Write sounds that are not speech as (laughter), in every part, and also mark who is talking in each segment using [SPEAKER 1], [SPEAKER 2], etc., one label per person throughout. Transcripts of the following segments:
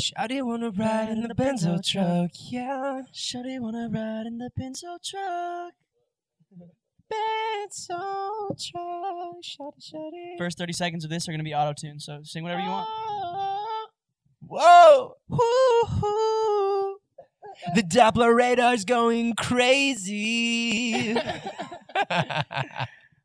[SPEAKER 1] Shawty wanna ride in the Benzo truck, yeah. Shawty wanna ride in the Benzo truck. Benzo truck, shawty, shawty.
[SPEAKER 2] First 30 seconds of this are going to be auto tuned, so sing whatever you want.
[SPEAKER 1] Oh. Whoa! The Doppler radar's going crazy. (laughs)
[SPEAKER 2] (laughs)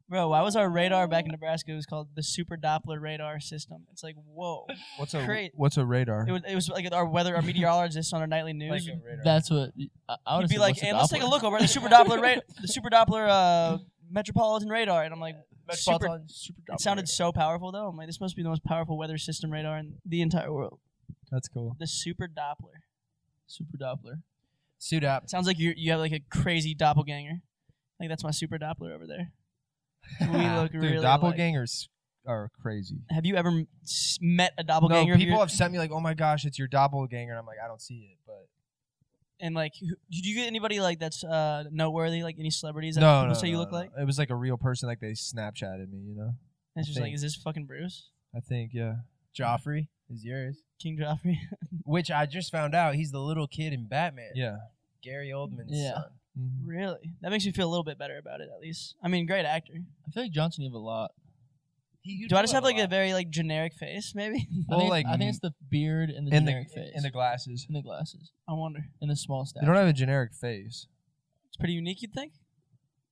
[SPEAKER 2] Bro, why was our radar back in Nebraska? It was called the Super Doppler Radar System. It's like, whoa.
[SPEAKER 3] What's a
[SPEAKER 2] Great.
[SPEAKER 3] what's a radar?
[SPEAKER 2] It was, it was like our weather, our meteorologist on our nightly news. would
[SPEAKER 4] That's what I, I would
[SPEAKER 2] He'd be like, and let's take a look over at the
[SPEAKER 3] (laughs)
[SPEAKER 2] Super
[SPEAKER 5] (laughs)
[SPEAKER 2] Doppler, ra- the Super Doppler uh, Metropolitan Radar. And I'm like, super,
[SPEAKER 3] Metropolitan super
[SPEAKER 2] it sounded so powerful, though. I'm like, this must be the most powerful weather system radar in the entire world.
[SPEAKER 3] That's cool.
[SPEAKER 2] The Super Doppler.
[SPEAKER 4] Super Doppler.
[SPEAKER 3] Suit up.
[SPEAKER 2] Sounds like you you have like a crazy doppelganger. Like that's my super Doppler over there. (laughs) We look
[SPEAKER 3] Dude,
[SPEAKER 2] really alike.
[SPEAKER 3] doppelgangers are crazy.
[SPEAKER 2] Have you ever m- s- met a
[SPEAKER 3] No,
[SPEAKER 2] doppelganger? of
[SPEAKER 3] people
[SPEAKER 2] your-
[SPEAKER 3] have sent me like, "Oh my gosh, it's your doppelganger," and I'm like, "I don't see it." But
[SPEAKER 2] and like, who- did you get anybody like that's uh, noteworthy? Like any celebrities that
[SPEAKER 3] no,
[SPEAKER 2] people
[SPEAKER 3] no,
[SPEAKER 2] say you
[SPEAKER 3] no,
[SPEAKER 2] look
[SPEAKER 3] no.
[SPEAKER 2] like?
[SPEAKER 3] it was like a real person. Like they Snapchatted me. You know,
[SPEAKER 2] And it's just like,
[SPEAKER 3] think.
[SPEAKER 2] is this fucking Bruce
[SPEAKER 3] I think yeah.
[SPEAKER 5] Joffrey is yours,
[SPEAKER 2] King Joffrey? (laughs)
[SPEAKER 5] which I just found out he's the little kid in Batman.
[SPEAKER 3] Yeah.
[SPEAKER 5] Gary Oldman's
[SPEAKER 4] Yeah.
[SPEAKER 5] son.
[SPEAKER 3] Mhm.
[SPEAKER 2] really? That makes me feel a little bit better about it, at least. I mean, great actor.
[SPEAKER 4] I feel like Johnson, you have a lot.
[SPEAKER 5] He, you
[SPEAKER 2] Do I just
[SPEAKER 5] that
[SPEAKER 2] have like a
[SPEAKER 5] lot.
[SPEAKER 2] very like generic face? Maybe. (laughs)
[SPEAKER 4] I,
[SPEAKER 3] Well,
[SPEAKER 4] think
[SPEAKER 3] like
[SPEAKER 4] it's, I think it's the beard and the
[SPEAKER 3] in the
[SPEAKER 4] generic face.
[SPEAKER 3] in the glasses.
[SPEAKER 4] And the glasses.
[SPEAKER 2] I wonder.
[SPEAKER 4] And the small stature.
[SPEAKER 3] They don't have a generic face.
[SPEAKER 2] It's pretty unique, you'd think.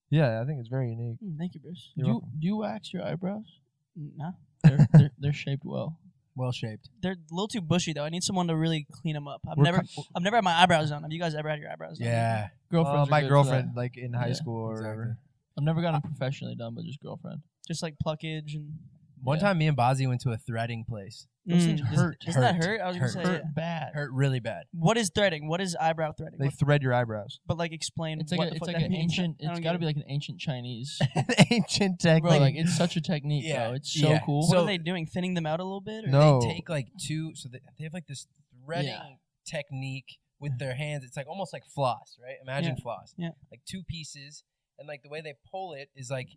[SPEAKER 3] Yeah, I think it's very unique.
[SPEAKER 2] Hmm, thank you, Bruce.
[SPEAKER 4] do,
[SPEAKER 3] You're
[SPEAKER 4] you,
[SPEAKER 3] welcome.
[SPEAKER 4] do you wax your eyebrows?
[SPEAKER 2] Nah,
[SPEAKER 4] They're, they're, they're shaped well.
[SPEAKER 5] well shaped.
[SPEAKER 2] they're a little too bushy though. I need someone to really clean them up. I've
[SPEAKER 3] We're
[SPEAKER 2] never,
[SPEAKER 3] co-
[SPEAKER 2] I've never had my eyebrows done. Have you guys ever had your eyebrows done?
[SPEAKER 5] Yeah.
[SPEAKER 4] Girlfriend.
[SPEAKER 3] uh, my girlfriend, like in high
[SPEAKER 4] Yeah,
[SPEAKER 3] school or whatever.
[SPEAKER 4] I've never gotten professionally done, but just girlfriend.
[SPEAKER 2] Just like pluckage and. Mm.
[SPEAKER 5] One
[SPEAKER 4] Yeah.
[SPEAKER 5] time, me and Bozzy went to a threading place. Those things
[SPEAKER 2] does-
[SPEAKER 5] hurt,
[SPEAKER 2] Doesn't that
[SPEAKER 5] hurt,
[SPEAKER 2] hurt? I was gonna
[SPEAKER 5] hurt.
[SPEAKER 2] say.
[SPEAKER 4] Hurt
[SPEAKER 2] yeah.
[SPEAKER 4] bad.
[SPEAKER 5] Hurt really bad.
[SPEAKER 2] What is threading? What is eyebrow threading?
[SPEAKER 3] They
[SPEAKER 2] What-
[SPEAKER 3] thread
[SPEAKER 5] (laughs)
[SPEAKER 3] your eyebrows.
[SPEAKER 2] but like explain
[SPEAKER 4] It's like
[SPEAKER 2] what
[SPEAKER 4] a,
[SPEAKER 2] the
[SPEAKER 4] it's
[SPEAKER 2] fuck
[SPEAKER 4] like
[SPEAKER 2] that
[SPEAKER 4] an
[SPEAKER 2] means.
[SPEAKER 4] ancient.
[SPEAKER 2] I don't
[SPEAKER 4] It's
[SPEAKER 2] get
[SPEAKER 4] got to
[SPEAKER 2] it.
[SPEAKER 4] be like an ancient Chinese.
[SPEAKER 3] Ancient technique.
[SPEAKER 4] Bro, like it's such a technique,
[SPEAKER 5] Yeah.
[SPEAKER 4] bro. It's so
[SPEAKER 5] Yeah.
[SPEAKER 4] cool.
[SPEAKER 2] What
[SPEAKER 5] So-
[SPEAKER 2] are they doing? Thinning them out a little bit? Or
[SPEAKER 3] no,
[SPEAKER 5] They take like two, so they, they have like this threading
[SPEAKER 4] Yeah.
[SPEAKER 5] technique with their hands. It's like almost like floss, right? Imagine floss.
[SPEAKER 2] Yeah.
[SPEAKER 5] Like two pieces, and like the way they pull it is like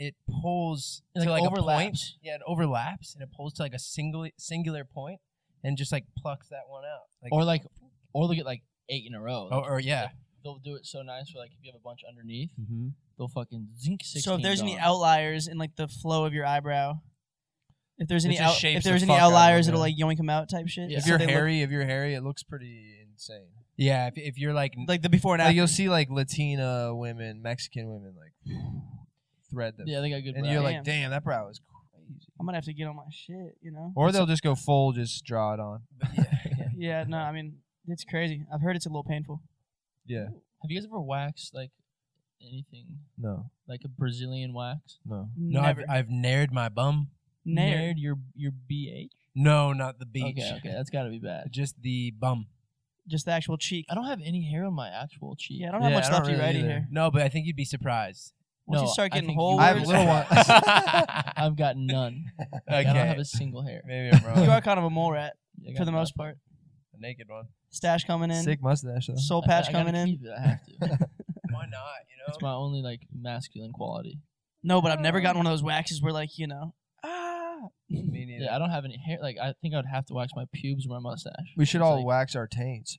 [SPEAKER 5] it pulls
[SPEAKER 4] It,
[SPEAKER 5] to
[SPEAKER 4] like,
[SPEAKER 5] like a point.
[SPEAKER 4] overlaps.
[SPEAKER 5] Yeah, it overlaps, and it pulls to like a single singular point, and just like plucks that one out. Like,
[SPEAKER 4] or like, or they'll get like eight in a row.
[SPEAKER 5] oh, or yeah,
[SPEAKER 4] they'll do it so nice for like if you have a bunch underneath,
[SPEAKER 3] Mhm.
[SPEAKER 4] they'll fucking zinc sixteen.
[SPEAKER 2] So if there's any
[SPEAKER 4] gone.
[SPEAKER 2] outliers in like the flow of your eyebrow, if there's any
[SPEAKER 5] It just
[SPEAKER 2] out,
[SPEAKER 5] shapes
[SPEAKER 2] if
[SPEAKER 5] the
[SPEAKER 2] there's any
[SPEAKER 5] fuck out of them,
[SPEAKER 2] outliers, it'll
[SPEAKER 5] yeah.
[SPEAKER 2] like yoink them out type shit.
[SPEAKER 4] Yeah.
[SPEAKER 3] if
[SPEAKER 2] So
[SPEAKER 3] you're
[SPEAKER 2] they look-
[SPEAKER 3] hairy, if you're hairy, it looks pretty insane.
[SPEAKER 5] yeah. If, if you're like,
[SPEAKER 2] like the before and
[SPEAKER 3] Like
[SPEAKER 2] after.
[SPEAKER 3] you'll see like Latina women, Mexican women,
[SPEAKER 5] (sighs)
[SPEAKER 3] like thread them,
[SPEAKER 4] yeah, they got good.
[SPEAKER 3] and
[SPEAKER 4] brows.
[SPEAKER 3] you're
[SPEAKER 2] Damn.
[SPEAKER 3] like, damn, that brow is crazy.
[SPEAKER 2] I'm gonna have to get on my shit. You know.
[SPEAKER 3] Or they'll just go full, just draw it on.
[SPEAKER 5] (laughs)
[SPEAKER 2] Yeah. No. I mean, it's crazy. I've heard it's a little painful.
[SPEAKER 3] Yeah,
[SPEAKER 4] have you guys ever waxed like anything
[SPEAKER 3] no,
[SPEAKER 4] like a Brazilian wax?
[SPEAKER 3] no.
[SPEAKER 5] no, I've,
[SPEAKER 2] Never.
[SPEAKER 5] I've nared my bum.
[SPEAKER 2] Nared.
[SPEAKER 4] Nared your your BH.
[SPEAKER 5] No, not the beach.
[SPEAKER 4] Okay, okay, that's got to be bad.
[SPEAKER 5] Just the bum.
[SPEAKER 2] Just the actual cheek.
[SPEAKER 4] I don't have any hair on my actual cheek.
[SPEAKER 2] Yeah, I don't have
[SPEAKER 3] Yeah,
[SPEAKER 2] much
[SPEAKER 3] I don't
[SPEAKER 2] left
[SPEAKER 3] really
[SPEAKER 2] right
[SPEAKER 3] either.
[SPEAKER 2] here.
[SPEAKER 5] No, but I think you'd be
[SPEAKER 3] (laughs)
[SPEAKER 5] surprised.
[SPEAKER 2] Once you
[SPEAKER 4] No,
[SPEAKER 2] start
[SPEAKER 4] I
[SPEAKER 2] getting
[SPEAKER 4] think you
[SPEAKER 2] whole,
[SPEAKER 4] were-
[SPEAKER 3] I have
[SPEAKER 2] (laughs)
[SPEAKER 3] little ones.
[SPEAKER 4] (laughs) I've got none.
[SPEAKER 5] Okay.
[SPEAKER 4] I don't have a single hair.
[SPEAKER 5] Maybe I'm wrong.
[SPEAKER 2] you are kind of a mole rat
[SPEAKER 4] I got
[SPEAKER 2] for the most
[SPEAKER 4] nothing.
[SPEAKER 2] part.
[SPEAKER 5] a naked one.
[SPEAKER 2] Stash coming in,
[SPEAKER 3] Sick mustache though.
[SPEAKER 2] soul
[SPEAKER 4] I- I
[SPEAKER 2] patch
[SPEAKER 4] gotta
[SPEAKER 2] coming in.
[SPEAKER 4] keep it, I
[SPEAKER 2] (laughs)
[SPEAKER 4] have to.
[SPEAKER 5] Why not? You know.
[SPEAKER 4] It's my only like masculine quality.
[SPEAKER 2] No, but I've never gotten one of those waxes where like you know, ah,
[SPEAKER 5] Me neither.
[SPEAKER 4] Yeah, I don't have any hair. Like I think I would have to wax my pubes or my mustache.
[SPEAKER 3] We should
[SPEAKER 4] It's
[SPEAKER 3] all
[SPEAKER 4] like,
[SPEAKER 3] wax our taints.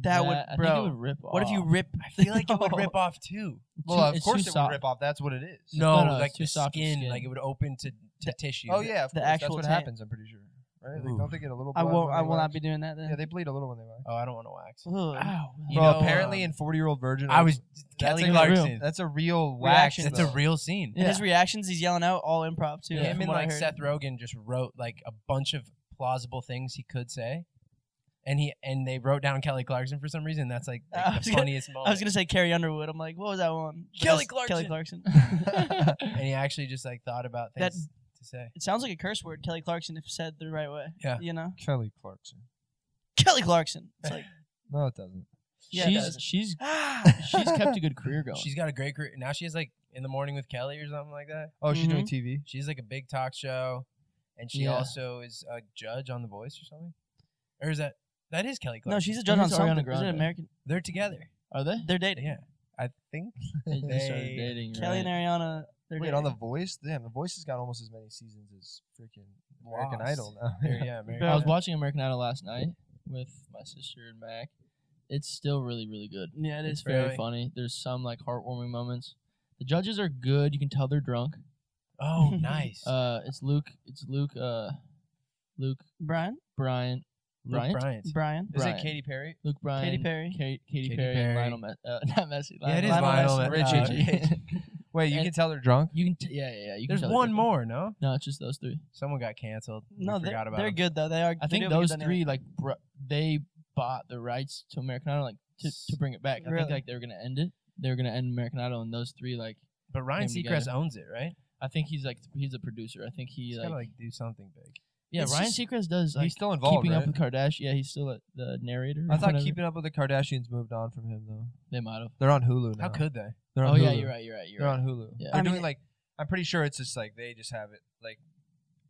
[SPEAKER 2] that would-
[SPEAKER 4] I think it
[SPEAKER 2] bro,
[SPEAKER 4] would rip
[SPEAKER 2] what if you
[SPEAKER 4] off.
[SPEAKER 2] rip?
[SPEAKER 5] I feel like it would (laughs)
[SPEAKER 2] (laughs)
[SPEAKER 5] rip off too.
[SPEAKER 4] It's
[SPEAKER 3] Well,
[SPEAKER 4] too-
[SPEAKER 3] of
[SPEAKER 4] it's too
[SPEAKER 3] course it would
[SPEAKER 4] soft.
[SPEAKER 3] rip off. That's what it is.
[SPEAKER 4] No,
[SPEAKER 5] No,
[SPEAKER 4] no, it's
[SPEAKER 5] like
[SPEAKER 4] too
[SPEAKER 5] the
[SPEAKER 4] soft for
[SPEAKER 5] skin,
[SPEAKER 4] skin.
[SPEAKER 5] like it would open to, to tissue.
[SPEAKER 3] Oh yeah, of
[SPEAKER 2] The
[SPEAKER 3] course.
[SPEAKER 2] actual
[SPEAKER 3] That's what
[SPEAKER 2] taint.
[SPEAKER 3] happens. I'm pretty sure. Right? Like,
[SPEAKER 5] Ooh.
[SPEAKER 3] don't they get a little?
[SPEAKER 2] I
[SPEAKER 3] blood
[SPEAKER 2] won't.
[SPEAKER 3] when
[SPEAKER 2] I
[SPEAKER 3] they
[SPEAKER 2] will not
[SPEAKER 3] wax?
[SPEAKER 2] be doing that. Then.
[SPEAKER 3] Yeah, they bleed a little when they wax.
[SPEAKER 5] Oh, I don't want to wax.
[SPEAKER 2] Ugh.
[SPEAKER 4] Ow.
[SPEAKER 5] You
[SPEAKER 3] Bro,
[SPEAKER 5] know,
[SPEAKER 3] apparently
[SPEAKER 5] um,
[SPEAKER 3] in 40 year old virgin,
[SPEAKER 5] I was
[SPEAKER 3] that's
[SPEAKER 5] Kelly
[SPEAKER 3] like a
[SPEAKER 5] Clarkson.
[SPEAKER 3] real, that's a real wax.
[SPEAKER 2] Reaction.
[SPEAKER 5] That's a
[SPEAKER 3] though. (laughs)
[SPEAKER 5] real scene.
[SPEAKER 2] And his reactions, he's yelling out all improv too.
[SPEAKER 4] Yeah,
[SPEAKER 2] from
[SPEAKER 5] Him and
[SPEAKER 2] what I
[SPEAKER 5] like
[SPEAKER 2] heard.
[SPEAKER 5] Seth Rogen just wrote like a bunch of plausible things he could say, and he and they wrote down Kelly Clarkson for some reason. That's like, like,
[SPEAKER 2] (laughs) I was
[SPEAKER 5] the
[SPEAKER 2] gonna-
[SPEAKER 5] funniest moment.
[SPEAKER 2] I was gonna say Carrie Underwood. I'm like, what was that one? But
[SPEAKER 5] Kelly
[SPEAKER 2] that's Kelly Clarkson.
[SPEAKER 4] (laughs)
[SPEAKER 5] and he actually just like thought about
[SPEAKER 2] That-
[SPEAKER 5] things to say.
[SPEAKER 2] it sounds like a curse word, Kelly Clarkson, if said the right way.
[SPEAKER 5] Yeah.
[SPEAKER 2] You know,
[SPEAKER 3] Kelly Clarkson.
[SPEAKER 2] Kelly Clarkson. It's like,
[SPEAKER 3] No, it doesn't.
[SPEAKER 2] yeah, it
[SPEAKER 5] (laughs)
[SPEAKER 4] she's
[SPEAKER 2] does.
[SPEAKER 4] she's
[SPEAKER 2] ah,
[SPEAKER 4] she's kept a good career going.
[SPEAKER 5] She's got a great career. Now she has like in the morning with Kelly or something like that.
[SPEAKER 3] Oh, she's
[SPEAKER 2] Mm-hmm.
[SPEAKER 3] doing TV.
[SPEAKER 5] She's like a big talk show, and she
[SPEAKER 4] Yeah.
[SPEAKER 5] also is a judge on The Voice or something. Or is that that is Kelly Clark?
[SPEAKER 2] no, she's a judge on
[SPEAKER 4] Who's Ariana
[SPEAKER 2] something. Is it
[SPEAKER 4] Grande?
[SPEAKER 2] American?
[SPEAKER 5] they're together.
[SPEAKER 4] Are they?
[SPEAKER 2] They're dating.
[SPEAKER 5] Yeah, I think
[SPEAKER 4] They just started
[SPEAKER 5] They-
[SPEAKER 4] dating.
[SPEAKER 2] Kelly
[SPEAKER 4] right?
[SPEAKER 2] and Ariana. They're
[SPEAKER 3] Wait,
[SPEAKER 2] dating.
[SPEAKER 3] on The Voice? Damn, The Voice has got almost as many seasons as freaking American
[SPEAKER 5] Lost.
[SPEAKER 3] Idol now. (laughs)
[SPEAKER 5] Or, yeah, Mary-
[SPEAKER 4] I was watching American Idol last night with my sister and Mac. It's still really, really good.
[SPEAKER 2] Yeah, it
[SPEAKER 4] It's
[SPEAKER 2] is.
[SPEAKER 4] very
[SPEAKER 5] Really?
[SPEAKER 4] funny. There's some like heartwarming moments. The judges are good. You can tell they're drunk.
[SPEAKER 5] Oh, nice.
[SPEAKER 4] (laughs) Uh, it's Luke. It's Luke. Uh, Luke
[SPEAKER 2] Brian.
[SPEAKER 4] Bryant.
[SPEAKER 5] Luke
[SPEAKER 4] Bryant.
[SPEAKER 5] Bryant.
[SPEAKER 2] Brian.
[SPEAKER 5] Is
[SPEAKER 4] Bryant.
[SPEAKER 5] it Katy Perry?
[SPEAKER 4] Luke Bryant.
[SPEAKER 2] Katy Perry.
[SPEAKER 4] Kate, Katy,
[SPEAKER 5] Katy
[SPEAKER 4] Perry,
[SPEAKER 5] Perry.
[SPEAKER 4] and Lionel. Me- uh, (laughs) not Messi.
[SPEAKER 5] Yeah, it is
[SPEAKER 4] Lionel
[SPEAKER 5] Lionel
[SPEAKER 4] Messi.
[SPEAKER 5] Me- uh,
[SPEAKER 3] Wait, you
[SPEAKER 4] And-
[SPEAKER 3] can tell they're drunk?
[SPEAKER 4] (laughs) you can. T- yeah, yeah. yeah, You can
[SPEAKER 5] There's
[SPEAKER 4] tell they're
[SPEAKER 5] one
[SPEAKER 4] good.
[SPEAKER 5] more, no?
[SPEAKER 4] No, it's just those three.
[SPEAKER 5] Someone got canceled. We
[SPEAKER 2] No, they,
[SPEAKER 5] forgot about
[SPEAKER 2] they're
[SPEAKER 5] him.
[SPEAKER 2] good though. They are.
[SPEAKER 4] I
[SPEAKER 2] they do
[SPEAKER 4] think
[SPEAKER 2] have a good
[SPEAKER 4] those
[SPEAKER 2] dynamic.
[SPEAKER 4] three, like, br- they bought the rights to American Idol, like, to, to bring it back. I
[SPEAKER 2] Really?
[SPEAKER 4] think like they were gonna end it. They were gonna end American Idol, and those three, like,
[SPEAKER 5] But Ryan
[SPEAKER 4] came
[SPEAKER 5] Seacrest
[SPEAKER 4] together.
[SPEAKER 5] owns it, right?
[SPEAKER 4] I think he's like he's a producer. I think he
[SPEAKER 5] He's
[SPEAKER 4] like,
[SPEAKER 5] gotta like do something big.
[SPEAKER 4] yeah.
[SPEAKER 2] It's
[SPEAKER 4] Ryan
[SPEAKER 2] just-
[SPEAKER 4] Seacrest does like
[SPEAKER 3] he's still involved,
[SPEAKER 4] keeping up
[SPEAKER 3] right?
[SPEAKER 4] with Kardashian. Yeah, he's still like, the narrator.
[SPEAKER 3] I
[SPEAKER 4] or
[SPEAKER 3] thought
[SPEAKER 4] whatever.
[SPEAKER 3] Keeping Up with the Kardashians moved on from him, though.
[SPEAKER 4] they might have.
[SPEAKER 3] They're on Hulu now.
[SPEAKER 5] How could they?
[SPEAKER 3] They're
[SPEAKER 4] Oh
[SPEAKER 3] on
[SPEAKER 4] yeah,
[SPEAKER 3] Hulu.
[SPEAKER 4] you're right. You're right. You're
[SPEAKER 3] They're
[SPEAKER 4] right.
[SPEAKER 3] on Hulu.
[SPEAKER 4] Yeah.
[SPEAKER 3] They're
[SPEAKER 2] I mean-
[SPEAKER 3] doing like, I'm pretty sure it's just like they just have it like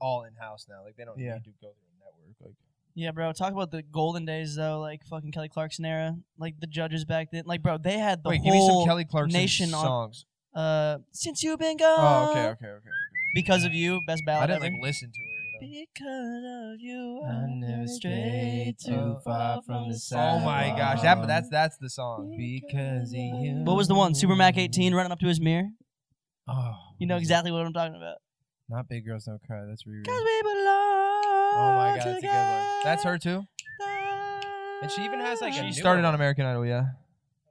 [SPEAKER 3] all in house now. Like they don't
[SPEAKER 5] Yeah.
[SPEAKER 3] need to go through a network. Like
[SPEAKER 2] Yeah, bro. Talk about the golden days though, like fucking Kelly Clarkson era, like the judges back then. Like, bro, they had the
[SPEAKER 3] wait, give me some
[SPEAKER 2] whole
[SPEAKER 3] Kelly Clarkson
[SPEAKER 2] nation on-
[SPEAKER 3] songs.
[SPEAKER 2] uh since you've been gone.
[SPEAKER 3] oh, okay, okay, okay.
[SPEAKER 2] Because of you, best
[SPEAKER 3] I
[SPEAKER 2] ballad
[SPEAKER 3] didn't
[SPEAKER 2] ever. (laughs)
[SPEAKER 3] like listen to her. You know?
[SPEAKER 2] because of you,
[SPEAKER 5] I never strayed too far from the
[SPEAKER 3] Oh
[SPEAKER 5] sun.
[SPEAKER 3] my gosh, that that's that's the song.
[SPEAKER 5] Because of you.
[SPEAKER 2] What was the one? Super Mac 18 running up to his mirror.
[SPEAKER 5] Oh,
[SPEAKER 2] You know
[SPEAKER 5] what is it?
[SPEAKER 2] exactly what I'm talking about.
[SPEAKER 5] Not big girls don't cry. That's Riri.
[SPEAKER 2] Cause we belong.
[SPEAKER 5] Oh my god, that's a good one.
[SPEAKER 3] That's her too.
[SPEAKER 5] And she even has, like, a
[SPEAKER 3] She
[SPEAKER 5] new
[SPEAKER 3] started
[SPEAKER 5] one.
[SPEAKER 3] on American Idol, yeah.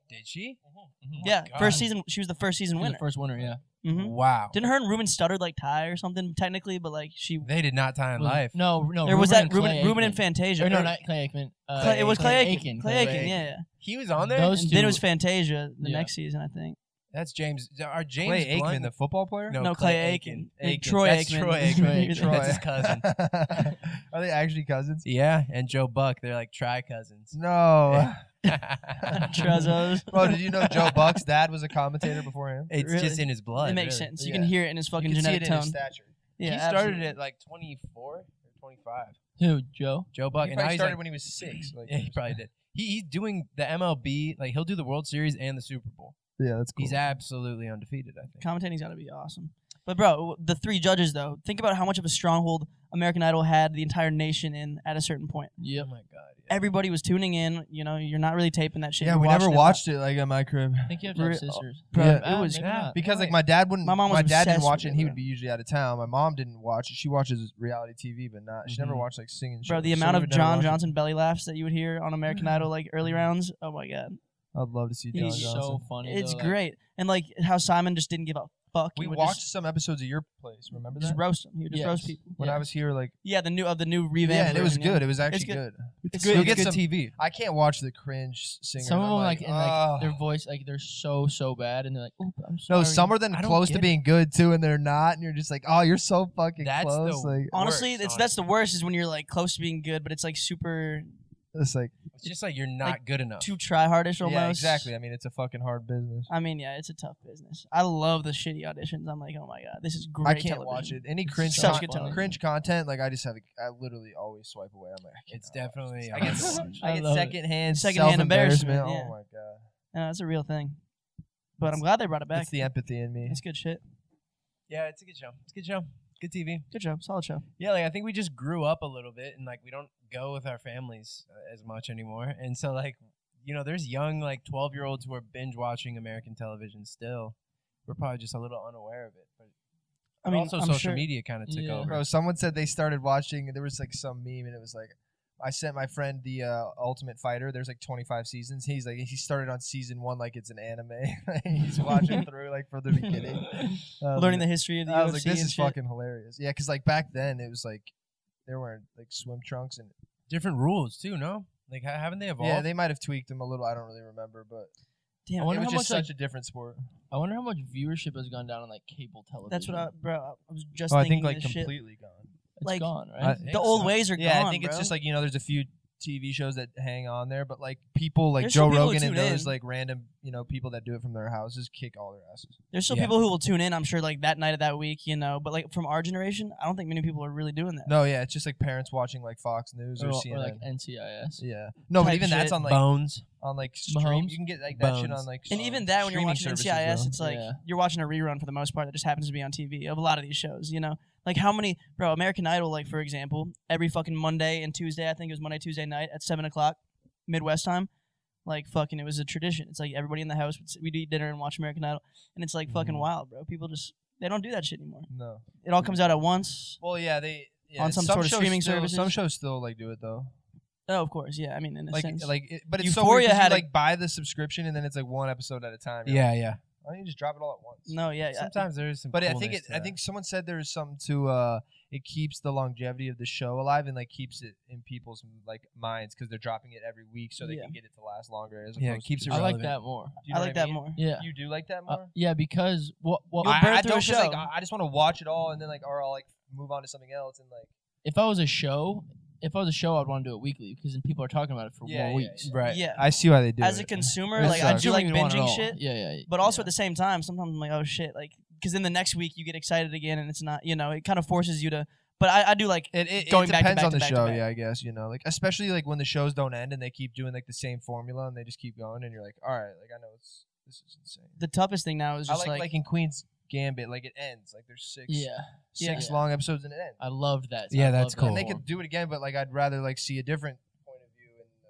[SPEAKER 5] Did she?
[SPEAKER 4] Oh
[SPEAKER 2] Yeah,
[SPEAKER 5] God.
[SPEAKER 2] first season. She was the first season
[SPEAKER 4] He's
[SPEAKER 2] winner.
[SPEAKER 4] Mm-hmm. the first winner. Yeah.
[SPEAKER 2] hmm
[SPEAKER 5] Wow.
[SPEAKER 2] Didn't her and Ruben stuttered like tie or something technically, but like she.
[SPEAKER 5] they did not tie in
[SPEAKER 2] Mm-hmm.
[SPEAKER 4] Was it-
[SPEAKER 5] life.
[SPEAKER 4] No, no.
[SPEAKER 2] There was that
[SPEAKER 4] oh, and Clay
[SPEAKER 2] Ruben, Ruben and
[SPEAKER 4] Aiken.
[SPEAKER 2] Fantasia.
[SPEAKER 4] Or no,
[SPEAKER 2] Or-
[SPEAKER 4] not Clay Aikman. Uh,
[SPEAKER 2] Clay, it was Clay Aiken. Clay
[SPEAKER 4] Clay
[SPEAKER 2] Aiken,
[SPEAKER 5] Aiken.
[SPEAKER 2] yeah. yeah.
[SPEAKER 5] He was on there.
[SPEAKER 4] Those
[SPEAKER 2] And then it was
[SPEAKER 4] two-
[SPEAKER 2] Fantasia the
[SPEAKER 4] Yeah.
[SPEAKER 2] next season, I think. (laughs)
[SPEAKER 5] That's James. Are James
[SPEAKER 3] Clay Aikman,
[SPEAKER 5] Blunt-
[SPEAKER 3] the football player.
[SPEAKER 2] No, Clay Aiken. And Troy
[SPEAKER 5] That's
[SPEAKER 2] Aikman.
[SPEAKER 3] (laughs)
[SPEAKER 5] Troy
[SPEAKER 2] Troy
[SPEAKER 5] Aikman.
[SPEAKER 2] Aikman.
[SPEAKER 5] That's his cousin. (laughs)
[SPEAKER 3] Are they actually cousins?
[SPEAKER 5] Yeah, and Joe Buck. They're like tri cousins. (laughs)
[SPEAKER 3] No. (laughs)
[SPEAKER 2] Trezos.
[SPEAKER 3] Bro, did you know Joe Buck's dad was a commentator before him?
[SPEAKER 5] It's
[SPEAKER 2] Really?
[SPEAKER 5] just in his blood.
[SPEAKER 2] it makes
[SPEAKER 5] really.
[SPEAKER 2] sense. You can hear it in his fucking
[SPEAKER 3] you can see
[SPEAKER 2] genetic
[SPEAKER 3] it in
[SPEAKER 2] tone.
[SPEAKER 3] his stature.
[SPEAKER 2] yeah,
[SPEAKER 5] he started
[SPEAKER 2] absolutely.
[SPEAKER 5] at like 24 or 25.
[SPEAKER 4] Who? Joe.
[SPEAKER 5] Joe Buck.
[SPEAKER 3] he
[SPEAKER 5] and
[SPEAKER 3] probably
[SPEAKER 5] now he's,
[SPEAKER 3] started
[SPEAKER 5] like-
[SPEAKER 3] when he
[SPEAKER 5] (clears throat)
[SPEAKER 3] was six. Like,
[SPEAKER 5] Yeah, he probably did. He, he's doing the MLB. Like he'll do the World Series and the Super Bowl.
[SPEAKER 3] yeah, that's
[SPEAKER 5] He's absolutely undefeated. I think.
[SPEAKER 2] Commentating's got to be awesome. But bro, the three judges though. Think about how much of a stronghold American Idol had the entire nation in at a certain point.
[SPEAKER 4] Yep.
[SPEAKER 5] Oh my God. yeah.
[SPEAKER 2] Everybody was tuning in. You know, you're not really taping that shit.
[SPEAKER 3] yeah,
[SPEAKER 2] You're
[SPEAKER 3] we never
[SPEAKER 2] watching it
[SPEAKER 3] watched it like at my crib
[SPEAKER 4] I think you have to have
[SPEAKER 2] Re-
[SPEAKER 4] sisters.
[SPEAKER 2] Bro,
[SPEAKER 3] Yeah.
[SPEAKER 4] Ah,
[SPEAKER 2] it was
[SPEAKER 4] maybe
[SPEAKER 5] uh, yeah.
[SPEAKER 4] not.
[SPEAKER 3] because like my dad wouldn't.
[SPEAKER 2] My mom was
[SPEAKER 3] dad didn't
[SPEAKER 2] obsessed
[SPEAKER 3] watch it.
[SPEAKER 2] with
[SPEAKER 3] and He
[SPEAKER 2] it.
[SPEAKER 3] would be usually out of town. My mom didn't watch it. She watches reality TV, but not. She never
[SPEAKER 5] Mhm.
[SPEAKER 3] watched like singing.
[SPEAKER 2] Mm-hmm. bro.
[SPEAKER 3] shows,
[SPEAKER 2] The
[SPEAKER 3] so
[SPEAKER 2] amount
[SPEAKER 3] we
[SPEAKER 2] of
[SPEAKER 3] would never
[SPEAKER 2] John
[SPEAKER 3] watch it.
[SPEAKER 2] Johnson belly laughs that you would hear on American
[SPEAKER 3] Mm-hmm.
[SPEAKER 2] Idol like early rounds. Oh my god,
[SPEAKER 3] I'd love to see John
[SPEAKER 4] He's
[SPEAKER 3] Johnson.
[SPEAKER 4] so funny.
[SPEAKER 2] it's
[SPEAKER 4] though, like-
[SPEAKER 2] great. And like how Simon just didn't give a fuck. He
[SPEAKER 3] we
[SPEAKER 2] would
[SPEAKER 3] watched
[SPEAKER 2] just,
[SPEAKER 3] some episodes of your place. Remember
[SPEAKER 2] just
[SPEAKER 3] that?
[SPEAKER 2] roast him. He would just roast
[SPEAKER 4] Yes.
[SPEAKER 2] people.
[SPEAKER 3] When
[SPEAKER 4] yeah.
[SPEAKER 3] I was here, like
[SPEAKER 2] Yeah, the new of the new revamp.
[SPEAKER 3] yeah, and it was
[SPEAKER 2] version, yeah.
[SPEAKER 3] good. It was actually good.
[SPEAKER 2] good.
[SPEAKER 3] It's
[SPEAKER 5] good-
[SPEAKER 3] You'll
[SPEAKER 5] it's
[SPEAKER 3] get
[SPEAKER 5] good
[SPEAKER 3] some TV. I can't watch the cringe singers.
[SPEAKER 4] Some of
[SPEAKER 3] I'm
[SPEAKER 4] them like, ah. and,
[SPEAKER 3] "Ugh."
[SPEAKER 4] like their voice like they're so so bad and they're like, Oop, I'm sorry.
[SPEAKER 3] No, some are then
[SPEAKER 5] I don't
[SPEAKER 3] close to
[SPEAKER 5] get
[SPEAKER 3] being good too, and they're not, and you're just like, oh, you're so fucking
[SPEAKER 5] That's the
[SPEAKER 3] close. like,
[SPEAKER 2] Honestly,
[SPEAKER 5] worst,
[SPEAKER 2] it's that's the worst is when you're like close to being good, but it's like super
[SPEAKER 3] it's like,
[SPEAKER 5] It's just like you're not
[SPEAKER 2] Like,
[SPEAKER 5] good enough.
[SPEAKER 2] too tryhardish almost.
[SPEAKER 3] yeah, exactly. I mean, it's a fucking hard business.
[SPEAKER 2] I mean, yeah, it's a tough business. I love the shitty auditions. I'm like, oh my god, this is great.
[SPEAKER 3] I can't watch
[SPEAKER 2] television.
[SPEAKER 3] it. Any cringe,
[SPEAKER 2] such
[SPEAKER 3] con-
[SPEAKER 2] good television.
[SPEAKER 3] cringe content, like I just have, I literally always swipe away. I'm like, I
[SPEAKER 5] It's
[SPEAKER 3] cannot watch
[SPEAKER 5] definitely
[SPEAKER 3] this.
[SPEAKER 5] a
[SPEAKER 3] I get,
[SPEAKER 5] hard
[SPEAKER 3] (laughs) s-
[SPEAKER 4] watch.
[SPEAKER 3] I
[SPEAKER 4] I
[SPEAKER 3] get
[SPEAKER 4] love it.
[SPEAKER 3] secondhand,
[SPEAKER 2] Secondhand
[SPEAKER 3] self embarrassment.
[SPEAKER 2] embarrassment, yeah.
[SPEAKER 3] Oh my god,
[SPEAKER 2] No, that's a real thing. But I'm glad they brought it back.
[SPEAKER 3] that's the empathy in me.
[SPEAKER 2] It's good shit.
[SPEAKER 5] yeah, it's a good show. It's a good show. Good TV.
[SPEAKER 2] Good job, solid show.
[SPEAKER 5] Yeah, like I think we just grew up a little bit, and like we don't go with our families uh, as much anymore. And so like, you know, there's young like 12 year olds who are binge watching American television still. We're probably just a little unaware of it. But
[SPEAKER 2] I mean,
[SPEAKER 5] also
[SPEAKER 2] I'm
[SPEAKER 5] social
[SPEAKER 2] sure-
[SPEAKER 5] media kind of took
[SPEAKER 4] Yeah.
[SPEAKER 5] over.
[SPEAKER 3] Bro, someone said they started watching. There was like some meme, and it was like, I sent my friend the uh, Ultimate Fighter. There's like 25 seasons. He's like, he started on season one like it's an anime. (laughs) Like,
[SPEAKER 2] (laughs)
[SPEAKER 3] He's watching through like from the beginning, Uh,
[SPEAKER 2] learning the history of the
[SPEAKER 3] I
[SPEAKER 2] UFC
[SPEAKER 3] was like, this
[SPEAKER 2] and
[SPEAKER 3] is
[SPEAKER 2] shit.
[SPEAKER 3] fucking hilarious. Yeah, because like back then it was like they were wearing like swim trunks and
[SPEAKER 5] Different rules too, no? Like ha- haven't they evolved?
[SPEAKER 3] yeah, they might have tweaked them a little. I don't really remember, but
[SPEAKER 2] Damn,
[SPEAKER 4] I wonder
[SPEAKER 3] it was
[SPEAKER 4] how
[SPEAKER 3] just
[SPEAKER 4] much, like-
[SPEAKER 3] such a different sport.
[SPEAKER 4] I wonder how much viewership has gone down on like cable television.
[SPEAKER 2] that's what I, bro. I was just
[SPEAKER 3] Oh, I
[SPEAKER 2] thinking
[SPEAKER 3] think like
[SPEAKER 2] this shit.
[SPEAKER 3] completely gone.
[SPEAKER 4] It's
[SPEAKER 2] like,
[SPEAKER 4] gone,
[SPEAKER 3] I
[SPEAKER 4] right?
[SPEAKER 5] think
[SPEAKER 2] The old
[SPEAKER 5] so.
[SPEAKER 2] ways are
[SPEAKER 3] Yeah,
[SPEAKER 2] gone.
[SPEAKER 3] I think it's
[SPEAKER 2] bro.
[SPEAKER 3] just like you know, there's a few TV shows that hang on there, but like people like
[SPEAKER 2] There's still
[SPEAKER 3] Joe
[SPEAKER 2] people who
[SPEAKER 3] Rogan and
[SPEAKER 2] tune
[SPEAKER 3] those
[SPEAKER 2] in.
[SPEAKER 3] like random you know people that do it from their houses kick all their asses.
[SPEAKER 2] There's still
[SPEAKER 5] Yeah.
[SPEAKER 2] people who will tune in, I'm sure, like that night of that week, you know. But like from our generation, I don't think many people are really doing that.
[SPEAKER 3] No, yeah, it's just like parents watching like Fox News or,
[SPEAKER 4] Or,
[SPEAKER 3] CNN.
[SPEAKER 4] or like NCIS.
[SPEAKER 3] yeah, no, but
[SPEAKER 2] type
[SPEAKER 3] even that's
[SPEAKER 2] shit.
[SPEAKER 3] on like
[SPEAKER 5] Bones.
[SPEAKER 3] on like stream.
[SPEAKER 4] Mahomes?
[SPEAKER 3] You can get like that shit
[SPEAKER 5] Bones.
[SPEAKER 3] on like
[SPEAKER 2] And
[SPEAKER 3] s-
[SPEAKER 2] even that, when you're
[SPEAKER 3] Um, streaming
[SPEAKER 2] watching
[SPEAKER 3] services,
[SPEAKER 2] NCIS,
[SPEAKER 3] bro.
[SPEAKER 2] it's like
[SPEAKER 4] Yeah.
[SPEAKER 2] you're watching a rerun for the most part that just happens to be on TV of a lot of these shows, you know? Like how many, bro, American Idol, like for example, every fucking Monday and Tuesday, I think it was Monday, Tuesday night at 7 o'clock, Midwest time, like fucking, it was a tradition. It's like everybody in the house, would s- we'd eat dinner and watch American Idol. And it's like fucking
[SPEAKER 3] Mhm.
[SPEAKER 2] wild, bro. People just, they don't do that shit anymore.
[SPEAKER 3] no.
[SPEAKER 2] It all comes out at once.
[SPEAKER 3] Well, yeah, they yeah,
[SPEAKER 2] On some sort of
[SPEAKER 3] shows
[SPEAKER 2] streaming
[SPEAKER 3] still, Some
[SPEAKER 2] services?
[SPEAKER 3] shows still like do it though.
[SPEAKER 2] Oh, of course. Yeah. I mean, in a
[SPEAKER 3] Like
[SPEAKER 2] sense.
[SPEAKER 3] like, it, but it's so weird
[SPEAKER 2] Euphoria
[SPEAKER 3] 'cause you,
[SPEAKER 2] had a-
[SPEAKER 3] like buy the subscription and then it's like one episode at a time. You're
[SPEAKER 5] Yeah,
[SPEAKER 3] like,
[SPEAKER 5] yeah.
[SPEAKER 3] why don't you just drop it all at once?
[SPEAKER 2] no, yeah. I-
[SPEAKER 5] Sometimes there is some.
[SPEAKER 3] But I think it,
[SPEAKER 5] coolness to
[SPEAKER 3] I
[SPEAKER 5] that.
[SPEAKER 3] think someone said there is something to uh, it keeps the longevity of the show alive and like keeps it in people's like minds because they're dropping it every week so they
[SPEAKER 2] Yeah.
[SPEAKER 3] can get it to last longer. As
[SPEAKER 5] Yeah, it
[SPEAKER 3] opposed
[SPEAKER 5] keeps
[SPEAKER 3] to
[SPEAKER 5] it
[SPEAKER 3] just-
[SPEAKER 4] I like
[SPEAKER 5] Irrelevant.
[SPEAKER 4] that more.
[SPEAKER 3] Do
[SPEAKER 2] I
[SPEAKER 3] you know what
[SPEAKER 2] like that
[SPEAKER 3] mean?
[SPEAKER 2] more.
[SPEAKER 4] Yeah.
[SPEAKER 3] You do like that
[SPEAKER 4] Uh,
[SPEAKER 3] more?
[SPEAKER 4] yeah, because what what
[SPEAKER 2] You'll
[SPEAKER 3] I,
[SPEAKER 2] burn
[SPEAKER 3] I
[SPEAKER 2] through a
[SPEAKER 3] don't 'cause, like
[SPEAKER 2] show.
[SPEAKER 3] I, I just want to watch it all and then like or I'll like move on to something else and like
[SPEAKER 4] if I was a show, if I was a show, I'd want to do it weekly because then people are talking about it for
[SPEAKER 3] Yeah,
[SPEAKER 4] more
[SPEAKER 3] yeah,
[SPEAKER 4] weeks.
[SPEAKER 3] yeah.
[SPEAKER 5] Right.
[SPEAKER 2] Yeah.
[SPEAKER 3] I see why they do
[SPEAKER 2] As a consumer,
[SPEAKER 3] It
[SPEAKER 2] like I
[SPEAKER 3] sucks.
[SPEAKER 2] do
[SPEAKER 4] You
[SPEAKER 2] like
[SPEAKER 4] don't even want it
[SPEAKER 2] binging
[SPEAKER 4] all.
[SPEAKER 2] shit.
[SPEAKER 4] Yeah, yeah. yeah.
[SPEAKER 2] But also
[SPEAKER 4] yeah.
[SPEAKER 2] at the same time, sometimes I'm like, oh shit, like because then the next week you get excited again, and it's not, you know, it kind of forces you to. But I, I do like
[SPEAKER 3] It, it,
[SPEAKER 2] Going
[SPEAKER 3] it
[SPEAKER 2] back to
[SPEAKER 3] depends
[SPEAKER 2] back
[SPEAKER 3] on
[SPEAKER 2] to
[SPEAKER 3] the
[SPEAKER 2] back to
[SPEAKER 3] show,
[SPEAKER 2] back.
[SPEAKER 3] yeah, I guess you know, like especially like when the shows don't end and they keep doing like the same formula and they just keep going and you're like, all right, like I know it's this is insane.
[SPEAKER 2] the toughest thing now is
[SPEAKER 3] I
[SPEAKER 2] just
[SPEAKER 3] like, like in Queen's Gambit, like it ends, like there's six
[SPEAKER 4] yeah,
[SPEAKER 3] six
[SPEAKER 4] yeah.
[SPEAKER 3] long episodes and it ends.
[SPEAKER 4] I loved that.
[SPEAKER 5] Yeah,
[SPEAKER 4] I
[SPEAKER 5] that's
[SPEAKER 4] loved
[SPEAKER 5] cool.
[SPEAKER 3] And
[SPEAKER 4] that
[SPEAKER 3] they could do it again, but like I'd rather like see a different point of view in the,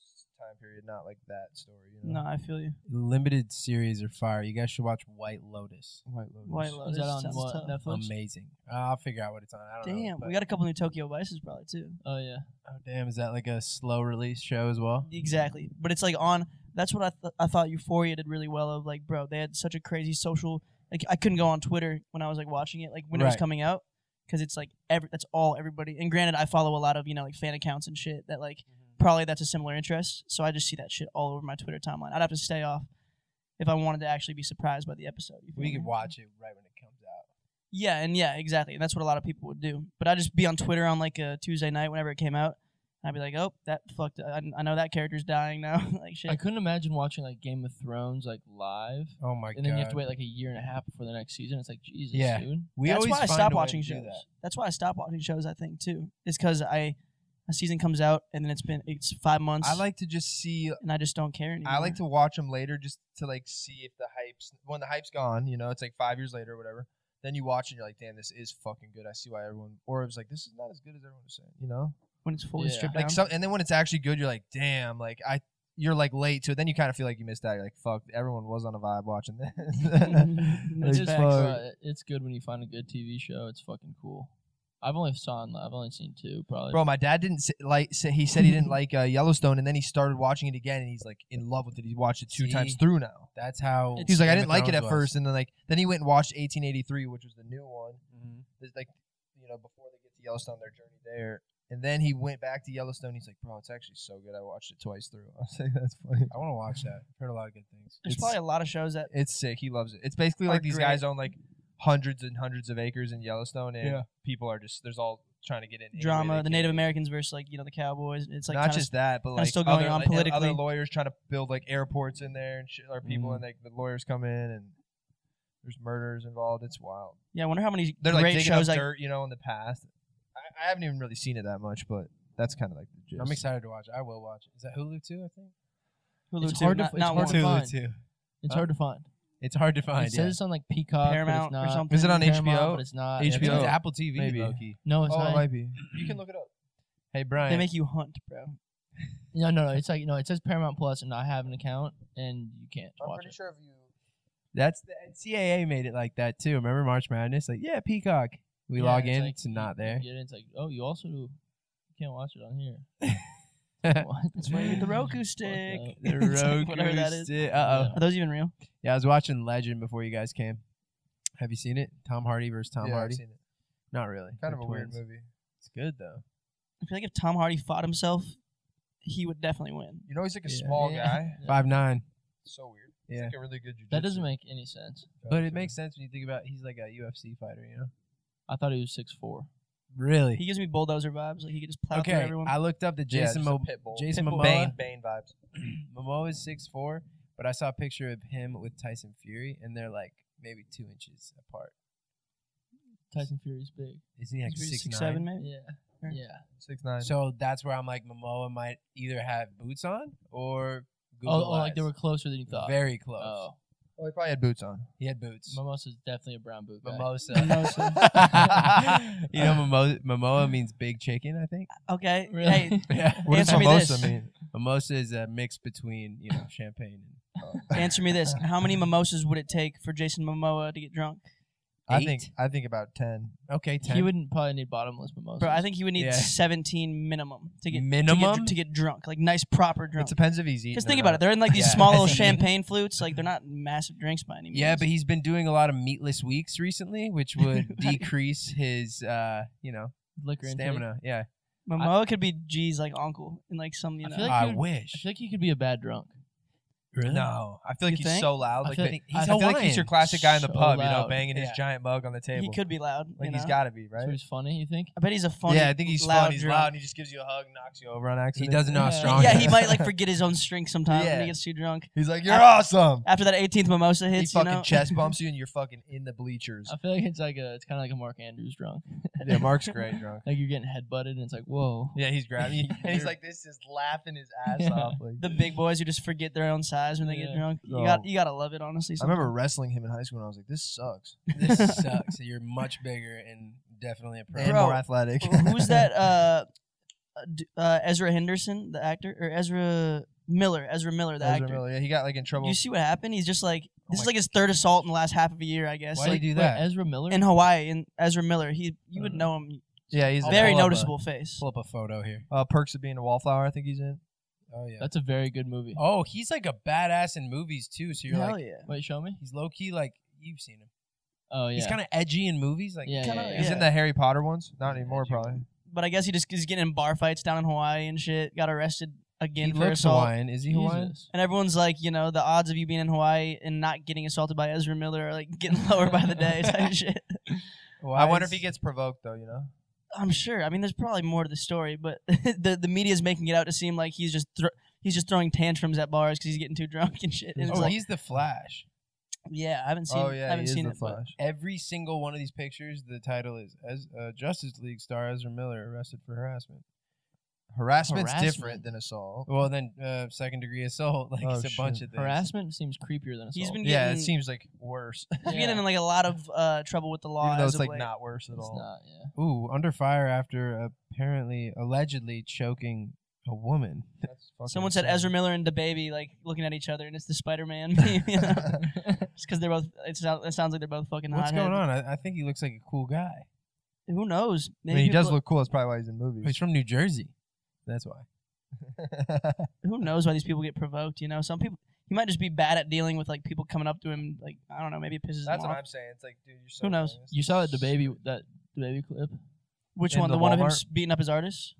[SPEAKER 3] this time period, not like that story. You
[SPEAKER 2] no,
[SPEAKER 3] know?
[SPEAKER 2] I feel you.
[SPEAKER 5] limited series are fire. You guys should watch White Lotus.
[SPEAKER 3] White Lotus.
[SPEAKER 2] White
[SPEAKER 4] more.
[SPEAKER 2] Lotus
[SPEAKER 4] Is that on
[SPEAKER 2] sounds
[SPEAKER 4] what,
[SPEAKER 2] tough.
[SPEAKER 4] Netflix?
[SPEAKER 5] Amazing. I'll figure out what it's on. I don't know.
[SPEAKER 2] Damn,
[SPEAKER 5] but-
[SPEAKER 2] we got a couple new Tokyo Vices probably too.
[SPEAKER 4] Oh yeah.
[SPEAKER 5] Oh, damn, is that like a slow release show as well?
[SPEAKER 2] Exactly, but it's like on. That's what I th- I thought Euphoria did really well of. Like, bro, they had such a crazy social. Like, I couldn't go on Twitter when I was like watching it, like when it was
[SPEAKER 5] Right.
[SPEAKER 2] coming out, because it's like every that's all everybody. And granted, I follow a lot of you know like fan accounts and shit that like
[SPEAKER 5] Mm-hmm.
[SPEAKER 2] probably that's a similar interest. So I just see that shit all over my Twitter timeline. I'd have to stay off if I wanted to actually be surprised by the episode. you feel
[SPEAKER 5] We
[SPEAKER 2] me?
[SPEAKER 5] could watch it right when it comes out.
[SPEAKER 2] Yeah, and yeah, exactly. And that's what a lot of people would do. But I'd just be on Twitter on like a Tuesday night whenever it came out. And I'd be like, oh, that fucked. I, I know that character's dying now. (laughs) like shit.
[SPEAKER 4] I couldn't imagine watching like Game of Thrones like live,
[SPEAKER 5] Oh my
[SPEAKER 4] and then you have to wait like a year and a half before the next season. It's like Jesus,
[SPEAKER 5] Yeah.
[SPEAKER 4] dude.
[SPEAKER 5] we
[SPEAKER 2] that's
[SPEAKER 5] always
[SPEAKER 2] why I
[SPEAKER 5] find
[SPEAKER 2] stopped
[SPEAKER 5] a way
[SPEAKER 2] watching
[SPEAKER 5] to do
[SPEAKER 2] shows.
[SPEAKER 5] that.
[SPEAKER 2] That's why I stopped watching shows. I think too. It's because I a season comes out and then it's been it's five months.
[SPEAKER 3] I like to just see.
[SPEAKER 2] and I just don't care anymore.
[SPEAKER 3] I like to watch them later just to like see if the hype's when the hype's gone. You know, it's like five years later or whatever. Then you watch and you're like, damn, this is fucking good. I see why everyone, or it was like, this is not as good as everyone was saying. You know,
[SPEAKER 2] when it's fully
[SPEAKER 4] Yeah.
[SPEAKER 2] stripped
[SPEAKER 3] like
[SPEAKER 2] down.
[SPEAKER 3] some, and then when it's actually good, you're like, damn, like I, you're like late to it. Then you kind of feel like you missed out. You're like, fuck, everyone was on a vibe watching this.
[SPEAKER 2] That's
[SPEAKER 4] (laughs) It's,
[SPEAKER 3] It's
[SPEAKER 4] just,
[SPEAKER 2] facts.
[SPEAKER 3] fun.
[SPEAKER 4] uh, it- it's good when you find a good TV show. It's fucking cool. I've only saw I've only seen two probably.
[SPEAKER 3] Bro, my dad didn't s like. Say, he said he didn't like uh, Yellowstone, and then he started watching it again, and he's like in love with it. He's watched it two times
[SPEAKER 5] See?
[SPEAKER 3] through now.
[SPEAKER 5] That's how.
[SPEAKER 3] He's like, I
[SPEAKER 5] Game
[SPEAKER 3] didn't
[SPEAKER 5] of
[SPEAKER 3] like
[SPEAKER 5] Thrones
[SPEAKER 3] it at
[SPEAKER 5] was.
[SPEAKER 3] first, and then like then he went and watched 1883, which was the new one.
[SPEAKER 5] Mhm.
[SPEAKER 3] It's like you know before they get to Yellowstone, their journey there, and then he went back to Yellowstone. He's like, bro, it's actually so good. I watched it twice through. (laughs) I was like, that's funny.
[SPEAKER 5] I want to watch that. I've heard a lot of good things.
[SPEAKER 2] There's
[SPEAKER 3] it's-
[SPEAKER 2] probably a lot of shows that
[SPEAKER 3] It's sick. He loves it. It's basically
[SPEAKER 2] Are
[SPEAKER 3] like these
[SPEAKER 2] great.
[SPEAKER 3] guys own like hundreds and hundreds of acres in Yellowstone, and
[SPEAKER 5] Yeah.
[SPEAKER 3] people are just there's all trying to get in any way
[SPEAKER 2] drama,
[SPEAKER 3] they
[SPEAKER 2] the
[SPEAKER 3] can.
[SPEAKER 2] Native Americans versus like you know the cowboys. It's like
[SPEAKER 3] not
[SPEAKER 2] kinda
[SPEAKER 3] just that, but
[SPEAKER 2] kinda
[SPEAKER 3] like
[SPEAKER 2] still going
[SPEAKER 3] other,
[SPEAKER 2] on
[SPEAKER 3] like, and
[SPEAKER 2] politically.
[SPEAKER 3] Other lawyers trying to build like airports in there and shit. Or people
[SPEAKER 5] Mhm.
[SPEAKER 3] and like the lawyers come in and there's murders involved. It's wild.
[SPEAKER 2] Yeah, I wonder how many
[SPEAKER 3] They're like
[SPEAKER 2] great
[SPEAKER 3] digging up
[SPEAKER 2] shows. Like,
[SPEAKER 3] dirt, you know, in the past. I, I haven't even really seen it that much, but that's kind of like the gist.
[SPEAKER 5] I'm excited to watch. it. I will watch it. Is that Hulu too? I think.
[SPEAKER 2] Hulu
[SPEAKER 4] It's
[SPEAKER 2] too,
[SPEAKER 4] hard to
[SPEAKER 2] not,
[SPEAKER 4] f- it's
[SPEAKER 2] not
[SPEAKER 4] hard
[SPEAKER 2] one.
[SPEAKER 4] to find.
[SPEAKER 5] too.
[SPEAKER 4] it's
[SPEAKER 5] Huh?
[SPEAKER 4] hard to find.
[SPEAKER 5] It's hard to find.
[SPEAKER 4] it
[SPEAKER 5] uh, yeah.
[SPEAKER 4] says uh, it's on like Peacock,
[SPEAKER 2] Paramount
[SPEAKER 4] but
[SPEAKER 2] or
[SPEAKER 4] it's not.
[SPEAKER 2] something.
[SPEAKER 3] Is it on
[SPEAKER 4] Paramount,
[SPEAKER 3] HBO?
[SPEAKER 4] but it's not.
[SPEAKER 5] Yeah, I think
[SPEAKER 3] HBO.
[SPEAKER 5] It's Apple TV.
[SPEAKER 3] Maybe.
[SPEAKER 5] low-key.
[SPEAKER 4] No, it's
[SPEAKER 3] Oh, it
[SPEAKER 4] not.
[SPEAKER 3] might be. You can look it up.
[SPEAKER 5] Hey Brian.
[SPEAKER 2] They make you hunt, bro.
[SPEAKER 4] No, no, no. It's like no. It says Paramount Plus, and I have an account, and you can't
[SPEAKER 3] I'm
[SPEAKER 4] watch
[SPEAKER 3] pretty
[SPEAKER 4] it.
[SPEAKER 3] sure if you.
[SPEAKER 5] That's the NCAA made it like that too. Remember March Madness? Like, yeah, Peacock. We
[SPEAKER 4] Yeah,
[SPEAKER 5] log
[SPEAKER 4] it's
[SPEAKER 5] in,
[SPEAKER 4] like
[SPEAKER 5] it's
[SPEAKER 4] you-
[SPEAKER 5] not
[SPEAKER 4] you
[SPEAKER 5] there.
[SPEAKER 4] (laughs) Get it, it's like oh, you also you can't watch it on
[SPEAKER 5] (laughs)
[SPEAKER 4] here. What?
[SPEAKER 2] That's where you get the Roku
[SPEAKER 4] Fuck
[SPEAKER 2] stick.
[SPEAKER 4] up.
[SPEAKER 5] The
[SPEAKER 2] It's like whatever that is.
[SPEAKER 5] Uh oh.
[SPEAKER 2] Are those even real?
[SPEAKER 5] Yeah, I was watching Legend before you guys came. Have you seen it? Tom Hardy versus Tom
[SPEAKER 3] yeah, I've
[SPEAKER 5] Hardy.
[SPEAKER 3] seen it.
[SPEAKER 5] Not really.
[SPEAKER 3] Kind
[SPEAKER 5] They're
[SPEAKER 3] of a weird
[SPEAKER 5] twins.
[SPEAKER 3] movie.
[SPEAKER 5] It's good though.
[SPEAKER 2] I feel like if Tom Hardy fought himself, he would definitely win.
[SPEAKER 3] You know, he's like a
[SPEAKER 5] Yeah.
[SPEAKER 3] small
[SPEAKER 5] (laughs)
[SPEAKER 4] Yeah.
[SPEAKER 3] guy. (laughs)
[SPEAKER 4] Yeah.
[SPEAKER 5] Five nine.
[SPEAKER 3] So weird.
[SPEAKER 5] Yeah.
[SPEAKER 3] He's like a really good.
[SPEAKER 4] That doesn't
[SPEAKER 3] jujitsu
[SPEAKER 4] make any sense.
[SPEAKER 3] guy,
[SPEAKER 5] But it
[SPEAKER 3] too.
[SPEAKER 5] makes sense when you think about he's like a UFC fighter, you know?
[SPEAKER 4] I thought he was six four.
[SPEAKER 2] He
[SPEAKER 5] Really?
[SPEAKER 2] gives me bulldozer vibes. Like he could just plow through
[SPEAKER 5] Okay.
[SPEAKER 2] everyone.
[SPEAKER 5] I looked up the
[SPEAKER 3] Yeah,
[SPEAKER 5] Jason
[SPEAKER 3] just a
[SPEAKER 5] Mo-
[SPEAKER 3] pit bull.
[SPEAKER 5] Jason
[SPEAKER 2] Pitbull.
[SPEAKER 5] Momoa.
[SPEAKER 3] Bane, Bane vibes.
[SPEAKER 5] (clears throat) Momoa is six four, but I saw a picture of him with Tyson Fury, and they're like maybe two inches apart.
[SPEAKER 4] Tyson Fury's big.
[SPEAKER 5] Is he like
[SPEAKER 2] Three,
[SPEAKER 5] six,
[SPEAKER 2] six,
[SPEAKER 5] nine?
[SPEAKER 2] seven, maybe.
[SPEAKER 4] Yeah.
[SPEAKER 2] Sure.
[SPEAKER 4] Yeah.
[SPEAKER 3] Six nine.
[SPEAKER 5] So that's where I'm like Momoa might either have boots on or
[SPEAKER 4] Oh,
[SPEAKER 5] Google
[SPEAKER 4] oh, like they
[SPEAKER 5] eyes.
[SPEAKER 4] were closer than you thought.
[SPEAKER 5] very close.
[SPEAKER 4] Oh,
[SPEAKER 3] oh, he probably had boots on.
[SPEAKER 5] He had boots.
[SPEAKER 4] Mimosa's definitely a brown boot guy.
[SPEAKER 5] Mimosa. (laughs)
[SPEAKER 4] Mimosa.
[SPEAKER 5] you know, Mimo- Momoa means big chicken. I think.
[SPEAKER 2] Okay.
[SPEAKER 4] Really?
[SPEAKER 2] Hey,
[SPEAKER 5] Yeah.
[SPEAKER 3] What does
[SPEAKER 2] Answer me
[SPEAKER 3] mimosa
[SPEAKER 2] this.
[SPEAKER 3] mean?
[SPEAKER 5] Mimosa is a mix between you know champagne and
[SPEAKER 2] answer me
[SPEAKER 3] (laughs)
[SPEAKER 2] this: How many mimosas would it take for Jason Momoa to get drunk?
[SPEAKER 3] I think
[SPEAKER 5] Eight?
[SPEAKER 3] I think about ten.
[SPEAKER 5] okay. Ten.
[SPEAKER 4] (laughs) He wouldn't probably need bottomless mimosas.
[SPEAKER 2] Bro, I think he would need
[SPEAKER 5] Yeah.
[SPEAKER 2] 17 minimum to get to get dr- to
[SPEAKER 5] Minimum?
[SPEAKER 2] get, drunk, like nice proper drunk.
[SPEAKER 3] It depends if he's eating.
[SPEAKER 2] Because
[SPEAKER 3] or
[SPEAKER 2] think about
[SPEAKER 3] not.
[SPEAKER 2] it, they're in like these
[SPEAKER 5] Yeah.
[SPEAKER 2] small little
[SPEAKER 5] Yeah.
[SPEAKER 2] champagne flutes. Like they're not massive drinks by any means.
[SPEAKER 5] yeah, but he's been doing a lot of meatless weeks recently, (laughs) which would decrease his uh you know
[SPEAKER 4] liquor intake.
[SPEAKER 5] stamina. Yeah.
[SPEAKER 2] Momoa could be G's like uncle and like some you
[SPEAKER 4] I
[SPEAKER 2] know.
[SPEAKER 4] feel like
[SPEAKER 5] I
[SPEAKER 4] he would-
[SPEAKER 5] wish.
[SPEAKER 4] I feel like he could be a bad drunk.
[SPEAKER 5] Really?
[SPEAKER 3] No, I feel like
[SPEAKER 2] You
[SPEAKER 3] he's
[SPEAKER 2] think?
[SPEAKER 3] so loud.
[SPEAKER 4] I
[SPEAKER 3] Like
[SPEAKER 4] feel
[SPEAKER 3] ba-
[SPEAKER 4] like-
[SPEAKER 3] he's, I
[SPEAKER 5] I
[SPEAKER 3] feel
[SPEAKER 5] feel
[SPEAKER 3] like he's your
[SPEAKER 5] Hawaiian.
[SPEAKER 3] classic guy in the
[SPEAKER 4] So
[SPEAKER 3] pub, you know,
[SPEAKER 4] loud.
[SPEAKER 3] banging his
[SPEAKER 5] Yeah.
[SPEAKER 3] giant mug on the table.
[SPEAKER 2] he could be loud.
[SPEAKER 3] like
[SPEAKER 2] you
[SPEAKER 3] he's
[SPEAKER 2] know?
[SPEAKER 3] got to be
[SPEAKER 4] So
[SPEAKER 3] right.
[SPEAKER 4] he's funny. You think?
[SPEAKER 2] I bet he's a funny.
[SPEAKER 3] yeah, I think he's
[SPEAKER 2] loud
[SPEAKER 3] fun. He's
[SPEAKER 2] drunk.
[SPEAKER 3] loud. And he just gives you a hug, knocks you over on
[SPEAKER 5] He
[SPEAKER 3] accident.
[SPEAKER 5] doesn't know how
[SPEAKER 4] Yeah.
[SPEAKER 5] strong.
[SPEAKER 2] Yeah,
[SPEAKER 5] he
[SPEAKER 2] he
[SPEAKER 5] is.
[SPEAKER 2] might like forget his own strength sometimes when
[SPEAKER 3] Yeah.
[SPEAKER 2] he gets too drunk.
[SPEAKER 3] He's like, "You're
[SPEAKER 2] I-
[SPEAKER 3] awesome."
[SPEAKER 2] After that 18th mimosa
[SPEAKER 3] He
[SPEAKER 2] hits, you
[SPEAKER 3] fucking
[SPEAKER 2] know, (laughs)
[SPEAKER 3] chest bumps you, and you're fucking in the bleachers.
[SPEAKER 4] I feel like it's like a, it's kind of like a Mark Andrews drunk.
[SPEAKER 3] yeah,
[SPEAKER 2] (laughs)
[SPEAKER 3] Mark's great drunk.
[SPEAKER 4] (laughs) Like you're getting headbutted, and it's like, whoa.
[SPEAKER 3] Yeah, he's grabbing, you, and he's like, "This is
[SPEAKER 2] (laughs)
[SPEAKER 3] laughing his ass
[SPEAKER 4] Yeah.
[SPEAKER 3] off." Like,
[SPEAKER 2] the big boys who just forget their own size when they get
[SPEAKER 4] Yeah.
[SPEAKER 2] drunk. You
[SPEAKER 3] No.
[SPEAKER 2] got you gotta love it honestly.
[SPEAKER 3] Oh. I
[SPEAKER 2] (laughs)
[SPEAKER 3] remember wrestling him in high school, and I was like, "This sucks."
[SPEAKER 5] this sucks. You're much bigger and definitely a pro.
[SPEAKER 3] And
[SPEAKER 2] Bro,
[SPEAKER 3] more athletic. (laughs)
[SPEAKER 2] sometimes. Who's
[SPEAKER 5] (laughs)
[SPEAKER 2] that? Uh, uh, d- uh, Ezra Henderson, the actor, or Ezra Miller? Ezra Miller, the
[SPEAKER 3] Ezra
[SPEAKER 2] actor.
[SPEAKER 3] Miller. Yeah, he got like in trouble.
[SPEAKER 2] You see what happened? He's just like this
[SPEAKER 5] Oh my
[SPEAKER 2] is like his third assault in the last half of a year, I guess.
[SPEAKER 5] Why do you
[SPEAKER 2] Like,
[SPEAKER 5] do
[SPEAKER 4] Wait,
[SPEAKER 5] that?
[SPEAKER 4] Ezra Miller.
[SPEAKER 2] in Hawaii, and Ezra Miller, he you would
[SPEAKER 4] Uh,
[SPEAKER 2] know him.
[SPEAKER 3] yeah, he's
[SPEAKER 5] I'll
[SPEAKER 2] Very
[SPEAKER 5] pull up a-
[SPEAKER 2] noticeable face.
[SPEAKER 5] Pull up a photo here.
[SPEAKER 3] uh, Perks of Being a Wallflower. I think he's in.
[SPEAKER 5] Oh yeah.
[SPEAKER 4] That's a very good movie.
[SPEAKER 5] oh, he's like a badass in movies too. So you're
[SPEAKER 2] Hell
[SPEAKER 5] like,
[SPEAKER 2] yeah.
[SPEAKER 4] Wait, show me.
[SPEAKER 5] he's low key like you've seen him.
[SPEAKER 4] Oh yeah.
[SPEAKER 5] He's kind of edgy in movies. Like
[SPEAKER 4] yeah,
[SPEAKER 2] kinda-
[SPEAKER 4] yeah, yeah.
[SPEAKER 3] He's in the Harry Potter ones. Not anymore, probably.
[SPEAKER 2] But I guess he just he's getting in bar fights down in Hawaii and shit. Got arrested again
[SPEAKER 5] he
[SPEAKER 2] for
[SPEAKER 5] looks
[SPEAKER 2] assault.
[SPEAKER 5] Hawaiian. Is he Hawaiian?
[SPEAKER 4] Jesus.
[SPEAKER 2] And everyone's like, you know, the odds of you being in Hawaii and not getting assaulted by Ezra Miller are like getting (laughs) lower by the day
[SPEAKER 5] (laughs)
[SPEAKER 2] type shit.
[SPEAKER 5] Why
[SPEAKER 3] I wonder if
[SPEAKER 5] is-
[SPEAKER 3] he gets provoked though. You know.
[SPEAKER 2] I'm sure. I mean, there's probably more to the story, but (laughs) the the media is making it out to seem like he's just thro- he's just throwing tantrums at bars because he's getting too drunk and shit. And it's
[SPEAKER 5] Oh,
[SPEAKER 2] like,
[SPEAKER 5] he's the Flash.
[SPEAKER 2] yeah, I haven't seen.
[SPEAKER 3] oh yeah,
[SPEAKER 2] I
[SPEAKER 3] he
[SPEAKER 2] haven't
[SPEAKER 3] is
[SPEAKER 2] seen
[SPEAKER 3] the
[SPEAKER 2] it. but-
[SPEAKER 3] Flash.
[SPEAKER 5] Every single one of these pictures, the title is as uh, Justice League star Ezra Miller arrested for harassment.
[SPEAKER 3] Harassment's
[SPEAKER 4] Harassment.
[SPEAKER 3] different than assault.
[SPEAKER 5] Well, then uh, second degree assault. (laughs) Like
[SPEAKER 3] Oh,
[SPEAKER 5] it's a bunch
[SPEAKER 3] shit.
[SPEAKER 5] of things.
[SPEAKER 4] Harassment seems creepier than assault.
[SPEAKER 2] He's been
[SPEAKER 3] Yeah, it
[SPEAKER 2] getting-
[SPEAKER 3] seems like
[SPEAKER 5] (laughs)
[SPEAKER 3] worse.
[SPEAKER 2] He's
[SPEAKER 4] Yeah.
[SPEAKER 2] getting in like a lot of uh, trouble with the law.
[SPEAKER 3] Even though
[SPEAKER 2] as
[SPEAKER 3] it's
[SPEAKER 2] of
[SPEAKER 3] like
[SPEAKER 2] late.
[SPEAKER 3] not worse at
[SPEAKER 4] It's
[SPEAKER 3] all.
[SPEAKER 4] not. Yeah.
[SPEAKER 5] Ooh, under fire after apparently allegedly choking a woman.
[SPEAKER 2] Someone said Ezra Miller and the baby like looking at each other, and it's the Spider Man. (laughs) meme, you
[SPEAKER 3] (laughs)
[SPEAKER 2] know? Just because they're both, it sounds, it sounds like they're both fucking.
[SPEAKER 5] What's
[SPEAKER 2] hotheads.
[SPEAKER 5] going on? I, I think he looks like a cool guy.
[SPEAKER 2] Who knows?
[SPEAKER 3] I
[SPEAKER 2] Maybe
[SPEAKER 3] mean, he
[SPEAKER 2] people-
[SPEAKER 3] does look cool. That's probably why he's in
[SPEAKER 5] He's
[SPEAKER 3] movies.
[SPEAKER 5] from New Jersey. That's why.
[SPEAKER 2] who knows why these people get provoked? You know, some people he might just be bad at dealing with like people coming up to him. Like I don't know, maybe it pisses him off.
[SPEAKER 3] saying. It's like, dude, you're so.
[SPEAKER 2] Who knows?
[SPEAKER 4] You saw that the baby that the baby clip.
[SPEAKER 2] Which
[SPEAKER 3] In
[SPEAKER 2] one?
[SPEAKER 3] the
[SPEAKER 2] The, one of him
[SPEAKER 3] Walmart?
[SPEAKER 2] s- beating up his artist,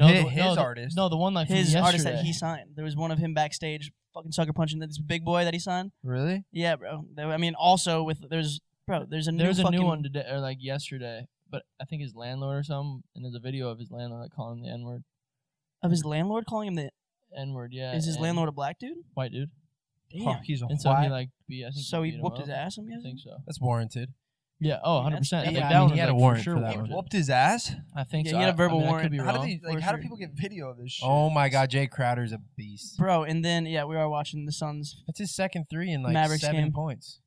[SPEAKER 3] Hi-
[SPEAKER 4] the-
[SPEAKER 3] his
[SPEAKER 4] the-
[SPEAKER 3] artist.
[SPEAKER 4] No, the one like from
[SPEAKER 2] his artist that he
[SPEAKER 4] yesterday.
[SPEAKER 2] signed. There was one of him backstage fucking sucker punching this big boy that he signed.
[SPEAKER 3] Really?
[SPEAKER 2] Yeah, bro. There- I mean, also with there's bro, there's a new
[SPEAKER 4] There's a
[SPEAKER 2] fucking,
[SPEAKER 4] new one today, or like yesterday, but I think his landlord or something. And there's a video of his landlord like, calling him the N word.
[SPEAKER 2] of his landlord calling him the.
[SPEAKER 4] N word, yeah.
[SPEAKER 2] Is his
[SPEAKER 4] and
[SPEAKER 2] landlord a black dude?
[SPEAKER 4] white dude?
[SPEAKER 3] Oh, he's a
[SPEAKER 4] And so he
[SPEAKER 3] white.
[SPEAKER 4] like, be, I think
[SPEAKER 2] So he
[SPEAKER 4] beat him
[SPEAKER 2] whooped
[SPEAKER 4] up.
[SPEAKER 2] his ass. I'm
[SPEAKER 4] I
[SPEAKER 2] guessing.
[SPEAKER 4] think so.
[SPEAKER 5] That's warranted.
[SPEAKER 4] Yeah. Oh, 100
[SPEAKER 2] Yeah,
[SPEAKER 4] percent. Like,
[SPEAKER 2] I
[SPEAKER 4] that
[SPEAKER 2] mean,
[SPEAKER 4] one
[SPEAKER 5] he
[SPEAKER 4] was,
[SPEAKER 5] had a
[SPEAKER 4] like, for
[SPEAKER 5] warrant
[SPEAKER 4] sure
[SPEAKER 5] for that
[SPEAKER 4] warranted.
[SPEAKER 5] one.
[SPEAKER 3] whooped his ass.
[SPEAKER 4] I think
[SPEAKER 2] Yeah,
[SPEAKER 4] so.
[SPEAKER 2] he had a
[SPEAKER 4] I- I
[SPEAKER 2] verbal
[SPEAKER 4] mean, I
[SPEAKER 2] warrant.
[SPEAKER 4] could be
[SPEAKER 3] How do
[SPEAKER 4] wrong.
[SPEAKER 3] they? Like,
[SPEAKER 2] for
[SPEAKER 3] how do
[SPEAKER 2] sure.
[SPEAKER 3] people get video of this shit?
[SPEAKER 5] Oh my God, Jay Crowder's a beast.
[SPEAKER 2] Bro, and then yeah, we are watching the Suns.
[SPEAKER 5] That's his second three in like
[SPEAKER 2] Mavericks
[SPEAKER 5] seven
[SPEAKER 2] game.
[SPEAKER 5] points.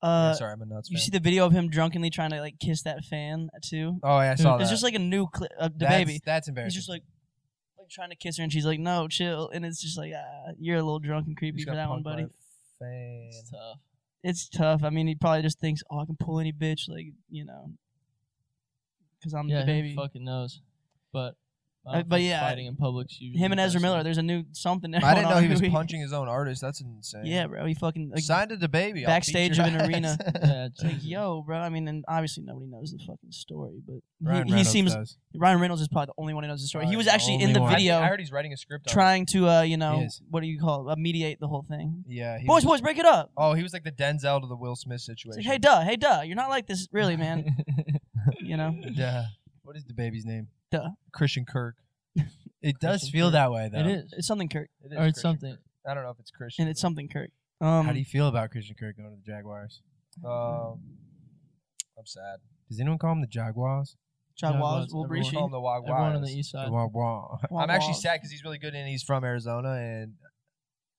[SPEAKER 2] Uh,
[SPEAKER 3] Sorry, I'm a nuts
[SPEAKER 2] you
[SPEAKER 3] fan.
[SPEAKER 2] see the video of him drunkenly trying to like kiss that fan uh, too.
[SPEAKER 3] Oh, yeah, I saw that.
[SPEAKER 2] It's just like a new clip of the
[SPEAKER 5] that's,
[SPEAKER 2] baby.
[SPEAKER 5] That's embarrassing.
[SPEAKER 2] He's just like, like trying to kiss her, and she's like, "No, chill." And it's just like, ah, "You're a little drunk and creepy
[SPEAKER 3] Just
[SPEAKER 2] for
[SPEAKER 3] got
[SPEAKER 2] that one,
[SPEAKER 3] punked by
[SPEAKER 2] buddy."
[SPEAKER 3] a fan.
[SPEAKER 4] It's tough.
[SPEAKER 2] It's tough. I mean, he probably just thinks, "Oh, I can pull any bitch," like you know, because I'm the
[SPEAKER 4] Yeah, who
[SPEAKER 2] baby.
[SPEAKER 4] fucking knows. But I
[SPEAKER 2] Uh,
[SPEAKER 4] don't
[SPEAKER 2] but
[SPEAKER 4] think
[SPEAKER 2] yeah,
[SPEAKER 4] fighting in public's usually
[SPEAKER 2] Him and
[SPEAKER 4] the
[SPEAKER 2] Ezra
[SPEAKER 4] best
[SPEAKER 2] Miller.
[SPEAKER 4] thing.
[SPEAKER 2] There's a new something.
[SPEAKER 3] I
[SPEAKER 2] going
[SPEAKER 3] didn't know
[SPEAKER 2] on
[SPEAKER 3] he was
[SPEAKER 2] every week. (laughs)
[SPEAKER 3] punching his own artist. That's insane.
[SPEAKER 2] Yeah, bro. He fucking like,
[SPEAKER 3] Signed to the baby I'll beat
[SPEAKER 2] backstage
[SPEAKER 3] your
[SPEAKER 2] of an arena.
[SPEAKER 3] ass.
[SPEAKER 4] (laughs) Yeah,
[SPEAKER 2] it's like, (laughs)
[SPEAKER 4] Jesus.
[SPEAKER 2] yo, bro. I mean, and obviously nobody knows the fucking story, but
[SPEAKER 5] Ryan
[SPEAKER 2] he, he
[SPEAKER 5] Reynolds
[SPEAKER 2] seems
[SPEAKER 5] does.
[SPEAKER 2] Ryan Reynolds is probably the only one who knows the story.
[SPEAKER 5] Probably
[SPEAKER 2] he was
[SPEAKER 5] the
[SPEAKER 2] actually in
[SPEAKER 5] only
[SPEAKER 2] the
[SPEAKER 5] one.
[SPEAKER 2] video
[SPEAKER 3] I heard he's writing a script. on it.
[SPEAKER 2] trying to, uh, you know,
[SPEAKER 5] is.
[SPEAKER 2] what do you call it? Uh, mediate the whole thing.
[SPEAKER 5] Yeah. He
[SPEAKER 2] boys,
[SPEAKER 5] was-
[SPEAKER 2] boys, break it up.
[SPEAKER 3] Oh, he was like the Denzel to the Will Smith
[SPEAKER 2] It's
[SPEAKER 5] (laughs)
[SPEAKER 3] situation.
[SPEAKER 2] like, hey, duh, hey, duh. You're not like this, really, man. you know.
[SPEAKER 3] yeah.
[SPEAKER 5] What is the baby's name?
[SPEAKER 2] Duh.
[SPEAKER 3] Christian Kirk.
[SPEAKER 5] It does
[SPEAKER 4] Christian
[SPEAKER 5] feel
[SPEAKER 4] Kirk.
[SPEAKER 5] that way though.
[SPEAKER 4] It is.
[SPEAKER 2] It's something Kirk,
[SPEAKER 3] It
[SPEAKER 4] or it's
[SPEAKER 3] Christian
[SPEAKER 2] (laughs)
[SPEAKER 4] something.
[SPEAKER 3] Kirk. I don't know if it's Christian.
[SPEAKER 2] and it's
[SPEAKER 3] but,
[SPEAKER 2] something Kirk. Um,
[SPEAKER 5] How do you feel about Christian Kirk going to the Jaguars?
[SPEAKER 3] Um, I'm sad.
[SPEAKER 5] Does anyone call him the Jaguars?
[SPEAKER 2] Jaguars?
[SPEAKER 4] Jaguars,
[SPEAKER 2] Will
[SPEAKER 4] everyone
[SPEAKER 3] We
[SPEAKER 2] Brishie?
[SPEAKER 3] call him the Wagwires.
[SPEAKER 4] Everyone on the east side.
[SPEAKER 5] Wah, wah.
[SPEAKER 2] Wah,
[SPEAKER 3] I'm actually
[SPEAKER 2] wah.
[SPEAKER 3] sad because he's really good and he's from Arizona and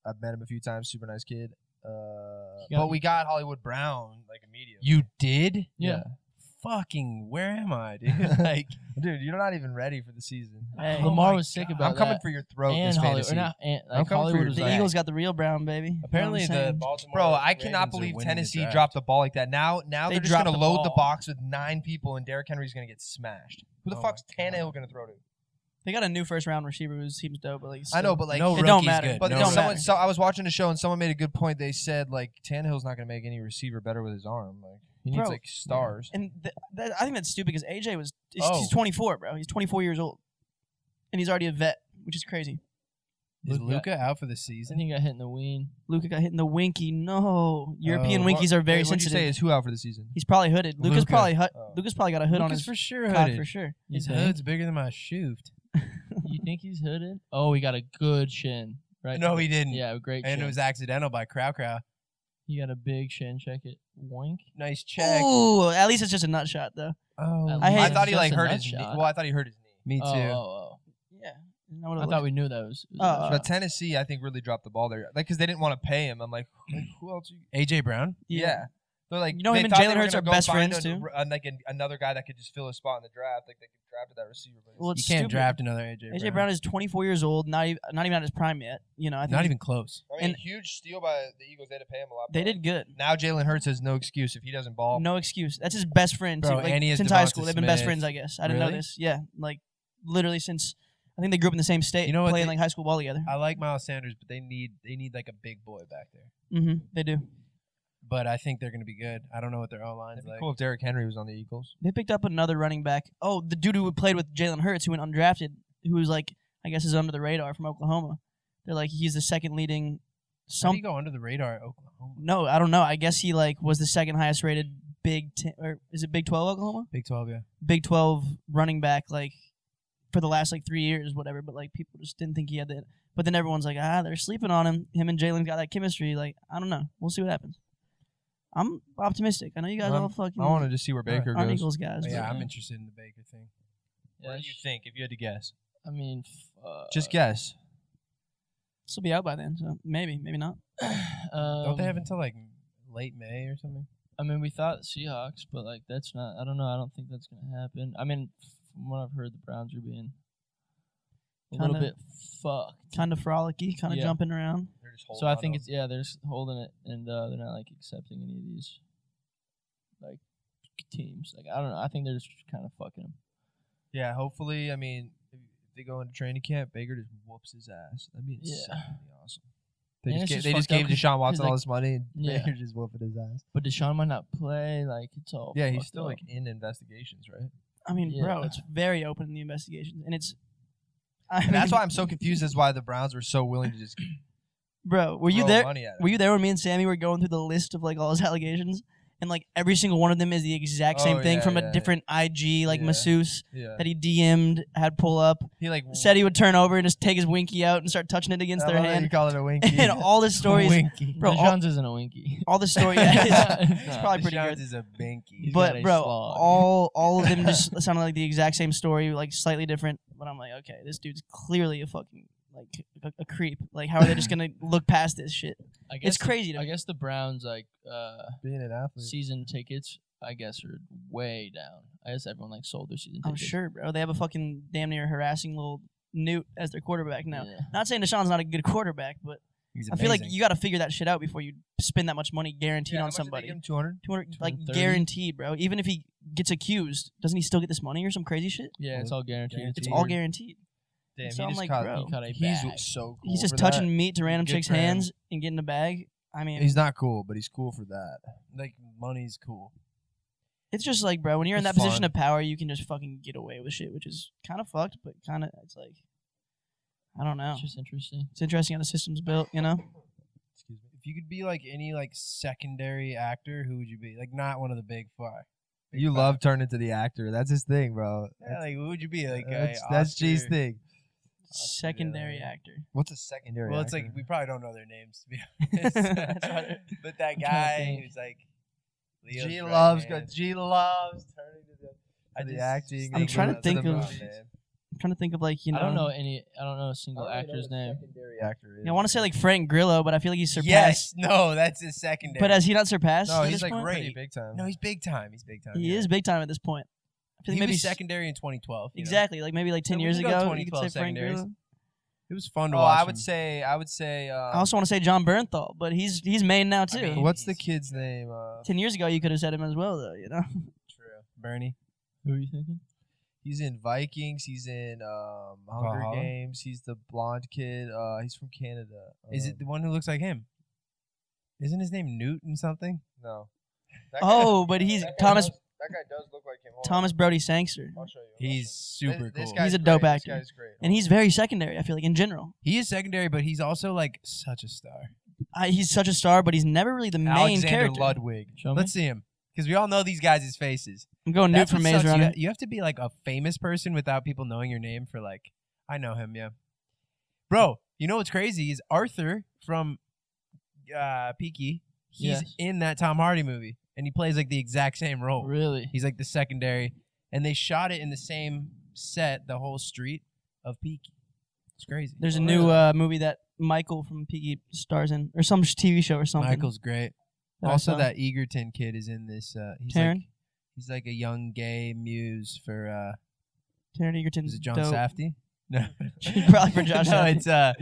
[SPEAKER 3] I've met him a few times. Super nice kid. Uh,
[SPEAKER 4] Yeah.
[SPEAKER 3] but we got Hollywood Brown like immediately.
[SPEAKER 5] You did?
[SPEAKER 4] Yeah.
[SPEAKER 5] Fucking where am I, dude? like
[SPEAKER 3] dude, you're not even ready for the season.
[SPEAKER 2] Hey,
[SPEAKER 5] Oh
[SPEAKER 4] Lamar
[SPEAKER 5] my
[SPEAKER 4] was sick
[SPEAKER 5] God.
[SPEAKER 4] about
[SPEAKER 3] I'm coming
[SPEAKER 4] that.
[SPEAKER 3] for your throat.
[SPEAKER 4] and
[SPEAKER 3] this
[SPEAKER 4] Hollywood.
[SPEAKER 3] fantasy.
[SPEAKER 4] Or not, and,
[SPEAKER 3] I'm coming
[SPEAKER 4] like,
[SPEAKER 3] for
[SPEAKER 4] Hollywood
[SPEAKER 3] your
[SPEAKER 4] was
[SPEAKER 2] the
[SPEAKER 4] like,
[SPEAKER 3] back.
[SPEAKER 2] Eagles got the real Brown baby. You know what I'm
[SPEAKER 5] apparently the
[SPEAKER 2] saying?
[SPEAKER 5] Baltimore
[SPEAKER 3] Bro, I cannot
[SPEAKER 5] Ravens are
[SPEAKER 3] believe
[SPEAKER 5] winning the
[SPEAKER 3] Tennessee
[SPEAKER 5] draft.
[SPEAKER 3] dropped the ball like that. Now, now
[SPEAKER 2] They
[SPEAKER 3] they are just gonna
[SPEAKER 2] dropped the
[SPEAKER 3] load the
[SPEAKER 2] ball.
[SPEAKER 3] box with nine people, and Derrick Henry's gonna get smashed. Who the
[SPEAKER 5] Oh
[SPEAKER 3] fuck's
[SPEAKER 5] my God.
[SPEAKER 3] Tannehill gonna throw to?
[SPEAKER 2] they got a new first round receiver who seems dope. But like,
[SPEAKER 3] I know,
[SPEAKER 2] still-
[SPEAKER 3] but like,
[SPEAKER 5] no
[SPEAKER 2] it don't
[SPEAKER 5] rookie's
[SPEAKER 2] matter.
[SPEAKER 5] good.
[SPEAKER 3] but
[SPEAKER 2] no
[SPEAKER 3] no,
[SPEAKER 2] matter.
[SPEAKER 3] someone. So I was watching a show, and someone made a good point. They said like Tannehill's not gonna make any receiver better with his arm. Like he needs
[SPEAKER 2] Bro.
[SPEAKER 3] like stars.
[SPEAKER 2] and th- that, I think that's stupid because AJ was he's, he's
[SPEAKER 5] Oh.
[SPEAKER 2] 24, bro. He's 24 years old, and he's already a vet, which is crazy.
[SPEAKER 5] is
[SPEAKER 4] Luka-
[SPEAKER 5] Luca out for the
[SPEAKER 4] I
[SPEAKER 5] season?
[SPEAKER 4] think I hit in the ween.
[SPEAKER 2] Luca got hit in the winky. No, European
[SPEAKER 5] Oh, what-
[SPEAKER 2] winkies are very
[SPEAKER 3] Wait, what'd you
[SPEAKER 2] sensitive.
[SPEAKER 3] say is who out for the season?
[SPEAKER 2] he's probably hooded. Luca's
[SPEAKER 5] Luka.
[SPEAKER 2] probably hu-
[SPEAKER 3] Oh.
[SPEAKER 2] Luca's probably got a hood on
[SPEAKER 5] Luka's
[SPEAKER 2] his
[SPEAKER 5] for sure
[SPEAKER 2] cock
[SPEAKER 5] hooded.
[SPEAKER 2] for sure.
[SPEAKER 5] His
[SPEAKER 4] You think?
[SPEAKER 5] hood's bigger than my shoot.
[SPEAKER 4] (laughs) You think he's hooded? Oh, he got a good shin. Right?
[SPEAKER 5] No, he didn't.
[SPEAKER 4] Yeah, a great
[SPEAKER 5] And
[SPEAKER 4] shin.
[SPEAKER 5] it was accidental by Crow Crow.
[SPEAKER 4] he got a big shin. Check it. Wink.
[SPEAKER 5] Nice check.
[SPEAKER 2] Ooh, at least it's just a nut shot though.
[SPEAKER 5] Oh,
[SPEAKER 4] I
[SPEAKER 3] I,
[SPEAKER 4] hate-
[SPEAKER 2] hate-
[SPEAKER 3] thought he
[SPEAKER 4] That's
[SPEAKER 3] like
[SPEAKER 4] a
[SPEAKER 3] hurt
[SPEAKER 4] nut
[SPEAKER 3] his knee.
[SPEAKER 4] shot.
[SPEAKER 3] Well, I thought he hurt his knee.
[SPEAKER 5] me too.
[SPEAKER 4] Oh, oh,
[SPEAKER 2] Yeah, Isn't that what
[SPEAKER 4] oh.
[SPEAKER 2] it
[SPEAKER 4] I
[SPEAKER 2] looked?
[SPEAKER 4] thought we knew that was. was a
[SPEAKER 2] Oh.
[SPEAKER 4] nut
[SPEAKER 3] But
[SPEAKER 4] shot.
[SPEAKER 3] Tennessee, I think, really dropped the ball there, like because they didn't want to pay him. I'm like, like, who else? Are you?
[SPEAKER 5] AJ Brown.
[SPEAKER 3] Yeah. They're like,
[SPEAKER 2] You know
[SPEAKER 3] they
[SPEAKER 2] him and
[SPEAKER 3] thought they
[SPEAKER 2] Jalen
[SPEAKER 3] were
[SPEAKER 2] Hurts
[SPEAKER 3] gonna
[SPEAKER 2] are
[SPEAKER 3] go
[SPEAKER 2] best
[SPEAKER 3] find
[SPEAKER 2] friends,
[SPEAKER 3] a-
[SPEAKER 2] too?
[SPEAKER 3] a- like an, another guy that could just fill a spot in the draft. Like they could draft that receiver. but
[SPEAKER 5] You
[SPEAKER 2] Well, it's
[SPEAKER 5] can't
[SPEAKER 2] stupid.
[SPEAKER 5] draft another AJ.
[SPEAKER 2] AJ Brown is 24 years old, not even not even at his prime yet. You know, I think
[SPEAKER 5] not
[SPEAKER 2] he's-
[SPEAKER 5] even close.
[SPEAKER 3] I mean,
[SPEAKER 2] and-
[SPEAKER 3] huge steal by the Eagles. They had to pay him a lot.
[SPEAKER 2] they
[SPEAKER 3] more.
[SPEAKER 2] did good.
[SPEAKER 3] Now Jalen Hurts has no excuse if he doesn't ball.
[SPEAKER 2] No excuse. That's his best friend
[SPEAKER 5] Bro,
[SPEAKER 2] too. Like,
[SPEAKER 5] and he has
[SPEAKER 2] since high
[SPEAKER 5] Devonta
[SPEAKER 2] school. They've been best
[SPEAKER 5] Smith.
[SPEAKER 2] friends, I guess. I didn't know
[SPEAKER 5] Really?
[SPEAKER 2] this. Yeah, like literally since I think they grew up in the same state.
[SPEAKER 5] You know what
[SPEAKER 2] playing
[SPEAKER 5] they-
[SPEAKER 2] like high school ball together.
[SPEAKER 5] I like Miles Sanders, but they need they need like a big boy back there.
[SPEAKER 2] hmm They do.
[SPEAKER 5] But I think they're gonna be good. I don't know what their O line's
[SPEAKER 3] It'd be
[SPEAKER 5] like.
[SPEAKER 3] cool if Derrick Henry was on the Eagles.
[SPEAKER 2] They picked up another running back. Oh, the dude who played with Jalen Hurts, who went undrafted, who was like I guess is under the radar from Oklahoma. They're like he's the second leading.
[SPEAKER 5] How do
[SPEAKER 2] Some
[SPEAKER 5] you go under the radar at Oklahoma?
[SPEAKER 2] no, I don't know. I guess he like was the second highest rated Big Ten or is it Big Twelve Oklahoma?
[SPEAKER 5] Big Twelve, yeah.
[SPEAKER 2] Big Twelve running back like for the last like three years, whatever. But like people just didn't think he had that. But then everyone's like, ah, they're sleeping on him. Him and Jalen got that chemistry. Like I don't know. We'll see what happens. I'm optimistic. I know you guys
[SPEAKER 3] I'm-
[SPEAKER 2] all fucking
[SPEAKER 3] I want to just see where
[SPEAKER 5] Alright.
[SPEAKER 3] Baker
[SPEAKER 2] aren't
[SPEAKER 3] goes.
[SPEAKER 2] Eagles guys.
[SPEAKER 5] But
[SPEAKER 2] but-
[SPEAKER 5] yeah, I'm
[SPEAKER 4] yeah.
[SPEAKER 5] interested in the Baker thing.
[SPEAKER 3] What do you think if you had to guess?
[SPEAKER 4] I mean, f- uh,
[SPEAKER 3] Just guess.
[SPEAKER 2] This will be out by then, so maybe, maybe not.
[SPEAKER 5] Don't they
[SPEAKER 4] (clears throat) um,
[SPEAKER 5] have until like late May or something?
[SPEAKER 4] I mean, we thought Seahawks, but like that's not. I don't know. I don't think that's gonna happen. I mean, from what I've heard, the Browns are being a little
[SPEAKER 2] Kinda-
[SPEAKER 4] bit fucked.
[SPEAKER 2] Kind of frolicky, kind of
[SPEAKER 4] Yeah.
[SPEAKER 2] jumping around.
[SPEAKER 3] They're just holding
[SPEAKER 4] so I
[SPEAKER 3] on to
[SPEAKER 4] think
[SPEAKER 3] him.
[SPEAKER 4] it's yeah, they're just holding it, and uh, they're not like accepting any of these like teams. Like I don't know. I think they're just kind of fucking 'em.
[SPEAKER 3] yeah. Hopefully, I mean, if they go into training camp, Baker just whoops his ass. That'd be
[SPEAKER 4] Yeah.
[SPEAKER 3] insanely awesome. They
[SPEAKER 4] And
[SPEAKER 3] just,
[SPEAKER 4] it's
[SPEAKER 3] gave,
[SPEAKER 4] just
[SPEAKER 3] they just
[SPEAKER 4] fucked
[SPEAKER 3] gave
[SPEAKER 4] up 'cause-
[SPEAKER 3] Deshaun
[SPEAKER 4] 'cause,
[SPEAKER 3] Watson all
[SPEAKER 4] like-
[SPEAKER 3] his money, and
[SPEAKER 4] Yeah.
[SPEAKER 3] Baker just whooping his ass.
[SPEAKER 4] But Deshaun might not play. Like it's all
[SPEAKER 3] Yeah,
[SPEAKER 4] fucked
[SPEAKER 3] he's still
[SPEAKER 4] up.
[SPEAKER 3] like in investigations, right?
[SPEAKER 2] I mean, bro,
[SPEAKER 4] Yeah.
[SPEAKER 2] it's very open in the investigations, and it's. I
[SPEAKER 3] And that's
[SPEAKER 2] mean,
[SPEAKER 3] why I'm so confused as why the Browns were so willing to just.
[SPEAKER 2] (clears throat) bro. Were you
[SPEAKER 3] throw
[SPEAKER 2] there?
[SPEAKER 3] Money at him.
[SPEAKER 2] Were you there when me and Sammy were going through the list of like all his allegations? And like every single one of them is the exact same
[SPEAKER 3] Oh,
[SPEAKER 2] thing
[SPEAKER 3] yeah,
[SPEAKER 2] from
[SPEAKER 3] yeah, yeah.
[SPEAKER 2] a different IG, like
[SPEAKER 3] Yeah.
[SPEAKER 2] masseuse
[SPEAKER 3] Yeah.
[SPEAKER 2] that he DM'd, had pull up,
[SPEAKER 3] He like
[SPEAKER 2] said he would turn over and just take his winky out and start touching it
[SPEAKER 3] I
[SPEAKER 2] against
[SPEAKER 3] love
[SPEAKER 2] their
[SPEAKER 3] that You
[SPEAKER 2] hand.
[SPEAKER 3] call it a
[SPEAKER 2] (laughs)
[SPEAKER 3] winky.
[SPEAKER 2] And all
[SPEAKER 3] (laughs)
[SPEAKER 2] the stories,
[SPEAKER 5] Winky.
[SPEAKER 2] bro, all,
[SPEAKER 4] Deshaun's isn't a (laughs) winky.
[SPEAKER 2] all the stories,
[SPEAKER 3] (laughs)
[SPEAKER 2] yeah, it's,
[SPEAKER 4] It's
[SPEAKER 2] it's
[SPEAKER 4] (laughs) not.
[SPEAKER 2] probably pretty
[SPEAKER 5] Deshaun's
[SPEAKER 2] good.
[SPEAKER 5] is a binky.
[SPEAKER 4] He's got
[SPEAKER 2] But
[SPEAKER 4] a
[SPEAKER 2] bro,
[SPEAKER 4] slog.
[SPEAKER 2] all all of them just sounded like the exact same story, like slightly different. But I'm like, okay, this dude's clearly a fucking like a, a creep. Like, how are they just gonna look past this shit?
[SPEAKER 4] I guess
[SPEAKER 2] It's crazy to
[SPEAKER 4] I
[SPEAKER 2] me.
[SPEAKER 4] guess the Browns like uh
[SPEAKER 3] being an athlete.
[SPEAKER 4] season tickets. I guess are way down. I guess everyone like sold their season.
[SPEAKER 2] I'm
[SPEAKER 4] tickets.
[SPEAKER 2] Oh, sure, bro. They have a fucking damn near harassing little newt as their quarterback now.
[SPEAKER 4] Yeah.
[SPEAKER 2] Not saying Deshaun's not a good quarterback, but
[SPEAKER 5] He's
[SPEAKER 2] I feel like
[SPEAKER 5] amazing.
[SPEAKER 2] you got to figure that shit out before you spend that much money guaranteed
[SPEAKER 3] Yeah, how
[SPEAKER 2] on
[SPEAKER 3] much did they
[SPEAKER 2] somebody.
[SPEAKER 3] give him 200.
[SPEAKER 2] 200, like
[SPEAKER 4] 230?
[SPEAKER 2] guaranteed, bro. Even if he gets accused, doesn't he still get this money or some crazy shit?
[SPEAKER 4] Yeah, it's
[SPEAKER 5] Well,
[SPEAKER 4] all guaranteed.
[SPEAKER 2] It's
[SPEAKER 5] Dude.
[SPEAKER 2] all guaranteed.
[SPEAKER 3] Damn,
[SPEAKER 2] So
[SPEAKER 3] he
[SPEAKER 2] I'm
[SPEAKER 3] just
[SPEAKER 2] like,
[SPEAKER 3] caught.
[SPEAKER 2] bro.
[SPEAKER 4] He caught a
[SPEAKER 3] he's
[SPEAKER 4] bag.
[SPEAKER 3] so cool.
[SPEAKER 2] He's just
[SPEAKER 3] for
[SPEAKER 2] touching meat to random
[SPEAKER 5] Good
[SPEAKER 2] chicks'
[SPEAKER 5] for him.
[SPEAKER 2] hands and getting a bag. I
[SPEAKER 3] that.
[SPEAKER 2] mean,
[SPEAKER 3] He's not cool, but he's cool for that.
[SPEAKER 5] like money's cool.
[SPEAKER 2] it's just like, bro, when you're in that
[SPEAKER 3] It's
[SPEAKER 2] position
[SPEAKER 3] fun.
[SPEAKER 2] of power, you can just fucking get away with shit, which is kind of fucked, but kind of, it's like, I don't know.
[SPEAKER 4] It's just interesting.
[SPEAKER 2] It's interesting how the system's built, you know?
[SPEAKER 5] Excuse me. If you could be like any like secondary actor, who would you be? Like not one of the big four.
[SPEAKER 3] You love turning to the actor. That's his thing, bro.
[SPEAKER 5] Yeah, like, what would you be like? a
[SPEAKER 3] that's that's G's
[SPEAKER 5] Oscar-
[SPEAKER 3] thing.
[SPEAKER 2] Secondary actor.
[SPEAKER 3] What's a secondary?
[SPEAKER 5] Well, it's like
[SPEAKER 3] actor?
[SPEAKER 5] we probably don't know their names to
[SPEAKER 3] (laughs)
[SPEAKER 5] be honest. (laughs) but that guy
[SPEAKER 4] think.
[SPEAKER 5] who's like, Leo's
[SPEAKER 3] G
[SPEAKER 5] right
[SPEAKER 3] loves
[SPEAKER 5] hand.
[SPEAKER 3] G loves turning to the, to
[SPEAKER 5] I
[SPEAKER 3] the
[SPEAKER 5] just-
[SPEAKER 3] acting.
[SPEAKER 2] I'm
[SPEAKER 3] and
[SPEAKER 2] trying to
[SPEAKER 3] the-
[SPEAKER 2] think
[SPEAKER 3] the
[SPEAKER 2] of-
[SPEAKER 3] movies.
[SPEAKER 2] I'm trying to think of like you know.
[SPEAKER 4] I don't know any. I don't know a
[SPEAKER 3] I
[SPEAKER 4] single
[SPEAKER 3] don't really know
[SPEAKER 4] actor's
[SPEAKER 3] what a
[SPEAKER 4] name.
[SPEAKER 3] Secondary actor. Is.
[SPEAKER 2] I want to say like Frank Grillo, but I feel like he's surpassed.
[SPEAKER 5] Yes, no, that's his secondary.
[SPEAKER 2] But has he not surpassed?
[SPEAKER 3] No,
[SPEAKER 2] at
[SPEAKER 3] he's
[SPEAKER 2] this
[SPEAKER 3] like
[SPEAKER 2] point?
[SPEAKER 5] great.
[SPEAKER 3] pretty big time.
[SPEAKER 5] no, he's big time. He's big time.
[SPEAKER 2] He
[SPEAKER 5] yeah.
[SPEAKER 2] is big time at this point. I feel
[SPEAKER 5] He
[SPEAKER 2] like maybe
[SPEAKER 5] maybe
[SPEAKER 2] s-
[SPEAKER 5] secondary in 2012. you know?
[SPEAKER 2] Exactly, like maybe like ten
[SPEAKER 5] we
[SPEAKER 2] years
[SPEAKER 5] can go
[SPEAKER 2] ago, you
[SPEAKER 5] 2012
[SPEAKER 2] could say Frank
[SPEAKER 5] secondaries.
[SPEAKER 2] Grillo.
[SPEAKER 5] It was fun to
[SPEAKER 3] Oh,
[SPEAKER 5] watch.
[SPEAKER 3] I would
[SPEAKER 5] him.
[SPEAKER 3] say I would say. Um,
[SPEAKER 2] I also want to say John Bernthal, but he's he's main now too.
[SPEAKER 5] mean,
[SPEAKER 3] what's the
[SPEAKER 5] he's-
[SPEAKER 3] kid's name? Uh,
[SPEAKER 2] ten years ago, you could have said him as well, though. You know,
[SPEAKER 5] True. Bernie.
[SPEAKER 4] Who are you thinking?
[SPEAKER 3] he's in Vikings. He's in um, Hunger
[SPEAKER 5] Valhalla?
[SPEAKER 3] Games. He's the blonde kid. Uh, he's from Canada.
[SPEAKER 5] Is it
[SPEAKER 3] Um,
[SPEAKER 5] the one who looks like him? Isn't his name Newton something?
[SPEAKER 3] No. That guy-
[SPEAKER 2] Oh, but he's-
[SPEAKER 3] that guy
[SPEAKER 2] Thomas-
[SPEAKER 3] does- that guy does look like him. Hold on.
[SPEAKER 2] Thomas Brody Sangster,
[SPEAKER 3] I'll show you. I'll show
[SPEAKER 5] He's
[SPEAKER 3] you.
[SPEAKER 5] super
[SPEAKER 3] This- this
[SPEAKER 5] cool.
[SPEAKER 3] guy's
[SPEAKER 2] He's a dope
[SPEAKER 3] great.
[SPEAKER 2] actor.
[SPEAKER 3] This guy's great.
[SPEAKER 2] and he's very secondary. I feel like in general,
[SPEAKER 5] He is secondary, but he's also like such a star.
[SPEAKER 2] I, he's such a star, but he's never really the main
[SPEAKER 5] Alexander
[SPEAKER 2] character.
[SPEAKER 5] Ludwig.
[SPEAKER 4] Show me.
[SPEAKER 5] Let's see him because we all know these guys' faces.
[SPEAKER 2] I'm going Newt
[SPEAKER 5] That's what
[SPEAKER 2] from Maze
[SPEAKER 5] sucks. You,
[SPEAKER 2] Runner.
[SPEAKER 5] ha- you have to be like a famous person without people knowing your name for like, I know him, yeah. Bro, you know what's crazy is Arthur from uh, Peaky. He's
[SPEAKER 4] Yes.
[SPEAKER 5] in that Tom Hardy movie, and he plays like the exact same role.
[SPEAKER 4] Really?
[SPEAKER 5] He's like the secondary, and they shot it in the same set, the whole street of Peaky. It's crazy.
[SPEAKER 2] There's a new uh, movie that Michael from Piggy stars in, or some sh- TV show or something.
[SPEAKER 5] Michael's great.
[SPEAKER 2] that I
[SPEAKER 5] also,
[SPEAKER 2] saw.
[SPEAKER 5] that Egerton kid is in this. Uh, he's
[SPEAKER 2] Taron
[SPEAKER 5] like he's like a young gay muse for uh,
[SPEAKER 2] Taron Egerton.
[SPEAKER 5] is it John
[SPEAKER 2] dope.
[SPEAKER 5] Safdie? (laughs)
[SPEAKER 3] (laughs)
[SPEAKER 5] No,
[SPEAKER 2] Probably for Josh
[SPEAKER 5] (laughs) no,
[SPEAKER 2] Safdie.
[SPEAKER 5] it's uh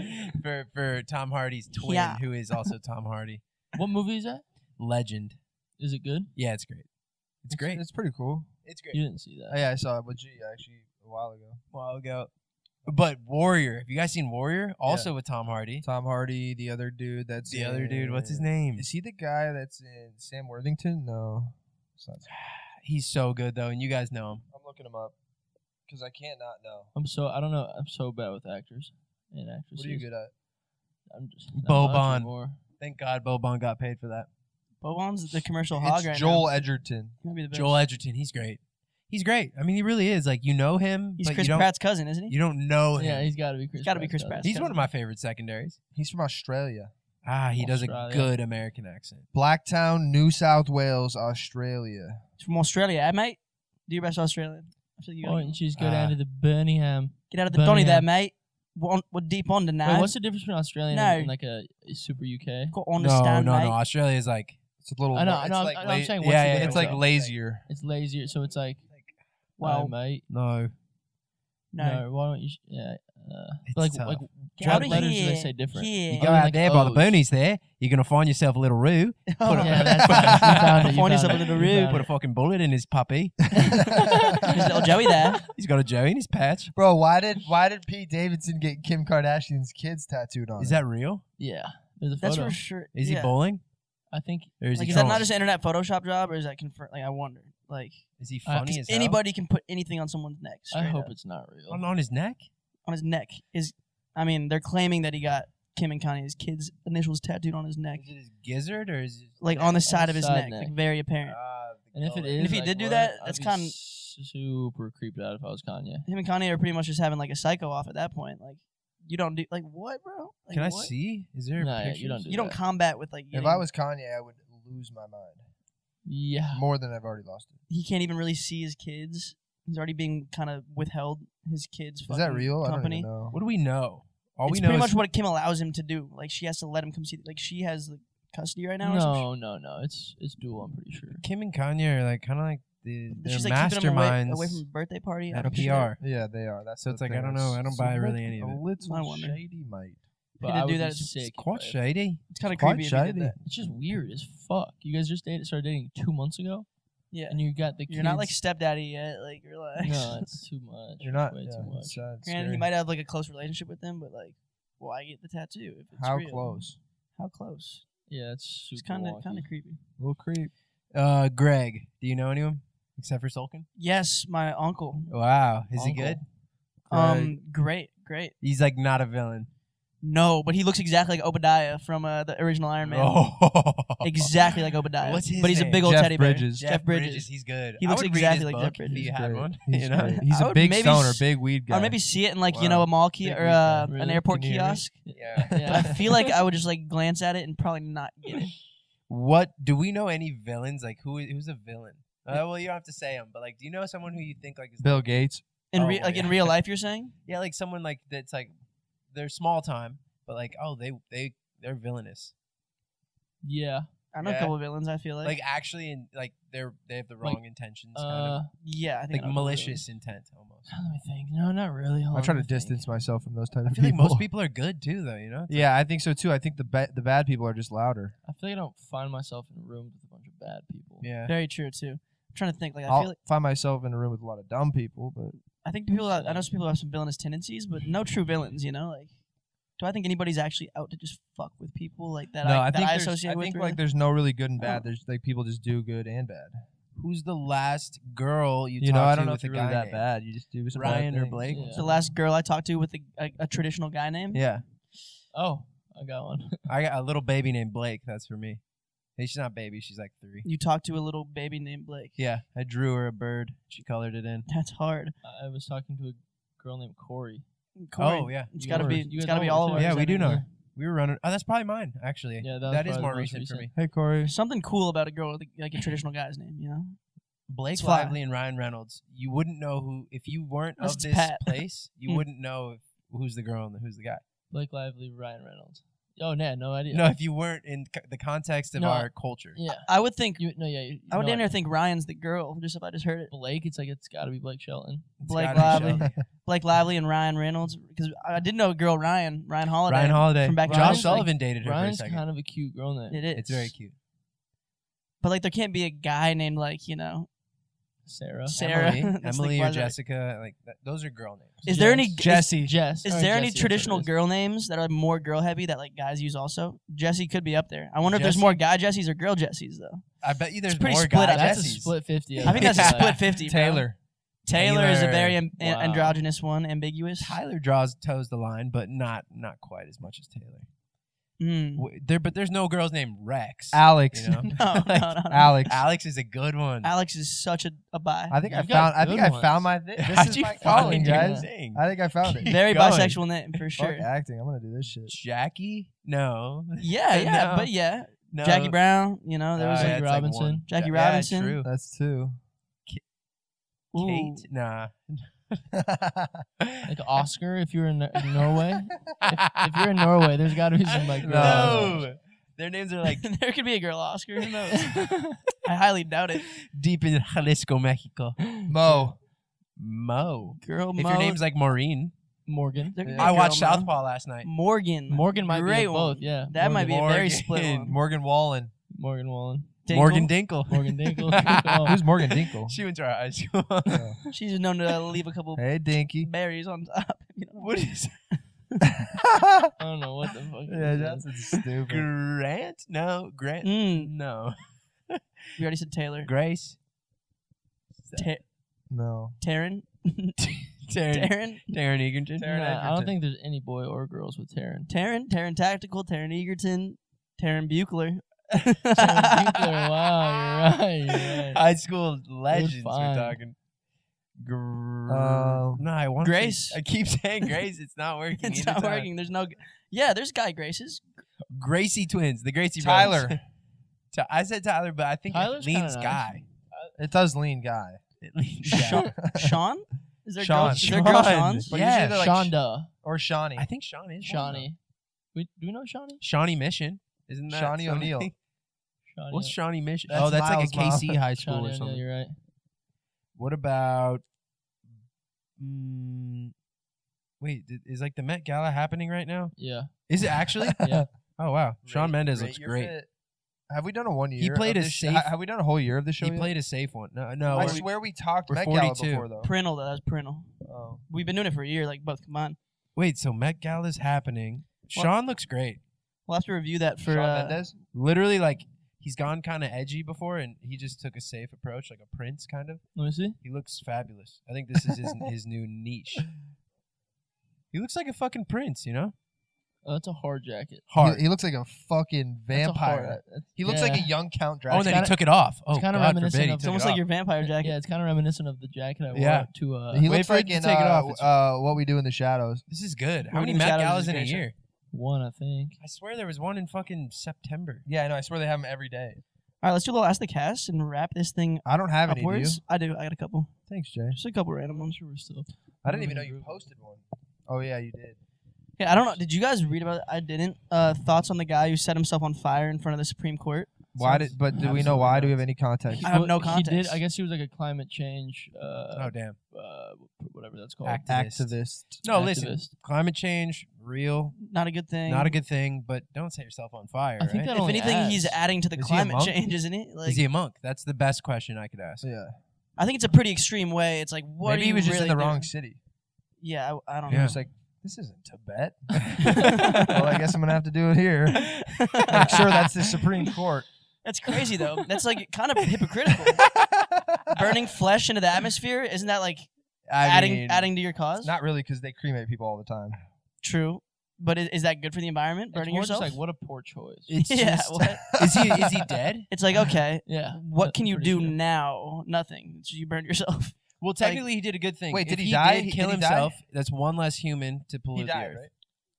[SPEAKER 5] for for Tom Hardy's twin,
[SPEAKER 2] Yeah.
[SPEAKER 5] who is also Tom
[SPEAKER 3] (laughs)
[SPEAKER 5] Hardy.
[SPEAKER 4] What movie is that?
[SPEAKER 5] Legend.
[SPEAKER 4] Is it good?
[SPEAKER 5] Yeah, it's great. It's great.
[SPEAKER 3] It's pretty cool.
[SPEAKER 5] It's great.
[SPEAKER 4] You didn't see
[SPEAKER 3] Oh,
[SPEAKER 4] that.
[SPEAKER 3] yeah, I saw it with G actually a while ago.
[SPEAKER 5] A while ago. But Warrior, have you guys seen Warrior? Also with Tom Hardy.
[SPEAKER 3] Tom Hardy, the other dude that's
[SPEAKER 5] The other dude, what's his
[SPEAKER 3] in-
[SPEAKER 5] name?
[SPEAKER 3] Is he the guy that's in Sam Worthington? No. It's not-
[SPEAKER 5] He's so good though, and you guys know him.
[SPEAKER 3] I'm looking him up because I can't not know.
[SPEAKER 4] I'm so I don't know. I'm so bad with actors and actresses.
[SPEAKER 3] What are you good at?
[SPEAKER 4] I'm just
[SPEAKER 5] Bo
[SPEAKER 4] not much
[SPEAKER 5] Bond.
[SPEAKER 4] anymore.
[SPEAKER 5] Thank God Bobon got paid for that.
[SPEAKER 2] Bobon's the commercial hog right
[SPEAKER 3] it's Joel Edgerton.
[SPEAKER 2] now. He might be the best.
[SPEAKER 5] Joel Edgerton, he's great. He's great. I mean, he really is. Like you know him,
[SPEAKER 2] He's
[SPEAKER 5] but
[SPEAKER 2] Chris
[SPEAKER 5] you don't,
[SPEAKER 2] Pratt's cousin, isn't he?
[SPEAKER 5] You don't know him.
[SPEAKER 4] Yeah, he's got to be Chris.
[SPEAKER 2] gotta be Chris
[SPEAKER 4] though.
[SPEAKER 2] Pratt.
[SPEAKER 5] he's one of my favorite secondaries.
[SPEAKER 3] He's from Australia.
[SPEAKER 5] Ah, he does a
[SPEAKER 4] Australia.
[SPEAKER 5] good American accent.
[SPEAKER 3] Blacktown, New South Wales, Australia.
[SPEAKER 2] He's from Australia. eh, mate. Do your best, Australian. I feel like you
[SPEAKER 4] Why
[SPEAKER 2] gotta
[SPEAKER 4] don't you just go
[SPEAKER 5] Ah.
[SPEAKER 4] down to the Birmingham?
[SPEAKER 2] get out of the Donny there,
[SPEAKER 4] Birmingham.
[SPEAKER 2] mate. We're, on, we're deep on the now.
[SPEAKER 4] Wait, what's the difference between Australian
[SPEAKER 2] No.
[SPEAKER 4] and, and like a, a super UK?
[SPEAKER 2] Got to understand,
[SPEAKER 5] Oh, no, no,
[SPEAKER 2] mate.
[SPEAKER 5] no. Australia is like
[SPEAKER 3] It's a little.
[SPEAKER 4] I know,
[SPEAKER 3] more-
[SPEAKER 4] I
[SPEAKER 3] it's
[SPEAKER 4] know,
[SPEAKER 3] like
[SPEAKER 4] I know, I'm saying
[SPEAKER 5] what's the
[SPEAKER 3] yeah, yeah,
[SPEAKER 5] difference,
[SPEAKER 3] it's like
[SPEAKER 5] though.
[SPEAKER 4] (laughs)
[SPEAKER 3] lazier.
[SPEAKER 4] It's lazier, so it's like,
[SPEAKER 2] Wow.
[SPEAKER 4] wow,
[SPEAKER 5] um,
[SPEAKER 4] mate,
[SPEAKER 5] no.
[SPEAKER 2] no.
[SPEAKER 4] no. why don't you? Sh- yeah, uh,
[SPEAKER 5] It's
[SPEAKER 4] but like,
[SPEAKER 5] tough.
[SPEAKER 4] like,
[SPEAKER 2] Get
[SPEAKER 4] what
[SPEAKER 2] outta
[SPEAKER 4] letters do
[SPEAKER 2] here.
[SPEAKER 4] they say different?
[SPEAKER 2] Here. (laughs)
[SPEAKER 5] You
[SPEAKER 4] Other
[SPEAKER 5] go
[SPEAKER 4] than,
[SPEAKER 5] out
[SPEAKER 4] like,
[SPEAKER 5] there by the
[SPEAKER 4] O's.
[SPEAKER 5] boonies there, you're gonna find yourself a little roo. Put a,
[SPEAKER 2] (laughs)
[SPEAKER 4] Yeah, that's nice. You found it, you
[SPEAKER 2] Find
[SPEAKER 4] found
[SPEAKER 2] yourself
[SPEAKER 4] it,
[SPEAKER 2] a little
[SPEAKER 4] you
[SPEAKER 2] roo.
[SPEAKER 4] found
[SPEAKER 5] put
[SPEAKER 4] it.
[SPEAKER 5] a fucking bullet in his puppy.
[SPEAKER 2] (laughs)
[SPEAKER 3] (laughs)
[SPEAKER 2] There's little Joey E
[SPEAKER 5] (laughs)
[SPEAKER 2] there.
[SPEAKER 5] He's got a Joey in his patch.
[SPEAKER 3] Bro, why did why did Pete Davidson get Kim Kardashian's kids tattooed on?
[SPEAKER 5] Is
[SPEAKER 3] him?
[SPEAKER 5] that real?
[SPEAKER 4] Yeah, there's a
[SPEAKER 2] That's
[SPEAKER 4] photo.
[SPEAKER 2] for sure.
[SPEAKER 5] Is
[SPEAKER 2] yeah.
[SPEAKER 5] he bowling?
[SPEAKER 4] I think
[SPEAKER 5] Or is
[SPEAKER 2] Like,
[SPEAKER 5] he
[SPEAKER 2] is that
[SPEAKER 5] trolling?
[SPEAKER 2] not just an internet Photoshop job, or is that confirmed? Like, I wonder. Like,
[SPEAKER 5] Is he
[SPEAKER 4] Uh,
[SPEAKER 5] funny
[SPEAKER 4] just
[SPEAKER 5] as hell?
[SPEAKER 2] anybody can put anything on someone's neck.
[SPEAKER 4] I
[SPEAKER 2] straight
[SPEAKER 4] hope
[SPEAKER 2] up.
[SPEAKER 4] it's not real.
[SPEAKER 5] on, on his neck?
[SPEAKER 2] on his neck is. I mean, they're claiming that he got Kim and Kanye's kids' initials tattooed on his neck,
[SPEAKER 5] Is it his gizzard or is it
[SPEAKER 2] like on the side
[SPEAKER 4] the
[SPEAKER 2] of his
[SPEAKER 4] side
[SPEAKER 2] neck, like
[SPEAKER 4] neck.
[SPEAKER 2] very apparent.
[SPEAKER 4] and if it is,
[SPEAKER 2] Oh, And if he
[SPEAKER 4] like,
[SPEAKER 2] did do
[SPEAKER 4] what,
[SPEAKER 2] that,
[SPEAKER 4] I'd
[SPEAKER 2] that's
[SPEAKER 4] be
[SPEAKER 2] kinda-
[SPEAKER 4] super creeped out if I was Kanye.
[SPEAKER 2] Him and Kanye are pretty much just having like a psycho off at that point. Like, you don't do like what, bro? Like,
[SPEAKER 5] Can I
[SPEAKER 2] what?
[SPEAKER 5] see? Is there
[SPEAKER 4] Nah, yeah,
[SPEAKER 5] pictures?
[SPEAKER 4] you don't do
[SPEAKER 2] You don't
[SPEAKER 4] that.
[SPEAKER 2] combat with like.
[SPEAKER 3] If
[SPEAKER 2] getting-
[SPEAKER 3] I was Kanye, I would lose my mind
[SPEAKER 4] Yeah,
[SPEAKER 3] more than I've already lost it.
[SPEAKER 2] he can't even really see his kids. He's already being kind of withheld his kids.
[SPEAKER 3] Is that
[SPEAKER 2] fucking
[SPEAKER 3] real?
[SPEAKER 2] Company.
[SPEAKER 3] I don't even know.
[SPEAKER 5] What do we know? All
[SPEAKER 2] it's
[SPEAKER 5] we know
[SPEAKER 2] pretty
[SPEAKER 5] is
[SPEAKER 2] much what Kim allows him to do. Like she has to let him come see. Like she has like, custody right now. or some
[SPEAKER 4] no, no, no. It's it's dual. I'm pretty sure.
[SPEAKER 5] Kim and Kanye are like kind of like the
[SPEAKER 2] shit.
[SPEAKER 5] they're
[SPEAKER 2] She's like keeping him away,
[SPEAKER 5] masterminds
[SPEAKER 2] away from the birthday party. I
[SPEAKER 5] at
[SPEAKER 2] don't know.
[SPEAKER 5] PR.
[SPEAKER 3] Yeah, they are. That's
[SPEAKER 5] So
[SPEAKER 3] the
[SPEAKER 5] it's like,
[SPEAKER 3] thing.
[SPEAKER 5] I don't know. I don't
[SPEAKER 3] It's
[SPEAKER 5] buy
[SPEAKER 3] a
[SPEAKER 5] really
[SPEAKER 3] lit-
[SPEAKER 5] any of
[SPEAKER 3] A
[SPEAKER 5] it.
[SPEAKER 3] little
[SPEAKER 2] I wonder.
[SPEAKER 3] shady might.
[SPEAKER 4] But
[SPEAKER 2] didn't
[SPEAKER 4] I
[SPEAKER 2] do
[SPEAKER 4] would
[SPEAKER 2] that,
[SPEAKER 4] be
[SPEAKER 2] it's-
[SPEAKER 4] sick.
[SPEAKER 5] It's
[SPEAKER 4] if
[SPEAKER 5] quite
[SPEAKER 4] I-
[SPEAKER 5] shady.
[SPEAKER 2] It's kind of
[SPEAKER 3] quite
[SPEAKER 2] creepy if he
[SPEAKER 3] shady.
[SPEAKER 2] did that.
[SPEAKER 4] It's just weird as fuck. You guys just dated, started dating two months ago,
[SPEAKER 2] Yeah,
[SPEAKER 4] and you got the.
[SPEAKER 2] you're not like (laughs)
[SPEAKER 4] kids-
[SPEAKER 2] stepdaddy yet. Like relax.
[SPEAKER 4] No,
[SPEAKER 2] (laughs)
[SPEAKER 4] it's too much.
[SPEAKER 3] You're
[SPEAKER 4] It's
[SPEAKER 3] not.
[SPEAKER 4] way
[SPEAKER 3] yeah,
[SPEAKER 4] too much.
[SPEAKER 3] it's, uh, it's
[SPEAKER 2] Granted,
[SPEAKER 3] scary.
[SPEAKER 2] he might have like a close relationship with them, but like, why get the tattoo? If it's
[SPEAKER 3] How
[SPEAKER 2] real?
[SPEAKER 3] close?
[SPEAKER 2] How close?
[SPEAKER 4] Yeah, it's super.
[SPEAKER 2] It's kind of kind
[SPEAKER 4] (laughs)
[SPEAKER 2] of creepy.
[SPEAKER 3] little creep.
[SPEAKER 5] Uh, Greg, do you know anyone except for Sulkin?
[SPEAKER 2] Yes, my uncle.
[SPEAKER 5] Wow, is he
[SPEAKER 4] Uncle.
[SPEAKER 5] good?
[SPEAKER 2] Um, great, great.
[SPEAKER 5] He's like not a villain.
[SPEAKER 2] No, but he looks exactly like Obadiah from uh, the original Iron (laughs) Man.
[SPEAKER 5] (laughs)
[SPEAKER 2] Exactly like Obadiah.
[SPEAKER 5] Oh. What's his
[SPEAKER 2] But he's a
[SPEAKER 5] name?
[SPEAKER 2] big old
[SPEAKER 3] Jeff
[SPEAKER 2] teddy bear.
[SPEAKER 3] Bridges.
[SPEAKER 2] Jeff Bridges.
[SPEAKER 5] He's good.
[SPEAKER 2] He
[SPEAKER 5] I
[SPEAKER 2] looks
[SPEAKER 5] would read his
[SPEAKER 2] exactly like
[SPEAKER 5] book
[SPEAKER 2] Jeff
[SPEAKER 5] If
[SPEAKER 2] Bridges.
[SPEAKER 5] you had one,
[SPEAKER 3] He's,
[SPEAKER 5] you know.
[SPEAKER 3] great. He's
[SPEAKER 2] I
[SPEAKER 3] a
[SPEAKER 2] would
[SPEAKER 3] big
[SPEAKER 2] maybe
[SPEAKER 3] stoner,
[SPEAKER 2] s-
[SPEAKER 3] big weed guy.
[SPEAKER 2] Or maybe see it in like you
[SPEAKER 5] Wow.
[SPEAKER 2] know a mall key
[SPEAKER 3] Big
[SPEAKER 2] or
[SPEAKER 3] weed
[SPEAKER 2] uh,
[SPEAKER 4] guy.
[SPEAKER 2] an
[SPEAKER 4] Really?
[SPEAKER 2] airport
[SPEAKER 3] Can you hear me?
[SPEAKER 2] kiosk.
[SPEAKER 5] Yeah.
[SPEAKER 2] But (laughs) I feel like I would just
[SPEAKER 4] (laughs)
[SPEAKER 2] like glance at it and probably not get it.
[SPEAKER 5] What do we know? Any villains? Like who? Who's a villain? Uh, well, you don't have to say him, but like, do you know someone who you think like is
[SPEAKER 3] Bill Gates.
[SPEAKER 2] In
[SPEAKER 5] Oh,
[SPEAKER 2] re-
[SPEAKER 5] well,
[SPEAKER 2] like in
[SPEAKER 5] yeah.
[SPEAKER 2] real life, you're saying?
[SPEAKER 5] Yeah, like someone like that's like they're small time, but like oh they they they're villainous.
[SPEAKER 4] Yeah.
[SPEAKER 2] I know
[SPEAKER 5] Yeah.
[SPEAKER 2] a couple of villains. I feel like,
[SPEAKER 5] Like actually, in, like they're they have the
[SPEAKER 4] Like,
[SPEAKER 5] wrong intentions, kind
[SPEAKER 4] Uh,
[SPEAKER 5] of
[SPEAKER 2] yeah, I think
[SPEAKER 5] like
[SPEAKER 2] I know a couple of villains.
[SPEAKER 5] malicious intent
[SPEAKER 2] (sighs)
[SPEAKER 5] almost.
[SPEAKER 4] let me think. No, not really. Hold
[SPEAKER 3] I try
[SPEAKER 4] on, let
[SPEAKER 3] to
[SPEAKER 4] me think.
[SPEAKER 3] distance myself from those type
[SPEAKER 5] I
[SPEAKER 3] of
[SPEAKER 5] feel
[SPEAKER 3] people.
[SPEAKER 5] like
[SPEAKER 3] (laughs)
[SPEAKER 5] most people are good too, though. You know, It's
[SPEAKER 3] Yeah, I think so too. I think the ba- the bad people are just louder.
[SPEAKER 4] I feel like I don't find myself in rooms with a bunch of bad people.
[SPEAKER 5] like- yeah.
[SPEAKER 2] Very true too. I'm trying to think. Like I
[SPEAKER 3] I'll
[SPEAKER 2] feel like
[SPEAKER 3] find myself in a room with a lot of dumb people, but
[SPEAKER 2] I think the people that, I know some people have some villainous tendencies, but no true villains. You know, like do I think anybody's actually out to just fuck with people like that? I, that I
[SPEAKER 3] there's-
[SPEAKER 2] associate
[SPEAKER 3] I
[SPEAKER 2] with.
[SPEAKER 3] think
[SPEAKER 2] really?
[SPEAKER 3] like there's no really good and
[SPEAKER 2] I don't-
[SPEAKER 3] bad. There's like people just do good and bad.
[SPEAKER 5] Who's the last girl you?
[SPEAKER 3] You, know,
[SPEAKER 5] talked
[SPEAKER 3] I
[SPEAKER 5] to
[SPEAKER 3] don't know
[SPEAKER 5] with
[SPEAKER 3] if you're
[SPEAKER 5] a guy
[SPEAKER 3] really that
[SPEAKER 5] name?
[SPEAKER 3] bad. You just do some bad
[SPEAKER 5] Ryan or
[SPEAKER 3] things.
[SPEAKER 5] Blake?
[SPEAKER 4] Yeah.
[SPEAKER 2] the last girl I talked to with a, a, a traditional guy name.
[SPEAKER 3] Yeah,
[SPEAKER 4] Oh, I got one. (laughs)
[SPEAKER 5] I got a little baby named Blake. That's for me. Hey, she's not baby. She's like three.
[SPEAKER 2] You talked to a little baby named Blake.
[SPEAKER 5] Yeah, I drew her a bird. She colored it in.
[SPEAKER 2] That's hard.
[SPEAKER 4] I- I was talking to a girl named Corey.
[SPEAKER 2] Corey,
[SPEAKER 5] Oh yeah,
[SPEAKER 2] it's
[SPEAKER 4] You
[SPEAKER 2] gotta
[SPEAKER 4] know her.
[SPEAKER 2] be.
[SPEAKER 4] You
[SPEAKER 2] It's
[SPEAKER 4] guys
[SPEAKER 2] gotta
[SPEAKER 4] know
[SPEAKER 2] be
[SPEAKER 4] her
[SPEAKER 2] all
[SPEAKER 4] too.
[SPEAKER 2] of us.
[SPEAKER 5] yeah.
[SPEAKER 2] I
[SPEAKER 5] We do
[SPEAKER 2] think.
[SPEAKER 5] know. her. We were running. Oh, that's probably mine actually.
[SPEAKER 4] Yeah, that was
[SPEAKER 5] that is
[SPEAKER 4] probably
[SPEAKER 5] more
[SPEAKER 4] the most
[SPEAKER 5] recent, for me.
[SPEAKER 4] recent.
[SPEAKER 3] Hey Corey.
[SPEAKER 2] There's something cool about a girl with a, like a traditional guy's name. You know.
[SPEAKER 5] Blake
[SPEAKER 2] It's fly.
[SPEAKER 5] Lively and Ryan Reynolds. You wouldn't know who if you weren't
[SPEAKER 2] Unless
[SPEAKER 5] of
[SPEAKER 2] it's
[SPEAKER 5] this
[SPEAKER 2] Pat. (laughs)
[SPEAKER 5] place. You
[SPEAKER 2] Mm.
[SPEAKER 5] wouldn't know if, who's the girl and who's the guy.
[SPEAKER 4] Blake Lively, Ryan Reynolds. Oh, nah, no idea.
[SPEAKER 5] No, if you weren't in c- the context of
[SPEAKER 4] No.
[SPEAKER 5] our culture.
[SPEAKER 4] Yeah.
[SPEAKER 2] I would think.
[SPEAKER 4] You, no, yeah. You,
[SPEAKER 2] I would
[SPEAKER 4] no
[SPEAKER 2] damn
[SPEAKER 4] idea.
[SPEAKER 2] near think Ryan's the girl. Just if I just heard it.
[SPEAKER 4] Blake. It's like it's got to be Blake Shelton.
[SPEAKER 5] It's
[SPEAKER 2] Blake
[SPEAKER 5] gotta be
[SPEAKER 2] Lively.
[SPEAKER 5] Shelby.
[SPEAKER 2] (laughs) Blake Lively and Ryan Reynolds because I did know a girl Ryan Ryan Holiday.
[SPEAKER 5] Ryan Holiday.
[SPEAKER 2] From back in
[SPEAKER 5] John
[SPEAKER 2] college,
[SPEAKER 5] Sullivan dated her
[SPEAKER 4] Ryan's
[SPEAKER 5] for a second.
[SPEAKER 4] kind of a cute girl name.
[SPEAKER 2] It is.
[SPEAKER 5] it's very cute.
[SPEAKER 2] But like there can't be a guy named like you know
[SPEAKER 4] Sarah.
[SPEAKER 2] Sarah
[SPEAKER 5] Emily,
[SPEAKER 2] (laughs) It's like,
[SPEAKER 5] Emily
[SPEAKER 2] why
[SPEAKER 5] or
[SPEAKER 2] is that-
[SPEAKER 5] Jessica, like that, those are girl names.
[SPEAKER 2] Is there any
[SPEAKER 4] Jess.
[SPEAKER 2] Jess?
[SPEAKER 3] Jesse.
[SPEAKER 4] Jess.
[SPEAKER 2] Is,
[SPEAKER 4] or
[SPEAKER 2] there any
[SPEAKER 4] Jessie, that's what it
[SPEAKER 2] traditional
[SPEAKER 4] Oh, is.
[SPEAKER 2] girl names that are more girl heavy that like guys use also? Jesse could be up there. I wonder if
[SPEAKER 5] Jessie?
[SPEAKER 2] there's more guy Jessies or girl Jessies though.
[SPEAKER 5] I bet you there's
[SPEAKER 2] pretty
[SPEAKER 5] more
[SPEAKER 2] split
[SPEAKER 5] guy
[SPEAKER 2] up.
[SPEAKER 4] That's a
[SPEAKER 5] Jessies.
[SPEAKER 4] split fifty.
[SPEAKER 2] I think that's
[SPEAKER 5] Yeah.
[SPEAKER 2] a split fifty. bro.
[SPEAKER 3] Taylor.
[SPEAKER 2] Taylor is a
[SPEAKER 5] Taylor.
[SPEAKER 2] very am- an-
[SPEAKER 4] Wow.
[SPEAKER 2] androgynous one, ambiguous.
[SPEAKER 5] Tyler draws toes the line, but not not quite as much as Taylor. (laughs)
[SPEAKER 2] Mm.
[SPEAKER 5] W- There, but there's no girls named Rex.
[SPEAKER 3] Alex.
[SPEAKER 5] You know?
[SPEAKER 2] (laughs) No, no,
[SPEAKER 5] Like,
[SPEAKER 2] no, no.
[SPEAKER 3] (laughs) Alex.
[SPEAKER 5] Alex is a good one.
[SPEAKER 2] Alex is such a, a bi.
[SPEAKER 3] I think I
[SPEAKER 4] You've got
[SPEAKER 3] found. I think
[SPEAKER 4] good
[SPEAKER 3] I
[SPEAKER 4] ones.
[SPEAKER 3] found
[SPEAKER 5] (laughs)
[SPEAKER 3] my thing. This
[SPEAKER 5] How'd
[SPEAKER 3] is
[SPEAKER 5] you
[SPEAKER 3] my
[SPEAKER 5] find
[SPEAKER 3] calling,
[SPEAKER 5] your
[SPEAKER 3] guys.
[SPEAKER 5] thing?
[SPEAKER 3] I think I
[SPEAKER 5] (laughs)
[SPEAKER 3] found it.
[SPEAKER 2] Very
[SPEAKER 5] going.
[SPEAKER 2] bisexual name for sure.
[SPEAKER 3] Fuck acting. I'm gonna do
[SPEAKER 5] (laughs)
[SPEAKER 3] this shit.
[SPEAKER 5] Jackie? No. (laughs)
[SPEAKER 2] Yeah, yeah,
[SPEAKER 5] No.
[SPEAKER 2] but yeah,
[SPEAKER 5] no.
[SPEAKER 2] Jackie Brown. You know there
[SPEAKER 5] Oh,
[SPEAKER 2] was
[SPEAKER 5] yeah,
[SPEAKER 2] like
[SPEAKER 5] it's
[SPEAKER 4] Robinson.
[SPEAKER 5] one.
[SPEAKER 2] Jackie
[SPEAKER 5] Yeah,
[SPEAKER 2] Robinson.
[SPEAKER 5] true.
[SPEAKER 3] That's two.
[SPEAKER 2] ooh.
[SPEAKER 5] Kate? Nah.
[SPEAKER 4] Like Oscar, if you're in Nor- Norway, if you're
[SPEAKER 5] (laughs)
[SPEAKER 4] in Norway, there's got to be some like. girl names.
[SPEAKER 5] no. Their names are like
[SPEAKER 2] there could be a girl Oscar. Who (laughs) knows? I highly doubt it.
[SPEAKER 5] deep in Jalisco, Mexico.
[SPEAKER 3] Mo.
[SPEAKER 5] Mo.
[SPEAKER 2] Girl,
[SPEAKER 5] If
[SPEAKER 2] Mo,
[SPEAKER 5] your name's like Maureen.
[SPEAKER 4] Morgan.
[SPEAKER 2] there could be a
[SPEAKER 5] I
[SPEAKER 2] girl
[SPEAKER 5] watched
[SPEAKER 2] Mo.
[SPEAKER 5] Southpaw last night.
[SPEAKER 2] Morgan.
[SPEAKER 4] Morgan might be
[SPEAKER 2] Great
[SPEAKER 4] of
[SPEAKER 2] one.
[SPEAKER 4] both. Yeah.
[SPEAKER 2] That might be a very
[SPEAKER 5] Morgan.
[SPEAKER 2] split one.
[SPEAKER 3] Morgan Wallen.
[SPEAKER 4] Morgan Wallen.
[SPEAKER 2] Dinkle.
[SPEAKER 5] Morgan Dinkle. (laughs)
[SPEAKER 4] Morgan Dinkle. Oh,
[SPEAKER 3] Who's Morgan (laughs) Dinkle?
[SPEAKER 5] She went to our high school.
[SPEAKER 2] (laughs)
[SPEAKER 3] Oh.
[SPEAKER 2] She's known to leave a couple
[SPEAKER 3] hey Dinky.
[SPEAKER 2] berries on top. (laughs) You know?
[SPEAKER 5] what is (laughs)
[SPEAKER 4] I don't know what the fuck.
[SPEAKER 3] Yeah,
[SPEAKER 4] it
[SPEAKER 3] that's
[SPEAKER 4] is.
[SPEAKER 3] stupid.
[SPEAKER 5] Grant? No. Grant?
[SPEAKER 2] Mm,
[SPEAKER 5] No.
[SPEAKER 2] we already said Taylor.
[SPEAKER 5] Grace?
[SPEAKER 2] Ta-
[SPEAKER 3] No.
[SPEAKER 2] Taryn. (laughs)
[SPEAKER 5] Taryn.
[SPEAKER 2] Taryn.
[SPEAKER 5] Taryn Egerton?
[SPEAKER 4] Nah, I
[SPEAKER 5] Egerton.
[SPEAKER 4] (laughs) don't think there's any boy or girls with Taryn.
[SPEAKER 2] Taryn. Taryn Tactical. Taryn Egerton. Taryn Buchler. (laughs)
[SPEAKER 4] Taryn Buchler, wow, you're right, you're right.
[SPEAKER 5] High school legends we're
[SPEAKER 4] fine.
[SPEAKER 5] talking. Gr-
[SPEAKER 3] Um,
[SPEAKER 5] no, I want
[SPEAKER 2] Grace.
[SPEAKER 5] I keep saying Grace. It's not working.
[SPEAKER 2] it's
[SPEAKER 5] either
[SPEAKER 2] not
[SPEAKER 5] time.
[SPEAKER 2] working. There's no. g- Yeah, there's Guy Graces.
[SPEAKER 5] Gracie twins. The Gracie
[SPEAKER 3] Tyler.
[SPEAKER 5] brothers. (laughs) Ty- I said Tyler, but I think
[SPEAKER 4] Tyler's
[SPEAKER 5] it
[SPEAKER 4] kinda
[SPEAKER 5] leans
[SPEAKER 4] nice.
[SPEAKER 5] guy.
[SPEAKER 3] It does lean guy.
[SPEAKER 5] It leans guy.
[SPEAKER 2] Sean. Sean? Is there
[SPEAKER 3] Sean.
[SPEAKER 2] girl? Is there girl
[SPEAKER 5] Sean.
[SPEAKER 2] Sean's?
[SPEAKER 3] But
[SPEAKER 5] Yeah,
[SPEAKER 3] usually they're like Sh-
[SPEAKER 4] Shonda.
[SPEAKER 3] or Shawnee.
[SPEAKER 5] I think Sean is one, though.
[SPEAKER 4] Shawnee. We, do we know Shawnee?
[SPEAKER 5] Shawnee Mission. Isn't that
[SPEAKER 3] Shawnee
[SPEAKER 5] something?
[SPEAKER 3] O'Neal.
[SPEAKER 4] Shawnee.
[SPEAKER 5] (laughs) What's Shawnee Mission?
[SPEAKER 3] That's
[SPEAKER 5] oh, that's
[SPEAKER 3] Miles'
[SPEAKER 5] like a
[SPEAKER 3] mom.
[SPEAKER 5] KC high school
[SPEAKER 4] Shawnee
[SPEAKER 5] or
[SPEAKER 4] O'Neal,
[SPEAKER 5] something.
[SPEAKER 4] you're right.
[SPEAKER 5] What about? Mm, wait, did- is like the Met Gala happening right now?
[SPEAKER 4] Yeah.
[SPEAKER 5] Is it actually?
[SPEAKER 4] Yeah.
[SPEAKER 5] Oh wow, Sean
[SPEAKER 3] Rate-
[SPEAKER 5] Mendes
[SPEAKER 3] rate
[SPEAKER 5] looks
[SPEAKER 3] your
[SPEAKER 5] great.
[SPEAKER 3] fit. Have we done a one year? of
[SPEAKER 5] played a
[SPEAKER 3] this sh-
[SPEAKER 5] safe-
[SPEAKER 3] ha- Have we done a whole year of the show?
[SPEAKER 5] He
[SPEAKER 3] yet?
[SPEAKER 5] played a safe one. No, no.
[SPEAKER 3] I
[SPEAKER 5] we're-
[SPEAKER 3] swear we talked
[SPEAKER 5] we're
[SPEAKER 3] Met Gala
[SPEAKER 5] 42.
[SPEAKER 3] before though.
[SPEAKER 2] Pringle, though. That was Pringle.
[SPEAKER 3] Oh.
[SPEAKER 2] We've been doing it for a year, like both combined.
[SPEAKER 5] Wait, so Met Gala's happening.
[SPEAKER 2] Well-
[SPEAKER 5] Sean looks great.
[SPEAKER 2] We'll have to review that for.
[SPEAKER 3] Shawn
[SPEAKER 2] uh,
[SPEAKER 3] Mendes?
[SPEAKER 5] Literally, like he's gone kind of edgy before, and he just took a safe approach, like a prince kind of.
[SPEAKER 4] Let me see.
[SPEAKER 5] He looks fabulous. I think this is his his new niche. He looks like a fucking prince, you know.
[SPEAKER 4] Oh, that's a hard jacket.
[SPEAKER 5] Hard.
[SPEAKER 3] He, he looks like a fucking
[SPEAKER 4] That's a hard-
[SPEAKER 3] vampire.
[SPEAKER 4] that's-
[SPEAKER 3] He looks
[SPEAKER 4] yeah.
[SPEAKER 3] like a young Count
[SPEAKER 5] oh, and
[SPEAKER 3] Dracula.
[SPEAKER 5] then
[SPEAKER 4] kinda-
[SPEAKER 5] he took it off. Oh,
[SPEAKER 4] kinda
[SPEAKER 5] God
[SPEAKER 4] reminiscent
[SPEAKER 5] forbid he
[SPEAKER 4] of-
[SPEAKER 5] took
[SPEAKER 2] It's
[SPEAKER 5] it
[SPEAKER 2] almost
[SPEAKER 5] off.
[SPEAKER 2] like your vampire jacket.
[SPEAKER 4] Yeah, it's kind of reminiscent of the jacket I
[SPEAKER 5] Yeah.
[SPEAKER 4] wore to uh,
[SPEAKER 3] he
[SPEAKER 5] Wait
[SPEAKER 3] looks
[SPEAKER 5] for it
[SPEAKER 3] like
[SPEAKER 5] to
[SPEAKER 3] in
[SPEAKER 5] take it
[SPEAKER 3] uh,
[SPEAKER 5] off. It's-
[SPEAKER 3] uh, what we do in the shadows.
[SPEAKER 5] This is good. How
[SPEAKER 2] Women
[SPEAKER 5] many
[SPEAKER 2] in the
[SPEAKER 5] Matt
[SPEAKER 2] Shadows is
[SPEAKER 5] Galas
[SPEAKER 2] a
[SPEAKER 5] in a
[SPEAKER 2] great show.
[SPEAKER 5] year?
[SPEAKER 4] one, I think.
[SPEAKER 5] I swear there was one in fucking September.
[SPEAKER 3] Yeah, I know. I swear they have him every day.
[SPEAKER 2] All right, let's do a little ask the cast and wrap this thing
[SPEAKER 3] I don't have any. Do you?
[SPEAKER 2] upwards. I do. I got a couple.
[SPEAKER 3] Thanks, Jay.
[SPEAKER 2] Just a couple random
[SPEAKER 4] I'm
[SPEAKER 2] ones.
[SPEAKER 4] sure we're still.
[SPEAKER 3] I didn't even know you posted one. Oh yeah, you did.
[SPEAKER 2] Yeah, I don't know. Did you guys read about? It? I didn't. Uh, thoughts on the guy who set himself on fire in front of the Supreme Court?
[SPEAKER 3] Why
[SPEAKER 4] Sounds
[SPEAKER 3] did? But do we
[SPEAKER 4] absolutely
[SPEAKER 3] know why? Do we have
[SPEAKER 4] nuts.
[SPEAKER 3] any context?
[SPEAKER 2] I have
[SPEAKER 4] Well,
[SPEAKER 2] no
[SPEAKER 4] He did.
[SPEAKER 2] context.
[SPEAKER 4] I guess he was like a climate change,
[SPEAKER 5] (laughs)
[SPEAKER 4] uh,
[SPEAKER 5] oh damn.
[SPEAKER 4] uh, whatever that's called.
[SPEAKER 5] Act-
[SPEAKER 3] Oh, Activist.
[SPEAKER 5] activist. No, listen.
[SPEAKER 4] Activist.
[SPEAKER 5] Climate change, real,
[SPEAKER 2] Not a good thing.
[SPEAKER 5] not a good thing, but don't set yourself on fire.
[SPEAKER 4] I think
[SPEAKER 5] right?
[SPEAKER 4] that
[SPEAKER 2] If
[SPEAKER 4] only
[SPEAKER 2] anything, he's
[SPEAKER 4] adds.
[SPEAKER 2] adding to the
[SPEAKER 5] Is he a
[SPEAKER 2] climate
[SPEAKER 5] monk?
[SPEAKER 2] change, isn't it? Like,
[SPEAKER 5] Is he a monk? That's the best question I could ask.
[SPEAKER 3] (laughs) Yeah.
[SPEAKER 2] I think it's a pretty extreme way. It's like, what
[SPEAKER 3] Maybe
[SPEAKER 2] are
[SPEAKER 3] he
[SPEAKER 2] you
[SPEAKER 3] was just
[SPEAKER 2] really
[SPEAKER 3] in the wrong
[SPEAKER 2] doing?
[SPEAKER 3] city.
[SPEAKER 2] Yeah, I, I don't
[SPEAKER 3] He
[SPEAKER 5] Yeah.
[SPEAKER 3] was like, "This isn't (laughs) Tibet." well, I guess I'm gonna have to do it (laughs) here.
[SPEAKER 2] know.
[SPEAKER 3] Make sure that's the Supreme Court.
[SPEAKER 2] (laughs) That's crazy though. That's like kind of hypocritical. Burning flesh into the atmosphere isn't that like
[SPEAKER 3] I
[SPEAKER 2] adding
[SPEAKER 3] mean,
[SPEAKER 2] adding to your cause?
[SPEAKER 3] Not really, because they cremate people all the time.
[SPEAKER 2] true, but is, is that good for the environment?
[SPEAKER 4] It's
[SPEAKER 2] Burning
[SPEAKER 4] more
[SPEAKER 2] yourself?
[SPEAKER 4] Just
[SPEAKER 2] (laughs)
[SPEAKER 4] like what a poor choice.
[SPEAKER 5] It's
[SPEAKER 2] yeah,
[SPEAKER 5] just-
[SPEAKER 2] what?
[SPEAKER 5] is he is (laughs) he dead?
[SPEAKER 2] it's like okay,
[SPEAKER 4] yeah.
[SPEAKER 2] what
[SPEAKER 4] that-
[SPEAKER 2] can you
[SPEAKER 4] pretty
[SPEAKER 2] do
[SPEAKER 4] sure.
[SPEAKER 2] now? Nothing. It's you burned (laughs) yourself.
[SPEAKER 5] Well, technically, he did a good thing.
[SPEAKER 3] Wait,
[SPEAKER 5] If
[SPEAKER 3] did he die?
[SPEAKER 5] Did
[SPEAKER 3] He-
[SPEAKER 5] kill
[SPEAKER 3] did he die?
[SPEAKER 5] himself. That's one less human to pollute the earth.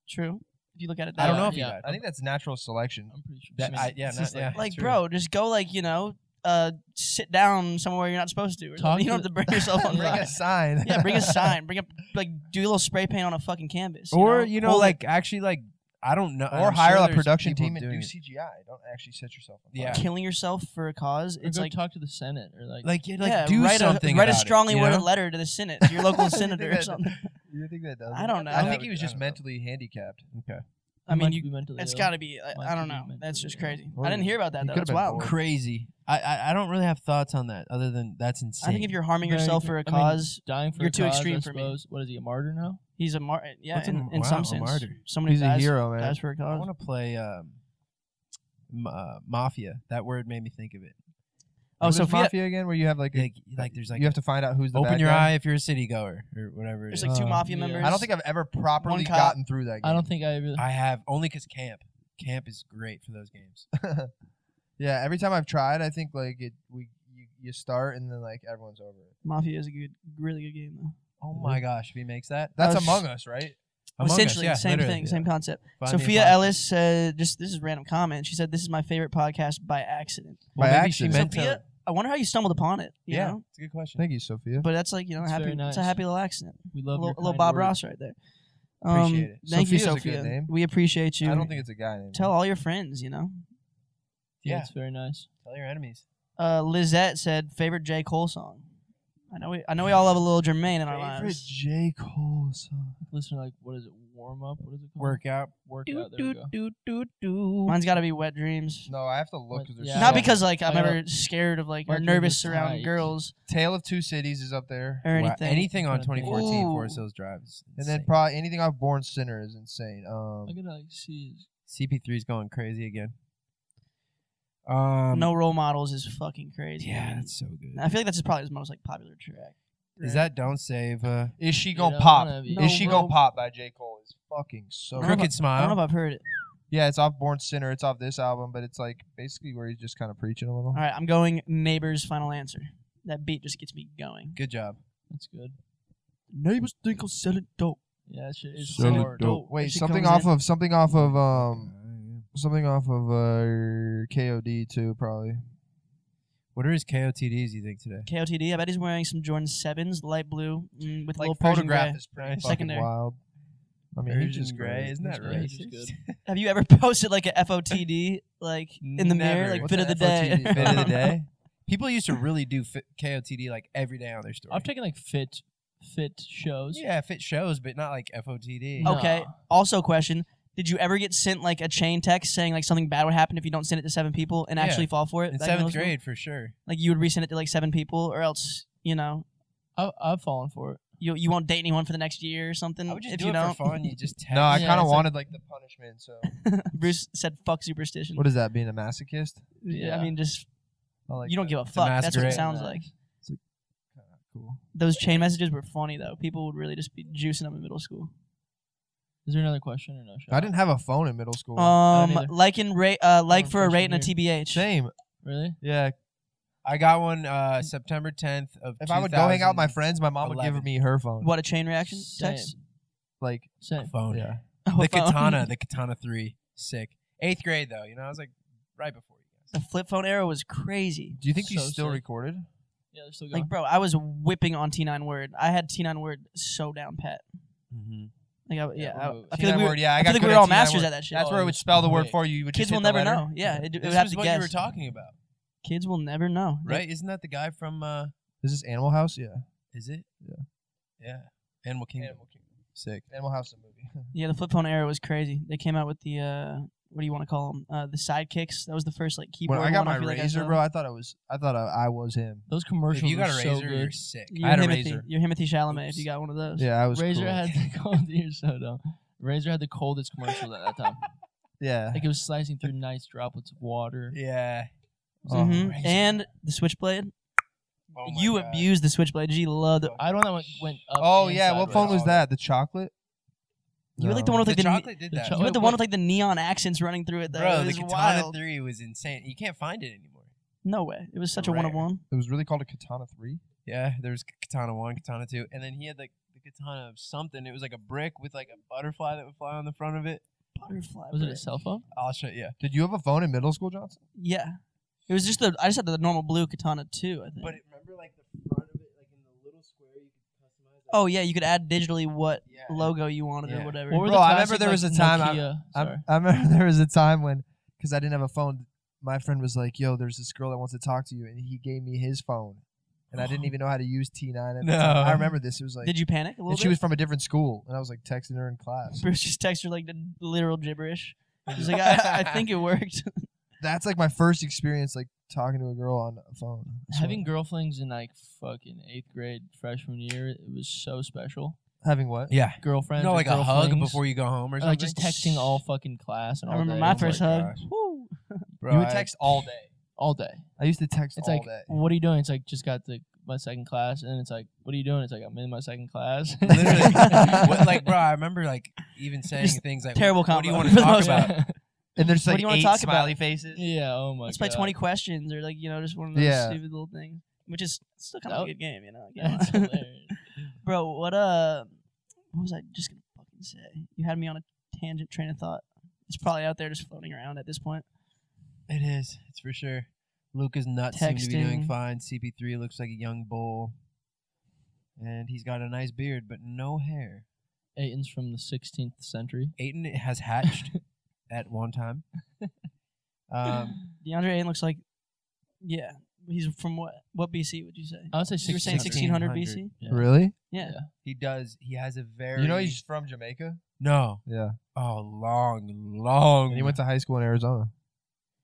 [SPEAKER 2] True. If you look at it, that
[SPEAKER 5] I don't
[SPEAKER 2] way.
[SPEAKER 5] know if he
[SPEAKER 4] Yeah.
[SPEAKER 5] died.
[SPEAKER 3] I think that's natural selection. (laughs)
[SPEAKER 4] I'm pretty sure.
[SPEAKER 5] That- I- yeah,
[SPEAKER 4] it's
[SPEAKER 5] not-
[SPEAKER 4] just like-
[SPEAKER 5] yeah.
[SPEAKER 2] Like,
[SPEAKER 5] true.
[SPEAKER 2] bro, just go like you know, uh, sit down somewhere you're not supposed to. Or
[SPEAKER 4] Talk
[SPEAKER 2] something. you don't have
[SPEAKER 4] to-
[SPEAKER 2] to burn yourself on
[SPEAKER 3] Bring
[SPEAKER 5] (laughs)
[SPEAKER 2] fire.
[SPEAKER 3] a sign.
[SPEAKER 2] yeah, bring a sign. Bring up like do a little spray paint on a fucking canvas.
[SPEAKER 5] or
[SPEAKER 2] know?
[SPEAKER 5] you know,
[SPEAKER 2] Hold
[SPEAKER 5] like
[SPEAKER 2] it.
[SPEAKER 5] actually, like I don't know.
[SPEAKER 3] (laughs) or
[SPEAKER 5] I'm
[SPEAKER 3] hire
[SPEAKER 5] sure
[SPEAKER 3] a
[SPEAKER 5] there's
[SPEAKER 3] production
[SPEAKER 5] people
[SPEAKER 3] team and do
[SPEAKER 5] doing it.
[SPEAKER 3] CGI. Don't actually set yourself. On
[SPEAKER 5] Yeah.
[SPEAKER 3] fire.
[SPEAKER 2] killing yourself for a cause.
[SPEAKER 4] Or
[SPEAKER 2] It's
[SPEAKER 4] go
[SPEAKER 2] like
[SPEAKER 4] talk to the Senate or like.
[SPEAKER 5] Like, yeah, like
[SPEAKER 2] yeah,
[SPEAKER 5] do
[SPEAKER 2] write
[SPEAKER 5] something.
[SPEAKER 2] A, write a
[SPEAKER 5] about it,
[SPEAKER 2] strongly
[SPEAKER 5] you
[SPEAKER 2] worded
[SPEAKER 5] know?
[SPEAKER 2] letter to the Senate, to your local
[SPEAKER 3] You think
[SPEAKER 2] senator or
[SPEAKER 3] that-
[SPEAKER 2] something.
[SPEAKER 3] You think that does?
[SPEAKER 2] I don't know.
[SPEAKER 3] I think he was
[SPEAKER 5] I
[SPEAKER 3] just
[SPEAKER 5] don't know.
[SPEAKER 3] mentally handicapped.
[SPEAKER 5] Okay.
[SPEAKER 2] I mean, you,
[SPEAKER 4] be mentally
[SPEAKER 2] it's
[SPEAKER 4] ill.
[SPEAKER 2] got to be. I-
[SPEAKER 4] Might
[SPEAKER 2] I, don't
[SPEAKER 4] be
[SPEAKER 2] know.
[SPEAKER 4] meant
[SPEAKER 2] That's
[SPEAKER 4] to
[SPEAKER 2] just
[SPEAKER 4] be, yeah.
[SPEAKER 2] crazy.
[SPEAKER 3] Or
[SPEAKER 2] I didn't hear about that.
[SPEAKER 3] you
[SPEAKER 2] Though.
[SPEAKER 3] could've
[SPEAKER 2] That's
[SPEAKER 3] been
[SPEAKER 2] wild.
[SPEAKER 3] bored.
[SPEAKER 5] Crazy. I, I I don't really have thoughts on that other than that's insane.
[SPEAKER 2] (laughs) I think if you're harming
[SPEAKER 4] Very
[SPEAKER 2] yourself
[SPEAKER 4] good.
[SPEAKER 2] for a
[SPEAKER 4] I mean,
[SPEAKER 2] cause,
[SPEAKER 4] dying for
[SPEAKER 2] you're
[SPEAKER 4] a
[SPEAKER 2] too
[SPEAKER 4] cause,
[SPEAKER 2] extreme
[SPEAKER 4] I
[SPEAKER 2] for me.
[SPEAKER 4] suppose. What is he a martyr now?
[SPEAKER 2] he's a mar. Yeah,
[SPEAKER 5] What's a-
[SPEAKER 2] in, in
[SPEAKER 5] wow,
[SPEAKER 2] some
[SPEAKER 5] a
[SPEAKER 2] sense,
[SPEAKER 5] martyr.
[SPEAKER 2] somebody
[SPEAKER 3] He's a
[SPEAKER 2] dies,
[SPEAKER 3] hero, man.
[SPEAKER 2] dies for a
[SPEAKER 5] I
[SPEAKER 2] cause.
[SPEAKER 5] want to play um, m- uh, mafia. That word made me think of it.
[SPEAKER 2] Oh,
[SPEAKER 3] What
[SPEAKER 2] so
[SPEAKER 3] is
[SPEAKER 2] if you-
[SPEAKER 3] mafia again, where you have like, a-
[SPEAKER 5] Like, like there's like
[SPEAKER 3] you have to find out who's the
[SPEAKER 5] open
[SPEAKER 3] bad
[SPEAKER 5] your
[SPEAKER 3] guy.
[SPEAKER 5] eye if you're a city goer or whatever. it
[SPEAKER 2] There's
[SPEAKER 5] is.
[SPEAKER 2] like two
[SPEAKER 4] Uh,
[SPEAKER 2] mafia
[SPEAKER 4] yeah.
[SPEAKER 2] members.
[SPEAKER 3] I don't think I've ever properly
[SPEAKER 2] cop.
[SPEAKER 3] gotten through that. Game.
[SPEAKER 4] I don't think I really.
[SPEAKER 5] Uh, I have only because camp. Camp is great for those games. Oh
[SPEAKER 3] yeah, every time I've tried, I think like it we you, you start and then like everyone's over. it.
[SPEAKER 2] mafia is a good, really good game though.
[SPEAKER 5] Oh my gosh, if he makes that,
[SPEAKER 3] That's
[SPEAKER 2] was-
[SPEAKER 3] Among Us, right?
[SPEAKER 5] Among Us,
[SPEAKER 2] Oh, Essentially,
[SPEAKER 5] yeah,
[SPEAKER 2] same
[SPEAKER 5] literally,
[SPEAKER 2] thing,
[SPEAKER 5] yeah.
[SPEAKER 2] same concept.
[SPEAKER 5] Find the
[SPEAKER 2] Sophia
[SPEAKER 5] impossible.
[SPEAKER 2] Ellis said, "Just this is a random comment." She said, "This is my favorite podcast by accident."
[SPEAKER 5] Well,
[SPEAKER 3] By
[SPEAKER 5] maybe she meant
[SPEAKER 3] accident.
[SPEAKER 2] Sophia,
[SPEAKER 5] to.
[SPEAKER 2] I wonder how you stumbled upon it. You
[SPEAKER 5] Yeah,
[SPEAKER 2] know?
[SPEAKER 5] it's a good question.
[SPEAKER 3] Thank you, Sophia.
[SPEAKER 2] but that's like you know,
[SPEAKER 4] It's
[SPEAKER 2] happy.
[SPEAKER 4] very
[SPEAKER 2] It's a
[SPEAKER 4] nice.
[SPEAKER 2] happy little accident.
[SPEAKER 4] we
[SPEAKER 2] A
[SPEAKER 4] love
[SPEAKER 2] little,
[SPEAKER 4] your
[SPEAKER 2] little
[SPEAKER 4] kind
[SPEAKER 2] Bob
[SPEAKER 4] words.
[SPEAKER 2] Ross right there. Um,
[SPEAKER 5] Appreciate it.
[SPEAKER 2] Thank you,
[SPEAKER 3] Sophia's a good
[SPEAKER 2] Sophia.
[SPEAKER 3] name.
[SPEAKER 2] We appreciate you.
[SPEAKER 3] I don't think it's a guy name.
[SPEAKER 2] Tell all your friends, you know.
[SPEAKER 4] Yeah,
[SPEAKER 5] Yeah.
[SPEAKER 4] it's very nice.
[SPEAKER 5] Tell your enemies.
[SPEAKER 2] Uh, Lizette said favorite J Cole song. I know we I know we all love a little Jermaine in our
[SPEAKER 3] favorite
[SPEAKER 2] lives.
[SPEAKER 3] J Cole song.
[SPEAKER 4] Listen, to, like what is it? Warm up. What is it called?
[SPEAKER 5] Workout.
[SPEAKER 4] Workout. There we go.
[SPEAKER 2] Mine's got to be Wet Dreams.
[SPEAKER 3] No, I have to look because there's
[SPEAKER 4] Yeah.
[SPEAKER 2] Not
[SPEAKER 3] so
[SPEAKER 2] because like I'm
[SPEAKER 4] I
[SPEAKER 2] ever scared of like or
[SPEAKER 4] Wet Dreams
[SPEAKER 2] nervous
[SPEAKER 4] is
[SPEAKER 2] around
[SPEAKER 4] tight.
[SPEAKER 2] girls
[SPEAKER 3] many. Tale of Two Cities is up there,
[SPEAKER 2] or
[SPEAKER 5] Wow,
[SPEAKER 2] anything.
[SPEAKER 5] anything on
[SPEAKER 4] Ooh.
[SPEAKER 5] 2014 Forest Hills Drive. is
[SPEAKER 3] and then
[SPEAKER 5] insane.
[SPEAKER 3] probably anything off Born Sinner is insane. Um,
[SPEAKER 4] I gotta like see. his-
[SPEAKER 5] CP3 is going crazy again. Um,
[SPEAKER 2] no role models is fucking crazy.
[SPEAKER 5] Yeah,
[SPEAKER 2] man.
[SPEAKER 5] that's so
[SPEAKER 2] (laughs)
[SPEAKER 5] good.
[SPEAKER 2] I feel like that's probably his most like popular track.
[SPEAKER 5] Is that Don't Save? Uh,
[SPEAKER 3] is she
[SPEAKER 4] You
[SPEAKER 3] gonna
[SPEAKER 4] don't
[SPEAKER 3] pop?
[SPEAKER 4] wanna be-
[SPEAKER 2] No,
[SPEAKER 3] is she
[SPEAKER 2] bro.
[SPEAKER 3] gonna pop by J Cole? Is fucking so.
[SPEAKER 2] No,
[SPEAKER 3] good.
[SPEAKER 2] but-
[SPEAKER 5] Crooked
[SPEAKER 2] I don't
[SPEAKER 5] Smile.
[SPEAKER 2] know if I've heard it.
[SPEAKER 3] Yeah, it's off Born Sinner. It's off this album, but it's like basically where he's just kind of preaching a little.
[SPEAKER 2] All right, I'm going neighbors. Final answer. That beat just gets me going.
[SPEAKER 5] Good job.
[SPEAKER 4] That's good.
[SPEAKER 2] Neighbors think I'm selling dope.
[SPEAKER 4] Yeah, it's, it's
[SPEAKER 5] Sell it
[SPEAKER 4] hard.
[SPEAKER 5] dope.
[SPEAKER 3] Wait,
[SPEAKER 2] She
[SPEAKER 3] something
[SPEAKER 2] comes in-
[SPEAKER 3] off of something off of um something off of uh KOD too probably.
[SPEAKER 5] what are his KOTDs? You think today?
[SPEAKER 2] KOTD. I bet he's wearing some Jordan Sevens, light blue, mm, with a little
[SPEAKER 3] Like
[SPEAKER 2] Persian gray.
[SPEAKER 3] photograph is pretty fucking
[SPEAKER 2] Secondary.
[SPEAKER 3] wild. I mean, he's just great.
[SPEAKER 5] Isn't
[SPEAKER 3] He's
[SPEAKER 5] that
[SPEAKER 3] great.
[SPEAKER 4] right?
[SPEAKER 5] racist?
[SPEAKER 4] He's
[SPEAKER 2] (laughs)
[SPEAKER 4] good.
[SPEAKER 2] Have you ever posted like a FOTD like in the mirror,
[SPEAKER 5] Never.
[SPEAKER 2] like
[SPEAKER 5] What's
[SPEAKER 2] fit of
[SPEAKER 3] a
[SPEAKER 2] the day? (laughs)
[SPEAKER 3] FOTD?
[SPEAKER 5] Fit
[SPEAKER 3] (laughs)
[SPEAKER 5] of the day. People used to really do fit KOTD like every day on their story.
[SPEAKER 4] I've taken like fit, fit shows.
[SPEAKER 5] yeah, fit shows, but not like FOTD.
[SPEAKER 4] No.
[SPEAKER 2] Okay. Also, question: Did you ever get sent like a chain text saying like something bad would happen if you don't send it to seven people and
[SPEAKER 5] Yeah.
[SPEAKER 2] actually fall for it?
[SPEAKER 5] In
[SPEAKER 2] back middle
[SPEAKER 5] seventh
[SPEAKER 2] school?
[SPEAKER 5] grade, for sure.
[SPEAKER 2] like you would resend it to like seven people, or else you know
[SPEAKER 4] I, I've fallen for it.
[SPEAKER 2] you you won't date anyone for the next year or something.
[SPEAKER 5] I would just
[SPEAKER 2] if
[SPEAKER 5] do
[SPEAKER 2] you
[SPEAKER 5] it
[SPEAKER 2] don't,
[SPEAKER 5] for fun. You (laughs) just text.
[SPEAKER 3] No, I
[SPEAKER 4] Yeah,
[SPEAKER 3] kind of
[SPEAKER 4] it's
[SPEAKER 3] wanted like, the punishment. So
[SPEAKER 2] (laughs) Bruce said, "Fuck superstition."
[SPEAKER 3] what is that? Being a masochist?
[SPEAKER 2] Yeah, I
[SPEAKER 4] Yeah.
[SPEAKER 2] mean, just
[SPEAKER 3] I like
[SPEAKER 2] you don't
[SPEAKER 3] that.
[SPEAKER 2] give a
[SPEAKER 5] a
[SPEAKER 2] fuck. That's what
[SPEAKER 5] uh,
[SPEAKER 2] it
[SPEAKER 5] masquerade.
[SPEAKER 2] sounds
[SPEAKER 4] Nice.
[SPEAKER 2] like.
[SPEAKER 3] Kinda cool.
[SPEAKER 2] Those chain messages were funny though. People would really just be juicing them in middle school.
[SPEAKER 4] Is there another question or no? Should
[SPEAKER 3] I didn't have a phone in middle school.
[SPEAKER 2] Um,
[SPEAKER 4] either.
[SPEAKER 2] like in rate, uh, like
[SPEAKER 4] Oh,
[SPEAKER 2] for a
[SPEAKER 4] freshman
[SPEAKER 2] rate and a
[SPEAKER 4] year.
[SPEAKER 2] TBH.
[SPEAKER 3] Same.
[SPEAKER 4] really.
[SPEAKER 3] Yeah.
[SPEAKER 5] I got one uh, September 10th of.
[SPEAKER 3] If I would go hang out with my
[SPEAKER 5] 2000
[SPEAKER 3] friends, my mom would give
[SPEAKER 5] 11.
[SPEAKER 3] me her phone.
[SPEAKER 2] What a chain reaction text. (laughs)
[SPEAKER 4] Same.
[SPEAKER 3] Like,
[SPEAKER 4] Same.
[SPEAKER 5] phone.
[SPEAKER 3] yeah.
[SPEAKER 2] Oh,
[SPEAKER 5] The
[SPEAKER 2] phone.
[SPEAKER 5] (laughs) katana, the katana three, sick. Eighth grade though, you know, I was like right before you (laughs)
[SPEAKER 2] (laughs) The flip phone era was crazy.
[SPEAKER 3] Do you think you
[SPEAKER 4] So
[SPEAKER 3] still
[SPEAKER 4] sick.
[SPEAKER 3] recorded?
[SPEAKER 4] Yeah, they're still going.
[SPEAKER 2] Like, bro, I was whipping on T9 Word. I had T9 Word so down pat.
[SPEAKER 5] guys.
[SPEAKER 2] Like, I, yeah,
[SPEAKER 4] Yeah,
[SPEAKER 2] I,
[SPEAKER 4] we'll-
[SPEAKER 2] I feel like we were,
[SPEAKER 3] yeah,
[SPEAKER 2] I feel like we were all masters at that shit.
[SPEAKER 3] That's
[SPEAKER 4] Oh,
[SPEAKER 3] where
[SPEAKER 4] it
[SPEAKER 3] it would
[SPEAKER 4] was
[SPEAKER 3] spell the word
[SPEAKER 4] quick.
[SPEAKER 3] for you. you would just
[SPEAKER 2] Kids will
[SPEAKER 3] hit the
[SPEAKER 2] never
[SPEAKER 3] letter.
[SPEAKER 2] know. Yeah, it, it would
[SPEAKER 5] This
[SPEAKER 2] have
[SPEAKER 5] was
[SPEAKER 2] to
[SPEAKER 5] what
[SPEAKER 2] guess.
[SPEAKER 5] you were talking about,
[SPEAKER 2] Kids will never know. They-
[SPEAKER 5] right? Isn't that the guy from? uh
[SPEAKER 3] Is this Animal House? Yeah.
[SPEAKER 5] Is it? Yeah. Yeah. Animal Kingdom. Animal Kingdom. Sick.
[SPEAKER 3] Animal House, is a movie.
[SPEAKER 2] Yeah, the flip phone era was crazy. They came out with the uh, what do you want to call them? Uh, the sidekicks. That was the first like keyboard.
[SPEAKER 3] when I got
[SPEAKER 2] one,
[SPEAKER 3] my
[SPEAKER 2] feel like I
[SPEAKER 3] razor,
[SPEAKER 2] saw.
[SPEAKER 3] bro, I thought I was. I thought I, I was him.
[SPEAKER 4] Those commercials
[SPEAKER 5] If you got a
[SPEAKER 4] were
[SPEAKER 5] razor,
[SPEAKER 4] so
[SPEAKER 5] you're
[SPEAKER 4] good.
[SPEAKER 5] sick.
[SPEAKER 2] You're
[SPEAKER 5] I had a
[SPEAKER 2] Himothy,
[SPEAKER 5] razor.
[SPEAKER 2] You're Himothy Chalamet if
[SPEAKER 5] Oops.
[SPEAKER 2] you got one of those.
[SPEAKER 3] Yeah, I was.
[SPEAKER 4] Razor
[SPEAKER 3] cool.
[SPEAKER 4] had the (laughs) cold. You're so dumb. Razor had the coldest commercials at that time.
[SPEAKER 3] Yeah.
[SPEAKER 4] Like it was slicing through nice droplets of water.
[SPEAKER 5] Yeah.
[SPEAKER 3] Oh,
[SPEAKER 2] Mhm.
[SPEAKER 5] razor.
[SPEAKER 2] And the switchblade.
[SPEAKER 5] Oh my
[SPEAKER 2] you
[SPEAKER 5] God.
[SPEAKER 2] abused the switchblade. G loved it.
[SPEAKER 4] I had one that went, went up.
[SPEAKER 3] Oh
[SPEAKER 4] and
[SPEAKER 3] yeah, what
[SPEAKER 4] sideways.
[SPEAKER 3] phone was
[SPEAKER 5] Oh,
[SPEAKER 3] that? The chocolate.
[SPEAKER 2] You were like the one with
[SPEAKER 5] e The
[SPEAKER 2] like the, ne-
[SPEAKER 5] chocolate did
[SPEAKER 4] the
[SPEAKER 5] that.
[SPEAKER 4] cho-
[SPEAKER 2] you were like the one with like the neon accents running through it. Though.
[SPEAKER 5] Bro,
[SPEAKER 2] it
[SPEAKER 5] the
[SPEAKER 2] was
[SPEAKER 5] katana
[SPEAKER 2] wild.
[SPEAKER 5] three was insane. You can't find it anymore.
[SPEAKER 2] No way. It was such a one of
[SPEAKER 5] Rare.
[SPEAKER 2] one.
[SPEAKER 3] It was really called a Katana Three.
[SPEAKER 5] Yeah, there was katana one, katana two, and then he had like the katana of something. It was like a brick with like a butterfly that would fly on the front of it.
[SPEAKER 2] Butterfly.
[SPEAKER 4] Was it
[SPEAKER 2] bro.
[SPEAKER 4] a cell phone?
[SPEAKER 5] I'll show yeah.
[SPEAKER 3] Did you have a phone in middle school, Johnson?
[SPEAKER 2] Yeah. It was just the I just had the normal blue katana too. I think.
[SPEAKER 5] But it, remember like the front of it, like in the little square you could customize.
[SPEAKER 2] oh yeah, you could add digitally what
[SPEAKER 5] yeah.
[SPEAKER 2] logo you wanted or
[SPEAKER 5] Yeah.
[SPEAKER 2] whatever.
[SPEAKER 4] What were
[SPEAKER 3] Bro, I
[SPEAKER 4] classic,
[SPEAKER 3] remember there
[SPEAKER 4] like,
[SPEAKER 3] was a time I-
[SPEAKER 4] Nokia-
[SPEAKER 3] I,
[SPEAKER 4] sorry.
[SPEAKER 3] I remember (laughs) there was a time when, because I didn't have a phone, my friend was like, "Yo, there's this girl that wants to talk to you," and he gave me his phone, and
[SPEAKER 5] (gasps)
[SPEAKER 3] I didn't even know how to use T9. At the time. I
[SPEAKER 5] No.
[SPEAKER 3] remember this. It was like,
[SPEAKER 2] Did you panic a little
[SPEAKER 3] and
[SPEAKER 2] bit?
[SPEAKER 3] she was from a different school, and I was like texting her in class.
[SPEAKER 2] (laughs) Bruce just texted her like the
[SPEAKER 5] (laughs)
[SPEAKER 2] literal gibberish. He's like, I, I think it worked.
[SPEAKER 3] That's like my first experience, like talking to a girl on a phone. I swear.
[SPEAKER 4] Having girlflings in like fucking eighth grade freshman year, it was so special.
[SPEAKER 3] having what?
[SPEAKER 5] Yeah.
[SPEAKER 4] Girlfriends,
[SPEAKER 5] No,
[SPEAKER 4] or
[SPEAKER 5] like a hug
[SPEAKER 4] girlflings,
[SPEAKER 5] before you go home or
[SPEAKER 3] Uh,
[SPEAKER 4] or,
[SPEAKER 5] something.
[SPEAKER 4] like just texting all fucking class and
[SPEAKER 2] I
[SPEAKER 4] all
[SPEAKER 2] remember
[SPEAKER 4] day. Oh
[SPEAKER 2] my
[SPEAKER 4] It was,
[SPEAKER 2] first
[SPEAKER 4] like,
[SPEAKER 2] hug.
[SPEAKER 5] gosh.
[SPEAKER 2] Woo.
[SPEAKER 5] Bro,
[SPEAKER 3] you would
[SPEAKER 5] I- (laughs)
[SPEAKER 3] text all day.
[SPEAKER 4] all day.
[SPEAKER 3] I used to text
[SPEAKER 4] It's
[SPEAKER 3] all
[SPEAKER 4] like,
[SPEAKER 3] day.
[SPEAKER 4] what are you doing? It's like just got to my second class, and it's like, what are you doing? It's like I'm in my second class. (laughs)
[SPEAKER 5] Literally, what, like, bro, I remember like even saying
[SPEAKER 2] Just
[SPEAKER 5] things like,
[SPEAKER 2] terrible
[SPEAKER 5] "What do you
[SPEAKER 2] combo
[SPEAKER 5] want
[SPEAKER 2] (laughs) for
[SPEAKER 5] to
[SPEAKER 2] the
[SPEAKER 5] talk
[SPEAKER 2] most
[SPEAKER 5] about?"
[SPEAKER 3] And there's
[SPEAKER 2] What
[SPEAKER 3] like
[SPEAKER 2] do you wanna
[SPEAKER 3] eight
[SPEAKER 2] talk about?
[SPEAKER 3] smiley faces.
[SPEAKER 4] yeah. Oh my
[SPEAKER 2] Let's
[SPEAKER 4] god.
[SPEAKER 2] play 20 questions or like, you know, just one of those
[SPEAKER 3] uh, Yeah.
[SPEAKER 2] stupid little things, which is still kind of
[SPEAKER 4] That-
[SPEAKER 2] a good game, you know?
[SPEAKER 3] (laughs)
[SPEAKER 2] I (laughs)
[SPEAKER 4] (laughs)
[SPEAKER 2] guess.
[SPEAKER 4] That's hilarious.
[SPEAKER 2] Bro, what uh, what was I just going to fucking say? You had me on a tangent train of thought. It's probably out there just floating around at this point.
[SPEAKER 5] It is. It's for sure. Luca's nuts seem to be doing
[SPEAKER 2] Texting.
[SPEAKER 5] fine. CP3 looks like a young bull, and he's got a nice beard but no hair.
[SPEAKER 4] Aiton's from the 16th century.
[SPEAKER 5] Aiden has
[SPEAKER 2] (laughs)
[SPEAKER 5] hatched at one time. Um,
[SPEAKER 2] DeAndre Ayton looks like, yeah, he's from what what BC would you say?
[SPEAKER 3] Uh,
[SPEAKER 4] I would say 1600.
[SPEAKER 2] you were saying 1600 BC?
[SPEAKER 5] 1600.
[SPEAKER 4] Yeah.
[SPEAKER 3] Really?
[SPEAKER 2] Yeah.
[SPEAKER 5] he does. He has a very
[SPEAKER 3] You know he's from Jamaica.
[SPEAKER 5] no.
[SPEAKER 3] Yeah.
[SPEAKER 5] Oh, long, long.
[SPEAKER 3] And he went to high school in Arizona.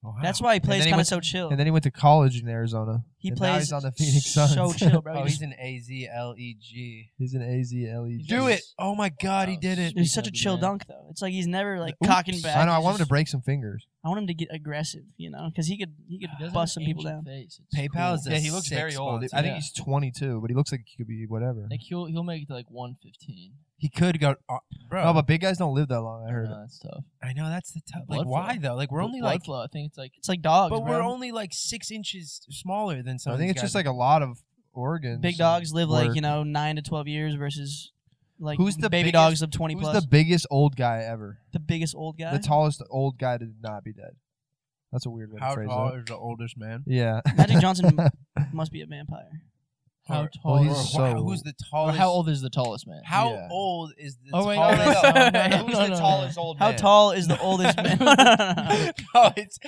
[SPEAKER 5] Wow.
[SPEAKER 2] That's why he plays
[SPEAKER 3] then he
[SPEAKER 2] kind of
[SPEAKER 3] went-
[SPEAKER 2] so chill.
[SPEAKER 3] And then he went to college in Arizona.
[SPEAKER 2] He
[SPEAKER 3] And now
[SPEAKER 2] plays
[SPEAKER 3] he's on the Phoenix Suns.
[SPEAKER 2] so chill, bro.
[SPEAKER 5] Oh,
[SPEAKER 3] (laughs)
[SPEAKER 2] He's-
[SPEAKER 5] he's an A Z L E G.
[SPEAKER 3] he's an AZ LE.
[SPEAKER 4] He's
[SPEAKER 5] Do it!
[SPEAKER 4] just-
[SPEAKER 5] Oh my God, he
[SPEAKER 4] Oh,
[SPEAKER 5] did it.
[SPEAKER 4] shit.
[SPEAKER 2] It's such a
[SPEAKER 4] Speaking of
[SPEAKER 2] chill
[SPEAKER 4] the man.
[SPEAKER 2] dunk though. It's like he's never like
[SPEAKER 3] Oops.
[SPEAKER 2] cocking back.
[SPEAKER 3] I know. I
[SPEAKER 2] He's
[SPEAKER 3] want him to
[SPEAKER 2] just-
[SPEAKER 3] break some fingers.
[SPEAKER 2] I want him to get aggressive, you know, because he could he could
[SPEAKER 4] He does have
[SPEAKER 2] bust
[SPEAKER 4] an
[SPEAKER 2] some people
[SPEAKER 4] ancient
[SPEAKER 2] down.
[SPEAKER 4] face. It's
[SPEAKER 5] PayPal is
[SPEAKER 4] cool.
[SPEAKER 5] a Yeah, he looks sick very old.
[SPEAKER 3] I
[SPEAKER 5] sponsor.
[SPEAKER 3] think
[SPEAKER 4] Yeah.
[SPEAKER 3] he's 22, but he looks like he could be whatever.
[SPEAKER 4] Like he'll he'll make it to like 115.
[SPEAKER 5] He could go, uh, bro.
[SPEAKER 3] No, but big guys don't live that long. I
[SPEAKER 2] Uh,
[SPEAKER 3] heard.
[SPEAKER 4] No, that's tough.
[SPEAKER 5] I know that's the tough.
[SPEAKER 4] Blood
[SPEAKER 5] Like,
[SPEAKER 4] flow.
[SPEAKER 5] why though? Like, we're
[SPEAKER 4] But
[SPEAKER 5] only
[SPEAKER 4] blood
[SPEAKER 5] like,
[SPEAKER 4] flow, I think it's like
[SPEAKER 2] It's like dogs,
[SPEAKER 5] but we're
[SPEAKER 2] bro.
[SPEAKER 5] only like six inches smaller than some.
[SPEAKER 3] I
[SPEAKER 5] of
[SPEAKER 3] think
[SPEAKER 5] these
[SPEAKER 3] it's just
[SPEAKER 5] guys.
[SPEAKER 3] like a lot of organs.
[SPEAKER 2] big
[SPEAKER 3] and
[SPEAKER 2] dogs live like you
[SPEAKER 3] work.
[SPEAKER 2] know nine to twelve years versus like
[SPEAKER 3] Who's the
[SPEAKER 2] baby
[SPEAKER 3] biggest-
[SPEAKER 2] dogs live twenty
[SPEAKER 3] Who's
[SPEAKER 2] plus.
[SPEAKER 3] the
[SPEAKER 2] The,
[SPEAKER 3] biggest old guy ever?
[SPEAKER 2] biggest old guy.
[SPEAKER 3] The tallest old guy to not be dead. That's a weird way
[SPEAKER 5] how
[SPEAKER 3] to phrase
[SPEAKER 5] tall
[SPEAKER 3] it.
[SPEAKER 5] is the oldest man?
[SPEAKER 3] Yeah.
[SPEAKER 2] Magic
[SPEAKER 3] (laughs)
[SPEAKER 2] Johnson must be a vampire.
[SPEAKER 4] how
[SPEAKER 5] Or-
[SPEAKER 4] tall.
[SPEAKER 3] Well,
[SPEAKER 5] Or
[SPEAKER 3] he's
[SPEAKER 5] wh-
[SPEAKER 3] so
[SPEAKER 5] who's
[SPEAKER 3] old.
[SPEAKER 5] the
[SPEAKER 4] or
[SPEAKER 5] tallest?
[SPEAKER 4] how old is the tallest man?
[SPEAKER 5] How
[SPEAKER 3] Yeah.
[SPEAKER 5] old is the
[SPEAKER 4] Oh, wait, no,
[SPEAKER 5] tallest? (laughs)
[SPEAKER 4] no, no, no, no,
[SPEAKER 5] Who's
[SPEAKER 4] no,
[SPEAKER 5] the
[SPEAKER 4] no, no.
[SPEAKER 5] tallest old
[SPEAKER 2] How
[SPEAKER 5] man?
[SPEAKER 2] tall is the oldest man?
[SPEAKER 3] (laughs)
[SPEAKER 2] (laughs)
[SPEAKER 5] no, it's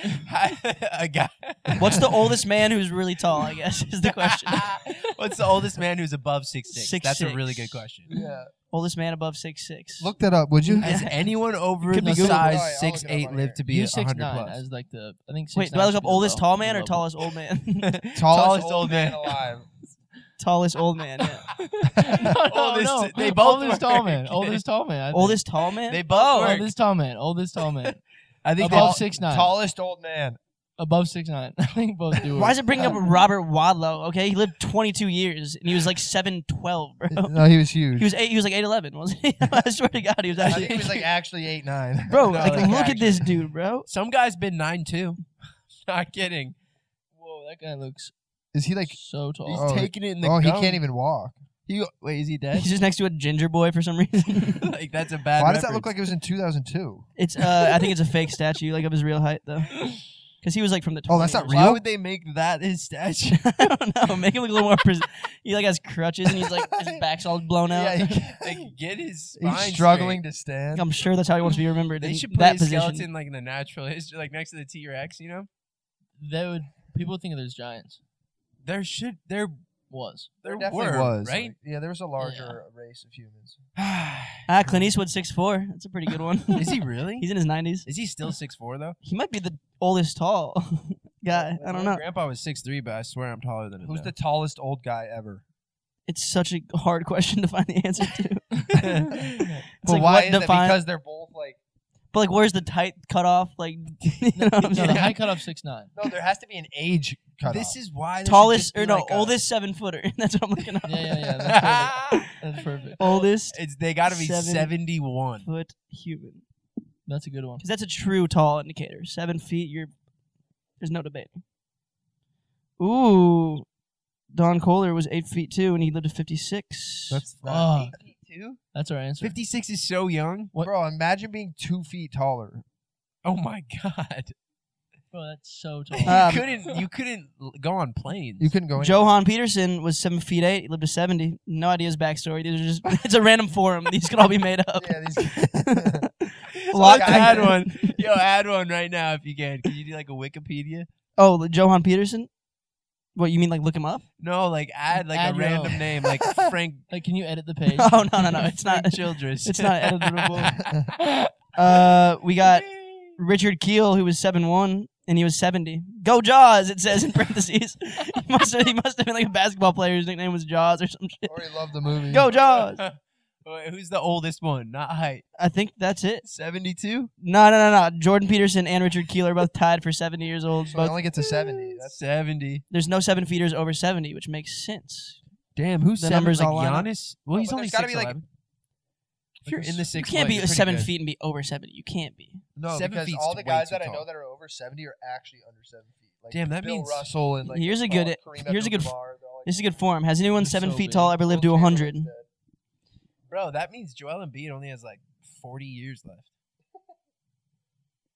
[SPEAKER 5] (laughs) a guy.
[SPEAKER 2] What's the oldest man who's really tall? I guess is the
[SPEAKER 3] (laughs)
[SPEAKER 2] question.
[SPEAKER 5] (laughs) What's the oldest man who's above six six?
[SPEAKER 2] Six,
[SPEAKER 5] That's
[SPEAKER 2] six.
[SPEAKER 5] a really good (laughs) question.
[SPEAKER 3] yeah.
[SPEAKER 2] oldest man above six six.
[SPEAKER 3] Look that up, would you?
[SPEAKER 5] Has anyone over
[SPEAKER 2] Could be
[SPEAKER 5] the
[SPEAKER 2] Googled.
[SPEAKER 3] All right,
[SPEAKER 5] size
[SPEAKER 3] I'll
[SPEAKER 5] six
[SPEAKER 3] look it up
[SPEAKER 5] eight
[SPEAKER 3] on
[SPEAKER 5] lived
[SPEAKER 3] here.
[SPEAKER 5] to be
[SPEAKER 4] You
[SPEAKER 5] a
[SPEAKER 4] six
[SPEAKER 5] hundred
[SPEAKER 4] nine
[SPEAKER 5] plus?
[SPEAKER 4] as like the I think.
[SPEAKER 2] Wait,
[SPEAKER 4] 6'9"
[SPEAKER 2] do I look
[SPEAKER 4] should
[SPEAKER 2] up
[SPEAKER 4] be the
[SPEAKER 2] oldest
[SPEAKER 4] low-
[SPEAKER 2] tall (laughs)
[SPEAKER 4] the
[SPEAKER 2] man or
[SPEAKER 4] low-
[SPEAKER 2] tallest old man?
[SPEAKER 3] (laughs)
[SPEAKER 5] Tallest old man.
[SPEAKER 3] alive.
[SPEAKER 2] tallest old man.
[SPEAKER 3] (laughs)
[SPEAKER 2] yeah.
[SPEAKER 4] (laughs) no, no,
[SPEAKER 5] Oldest-
[SPEAKER 4] no.
[SPEAKER 5] they both
[SPEAKER 4] oldest tall
[SPEAKER 5] work.
[SPEAKER 4] man. Oldest tall man. I think.
[SPEAKER 2] Oldest tall man.
[SPEAKER 5] They both
[SPEAKER 4] Oh,
[SPEAKER 5] work.
[SPEAKER 4] oldest tall man. Oldest tall man.
[SPEAKER 5] I
[SPEAKER 4] Above
[SPEAKER 5] they all-
[SPEAKER 4] six nine.
[SPEAKER 3] Tallest old man.
[SPEAKER 4] above six nine. (laughs) I think both do.
[SPEAKER 2] Why is it bringing up Robert Wadlow? Okay, he lived 22 years and he was like seven twelve, bro.
[SPEAKER 3] No, he was
[SPEAKER 2] (laughs)
[SPEAKER 3] huge.
[SPEAKER 2] He was eight. He was like eight eleven, wasn't he? (laughs) I swear to God, he was
[SPEAKER 3] I
[SPEAKER 2] actually.
[SPEAKER 3] think (laughs) he was like actually eight nine.
[SPEAKER 2] bro,
[SPEAKER 5] No,
[SPEAKER 2] like,
[SPEAKER 5] like,
[SPEAKER 2] look at
[SPEAKER 5] actually.
[SPEAKER 2] this dude, bro.
[SPEAKER 5] Some guy's been nine two. (laughs) Not kidding.
[SPEAKER 4] Whoa, that guy looks
[SPEAKER 3] Is he like?
[SPEAKER 4] so tall.
[SPEAKER 5] He's
[SPEAKER 3] Oh,
[SPEAKER 5] taking it in the
[SPEAKER 3] Oh, he
[SPEAKER 5] gum.
[SPEAKER 3] can't even walk.
[SPEAKER 5] He, wait, is he dead?
[SPEAKER 2] He's just next to a ginger boy for some reason.
[SPEAKER 5] (laughs)
[SPEAKER 2] (laughs)
[SPEAKER 5] like that's a bad.
[SPEAKER 3] Why does that
[SPEAKER 5] reference.
[SPEAKER 3] look like it was in 2002?
[SPEAKER 2] it's uh, I think it's a fake statue, like of his real height though, because he was like from the. 20s.
[SPEAKER 3] Oh, that's not
[SPEAKER 5] Why
[SPEAKER 3] real?
[SPEAKER 5] would they make that his statue?
[SPEAKER 2] (laughs) I don't know. Make him look a little more. Pres- he like has crutches and he's like his back's all blown out.
[SPEAKER 3] Yeah, he (laughs) can't-
[SPEAKER 5] like, get his.
[SPEAKER 3] he's
[SPEAKER 5] spine
[SPEAKER 3] struggling to
[SPEAKER 2] (laughs) Like,
[SPEAKER 3] stand.
[SPEAKER 2] I'm sure that's how he wants to be
[SPEAKER 5] Straight.
[SPEAKER 2] remembered.
[SPEAKER 5] They
[SPEAKER 2] in
[SPEAKER 5] should put
[SPEAKER 2] that
[SPEAKER 5] his
[SPEAKER 2] position.
[SPEAKER 5] skeleton like in the natural history, like next to the T Rex. You know,
[SPEAKER 4] They would people think of there's giants.
[SPEAKER 5] there should there
[SPEAKER 4] Was
[SPEAKER 5] there
[SPEAKER 3] Definitely
[SPEAKER 5] were
[SPEAKER 3] was
[SPEAKER 5] right.
[SPEAKER 3] like- yeah, there was a larger race of humans.
[SPEAKER 2] Ah, Clint Eastwood six four. That's a pretty good one.
[SPEAKER 5] (sighs) is he really?
[SPEAKER 2] He's in his nineties.
[SPEAKER 5] is he still six four though?
[SPEAKER 2] He might be the oldest tall (laughs) guy. I don't
[SPEAKER 5] My
[SPEAKER 2] know.
[SPEAKER 5] Grandpa was six three, but I swear I'm taller than him.
[SPEAKER 3] Who's
[SPEAKER 5] now.
[SPEAKER 3] the tallest old guy ever? (laughs)
[SPEAKER 2] It's such a hard question to find the answer to. (laughs)
[SPEAKER 3] but
[SPEAKER 2] It's like,
[SPEAKER 3] why
[SPEAKER 2] what
[SPEAKER 3] is that?
[SPEAKER 2] define-
[SPEAKER 3] Because they're both like.
[SPEAKER 2] But like, where's the tight cutoff? Like, (laughs) you know what I'm
[SPEAKER 4] no, the
[SPEAKER 2] saying?
[SPEAKER 4] high cutoff six nine.
[SPEAKER 3] No, there has to be an age cutoff.
[SPEAKER 5] This
[SPEAKER 3] (laughs)
[SPEAKER 5] is why there should
[SPEAKER 2] tallest
[SPEAKER 5] just be,
[SPEAKER 2] or no
[SPEAKER 5] like, a-
[SPEAKER 2] oldest seven footer. (laughs) That's what I'm looking up.
[SPEAKER 4] (laughs) Yeah, yeah, yeah.
[SPEAKER 2] (laughs)
[SPEAKER 4] That's perfect. That's perfect.
[SPEAKER 2] Oldest
[SPEAKER 5] It's they got to be
[SPEAKER 2] Seven-
[SPEAKER 5] seventy one.
[SPEAKER 2] foot human.
[SPEAKER 4] That's a good one.
[SPEAKER 2] Because that's a true tall indicator. Seven feet, you're. There's no debating. Ooh, Don Kohler was eight feet two, and he lived to fifty six.
[SPEAKER 3] That's not-
[SPEAKER 4] Fuck. That's our answer.
[SPEAKER 5] Fifty six is so young.
[SPEAKER 4] what-
[SPEAKER 3] Bro, imagine being two feet taller.
[SPEAKER 5] Oh my god!
[SPEAKER 2] (laughs)
[SPEAKER 4] Bro, that's so tall.
[SPEAKER 5] You
[SPEAKER 2] Um,
[SPEAKER 5] couldn't you couldn't l- go on planes.
[SPEAKER 3] You couldn't go. anywhere.
[SPEAKER 2] Johan Peterson was seven feet eight. He lived to seventy. No idea his backstory. These are just. (laughs) It's a random forum. These could all be made up.
[SPEAKER 3] Yeah, these.
[SPEAKER 5] (laughs)
[SPEAKER 2] Lot-
[SPEAKER 5] Let's
[SPEAKER 2] (laughs)
[SPEAKER 5] add one. Yo, add one right now if you can. Can you do like a Wikipedia?
[SPEAKER 2] Oh, the Johan Peterson. What you mean? Like look him up?
[SPEAKER 5] No, like add like
[SPEAKER 4] Add
[SPEAKER 5] a
[SPEAKER 4] your
[SPEAKER 5] random
[SPEAKER 4] own.
[SPEAKER 5] name, like Frank.
[SPEAKER 4] Like, can you
[SPEAKER 2] (laughs)
[SPEAKER 4] edit the page?
[SPEAKER 2] (laughs) Oh no
[SPEAKER 4] (laughs)
[SPEAKER 2] no no! It's not.
[SPEAKER 5] Frank Childress.
[SPEAKER 2] (laughs) It's not editable. (laughs) Uh, we got Richard Keel, who was seven one, and he was seventy. Go Jaws! It says in parentheses. (laughs) he must have he must have been like a basketball player whose nickname was Jaws or some shit.
[SPEAKER 3] (laughs) Already love the movie.
[SPEAKER 2] Go Jaws!
[SPEAKER 5] (laughs) Wait, who's the oldest one? Not height.
[SPEAKER 2] I think that's it.
[SPEAKER 5] Seventy two.
[SPEAKER 2] No no no no. Jordan Peterson and Richard Keel are both tied for seventy years old.
[SPEAKER 3] So it
[SPEAKER 2] Both
[SPEAKER 3] only gets to seventy. That's
[SPEAKER 5] seventy.
[SPEAKER 2] there's no seven feeders over seventy, which makes sense.
[SPEAKER 5] Damn, who's
[SPEAKER 2] The
[SPEAKER 5] seven?
[SPEAKER 2] numbers
[SPEAKER 5] like
[SPEAKER 2] all line up.
[SPEAKER 5] Giannis? Well,
[SPEAKER 3] No,
[SPEAKER 5] he's
[SPEAKER 3] but
[SPEAKER 5] only
[SPEAKER 3] there's gotta
[SPEAKER 5] six
[SPEAKER 3] be, like-
[SPEAKER 5] eleven. If you're in the
[SPEAKER 2] You
[SPEAKER 5] six,
[SPEAKER 2] can't
[SPEAKER 5] one,
[SPEAKER 2] be
[SPEAKER 5] you're pretty
[SPEAKER 2] seven
[SPEAKER 5] good.
[SPEAKER 2] feet and be over seventy. You can't be.
[SPEAKER 3] No,
[SPEAKER 5] Seven
[SPEAKER 3] because
[SPEAKER 5] feet's
[SPEAKER 3] all the
[SPEAKER 5] way
[SPEAKER 3] guys
[SPEAKER 5] too
[SPEAKER 3] that I know
[SPEAKER 5] tall.
[SPEAKER 3] that are over seventy are actually under seven feet. Like
[SPEAKER 5] Damn, that
[SPEAKER 3] Bill
[SPEAKER 5] means-
[SPEAKER 3] Russell and like
[SPEAKER 2] Here's a
[SPEAKER 3] Kareem
[SPEAKER 2] good-
[SPEAKER 3] Abdul-Jabbar,
[SPEAKER 2] here's a good-
[SPEAKER 3] they're all,
[SPEAKER 2] This is a good form. Has anyone
[SPEAKER 4] They're
[SPEAKER 2] seven
[SPEAKER 4] so
[SPEAKER 2] feet
[SPEAKER 4] big.
[SPEAKER 2] tall ever lived to
[SPEAKER 3] Will Chamberlain's
[SPEAKER 2] hundred?
[SPEAKER 3] dead.
[SPEAKER 5] Bro, that means Joel Embiid only has like 40 years left.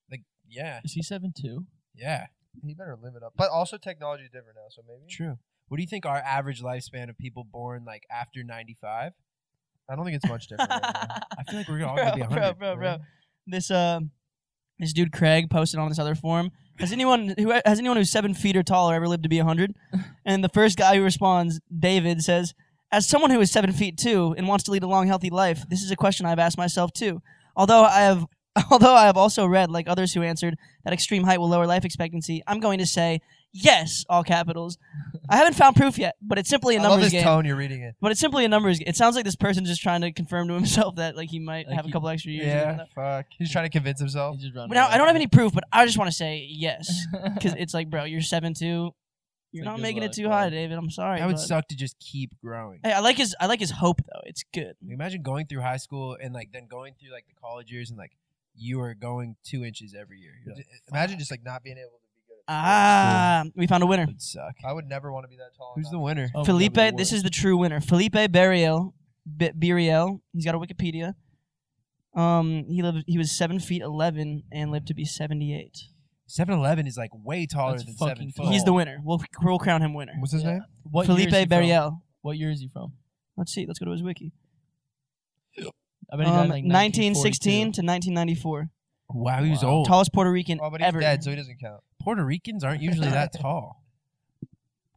[SPEAKER 5] Like, yeah,
[SPEAKER 4] Is he seven two?
[SPEAKER 5] yeah,
[SPEAKER 3] He better live it up. But also technology is different now, so maybe
[SPEAKER 5] true. What do you think our average lifespan of people born like after 95?
[SPEAKER 3] I don't think it's much different. right
[SPEAKER 5] (laughs)
[SPEAKER 3] now.
[SPEAKER 5] I feel like we're all
[SPEAKER 2] bro,
[SPEAKER 5] gonna be
[SPEAKER 2] bro,
[SPEAKER 5] 100.
[SPEAKER 2] bro, bro.
[SPEAKER 5] right?
[SPEAKER 2] This uh, this dude Craig posted on this other forum. Has anyone who has anyone who's seven feet or taller ever lived to be hundred? And the first guy who responds, David, says, "As someone who is seven feet two and wants to lead a long, healthy life, this is a question I've asked myself too. Although I have." (laughs) Although I have also read, like others who answered, that extreme height will lower life expectancy, I'm going to say yes, all capitals. I haven't found proof yet, but it's simply a
[SPEAKER 3] I love
[SPEAKER 2] numbers
[SPEAKER 3] this
[SPEAKER 2] game.
[SPEAKER 3] tone you're reading it.
[SPEAKER 2] But it's simply a numbers. It sounds like this person's just trying to confirm to himself that like he might
[SPEAKER 4] Like
[SPEAKER 2] have a
[SPEAKER 4] he-
[SPEAKER 2] couple extra years.
[SPEAKER 5] Yeah,
[SPEAKER 3] fuck. He's trying to convince himself.
[SPEAKER 4] He just run.
[SPEAKER 2] Now
[SPEAKER 4] away.
[SPEAKER 2] I
[SPEAKER 4] (laughs)
[SPEAKER 2] don't have any proof, but I just want to say yes because
[SPEAKER 4] Because
[SPEAKER 2] it's like, bro, you're seven two. You're
[SPEAKER 4] It's like,
[SPEAKER 2] not
[SPEAKER 4] good
[SPEAKER 2] making it
[SPEAKER 4] luck,
[SPEAKER 2] too
[SPEAKER 4] bro.
[SPEAKER 2] high, David. I'm sorry.
[SPEAKER 5] That would
[SPEAKER 2] bud.
[SPEAKER 5] suck to just keep growing.
[SPEAKER 2] Hey, I like his. I like his hope though. It's good.
[SPEAKER 5] Like, Imagine going through high school and like then going through like the college years and like you are going two inches every year. You're like,
[SPEAKER 3] Imagine just like not being able to be good. At
[SPEAKER 2] Ah, we found a winner.
[SPEAKER 5] that would suck.
[SPEAKER 3] sports. I would never want to be that tall.
[SPEAKER 5] Who's the winner?
[SPEAKER 2] (laughs)
[SPEAKER 4] Oh,
[SPEAKER 2] Felipe,
[SPEAKER 4] that'd be
[SPEAKER 2] this
[SPEAKER 4] worse.
[SPEAKER 2] is the true winner. Felipe Buriel, B- Buriel. He's got a Wikipedia. Um, he lived. He was seven feet eleven and lived to be seventy eight.
[SPEAKER 5] 7-Eleven is like way taller
[SPEAKER 4] That's
[SPEAKER 5] than
[SPEAKER 4] fucking
[SPEAKER 5] 7
[SPEAKER 4] tall.
[SPEAKER 2] He's the winner. We'll we'll crown him winner.
[SPEAKER 3] What's his
[SPEAKER 4] Yeah.
[SPEAKER 3] name?
[SPEAKER 4] Oh. what year
[SPEAKER 2] Felipe
[SPEAKER 4] is he from?
[SPEAKER 2] Buriel.
[SPEAKER 4] What year is he from?
[SPEAKER 2] Let's see. Let's go to his wiki.
[SPEAKER 4] I bet he died
[SPEAKER 2] Um,
[SPEAKER 4] in, like
[SPEAKER 2] 1916 to 1994.
[SPEAKER 5] Wow, he was
[SPEAKER 4] Wow.
[SPEAKER 5] old.
[SPEAKER 2] Tallest Puerto Rican
[SPEAKER 3] Oh, but he's
[SPEAKER 2] ever.
[SPEAKER 3] dead, so he doesn't count.
[SPEAKER 5] Puerto Ricans aren't usually that tall.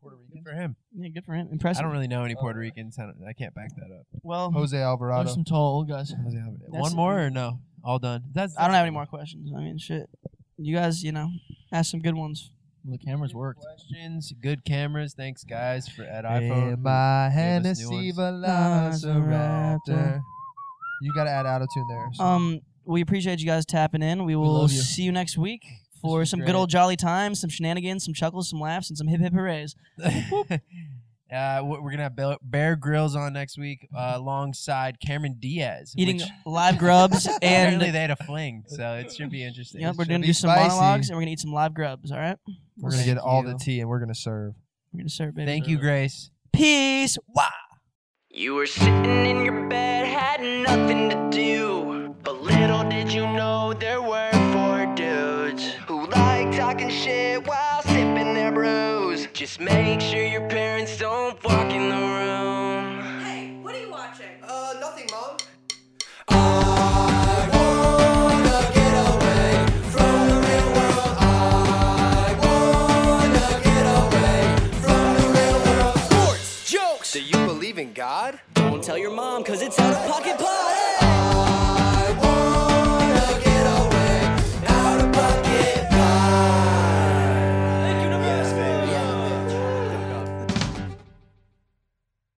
[SPEAKER 5] Puerto Rican for him.
[SPEAKER 2] Yeah, good for him. Impressive.
[SPEAKER 5] I don't really know any
[SPEAKER 3] Oh,
[SPEAKER 5] Puerto
[SPEAKER 3] yeah.
[SPEAKER 5] Ricans. I, don't, I can't back that up.
[SPEAKER 2] well,
[SPEAKER 3] Jose
[SPEAKER 4] 42.
[SPEAKER 3] Alvarado.
[SPEAKER 4] There's some tall old guys.
[SPEAKER 5] One more or no? All done. That's,
[SPEAKER 2] I don't have any more questions. I mean, shit. You guys, you know, ask some good ones.
[SPEAKER 4] Well, the cameras worked.
[SPEAKER 5] Questions. Good cameras. Thanks, guys, for at iPhone. (laughs)
[SPEAKER 3] In my (laughs)
[SPEAKER 5] Hennessy
[SPEAKER 3] Hennessy Velociraptor.
[SPEAKER 2] Velociraptor.
[SPEAKER 3] You gotta add auto tune there. so-
[SPEAKER 2] Um, we appreciate you guys tapping in. We will
[SPEAKER 4] love you.
[SPEAKER 2] see you next week. for
[SPEAKER 4] was
[SPEAKER 2] some
[SPEAKER 4] great.
[SPEAKER 2] good old jolly times, some shenanigans, some chuckles, some laughs, and some hip hip hoorays.
[SPEAKER 5] uh, we're we're gonna have Bear, Bear Grylls on next week uh, alongside Cameron Diaz.
[SPEAKER 2] Eating
[SPEAKER 5] which
[SPEAKER 2] live grubs and
[SPEAKER 5] apparently they had a fling, so it should be interesting.
[SPEAKER 2] Yep, we're
[SPEAKER 3] should
[SPEAKER 2] gonna
[SPEAKER 3] be
[SPEAKER 2] do some
[SPEAKER 3] spicy.
[SPEAKER 2] monologues and we're gonna eat some live grubs. All right,
[SPEAKER 3] We're gonna get all the tea and we're gonna serve.
[SPEAKER 2] we're gonna serve, baby.
[SPEAKER 5] Thank you, Grace.
[SPEAKER 2] Peace. Wow.
[SPEAKER 1] You were sitting in your bed, had nothing to do. But little did you know there were four dudes who like talking shit while sipping their brews. Just make sure your parents don't walk in the room.
[SPEAKER 6] Hey, what are you watching?
[SPEAKER 1] Uh, nothing, Mom. Do you believe in God? Don't tell your mom, cause it's out of pocket pot.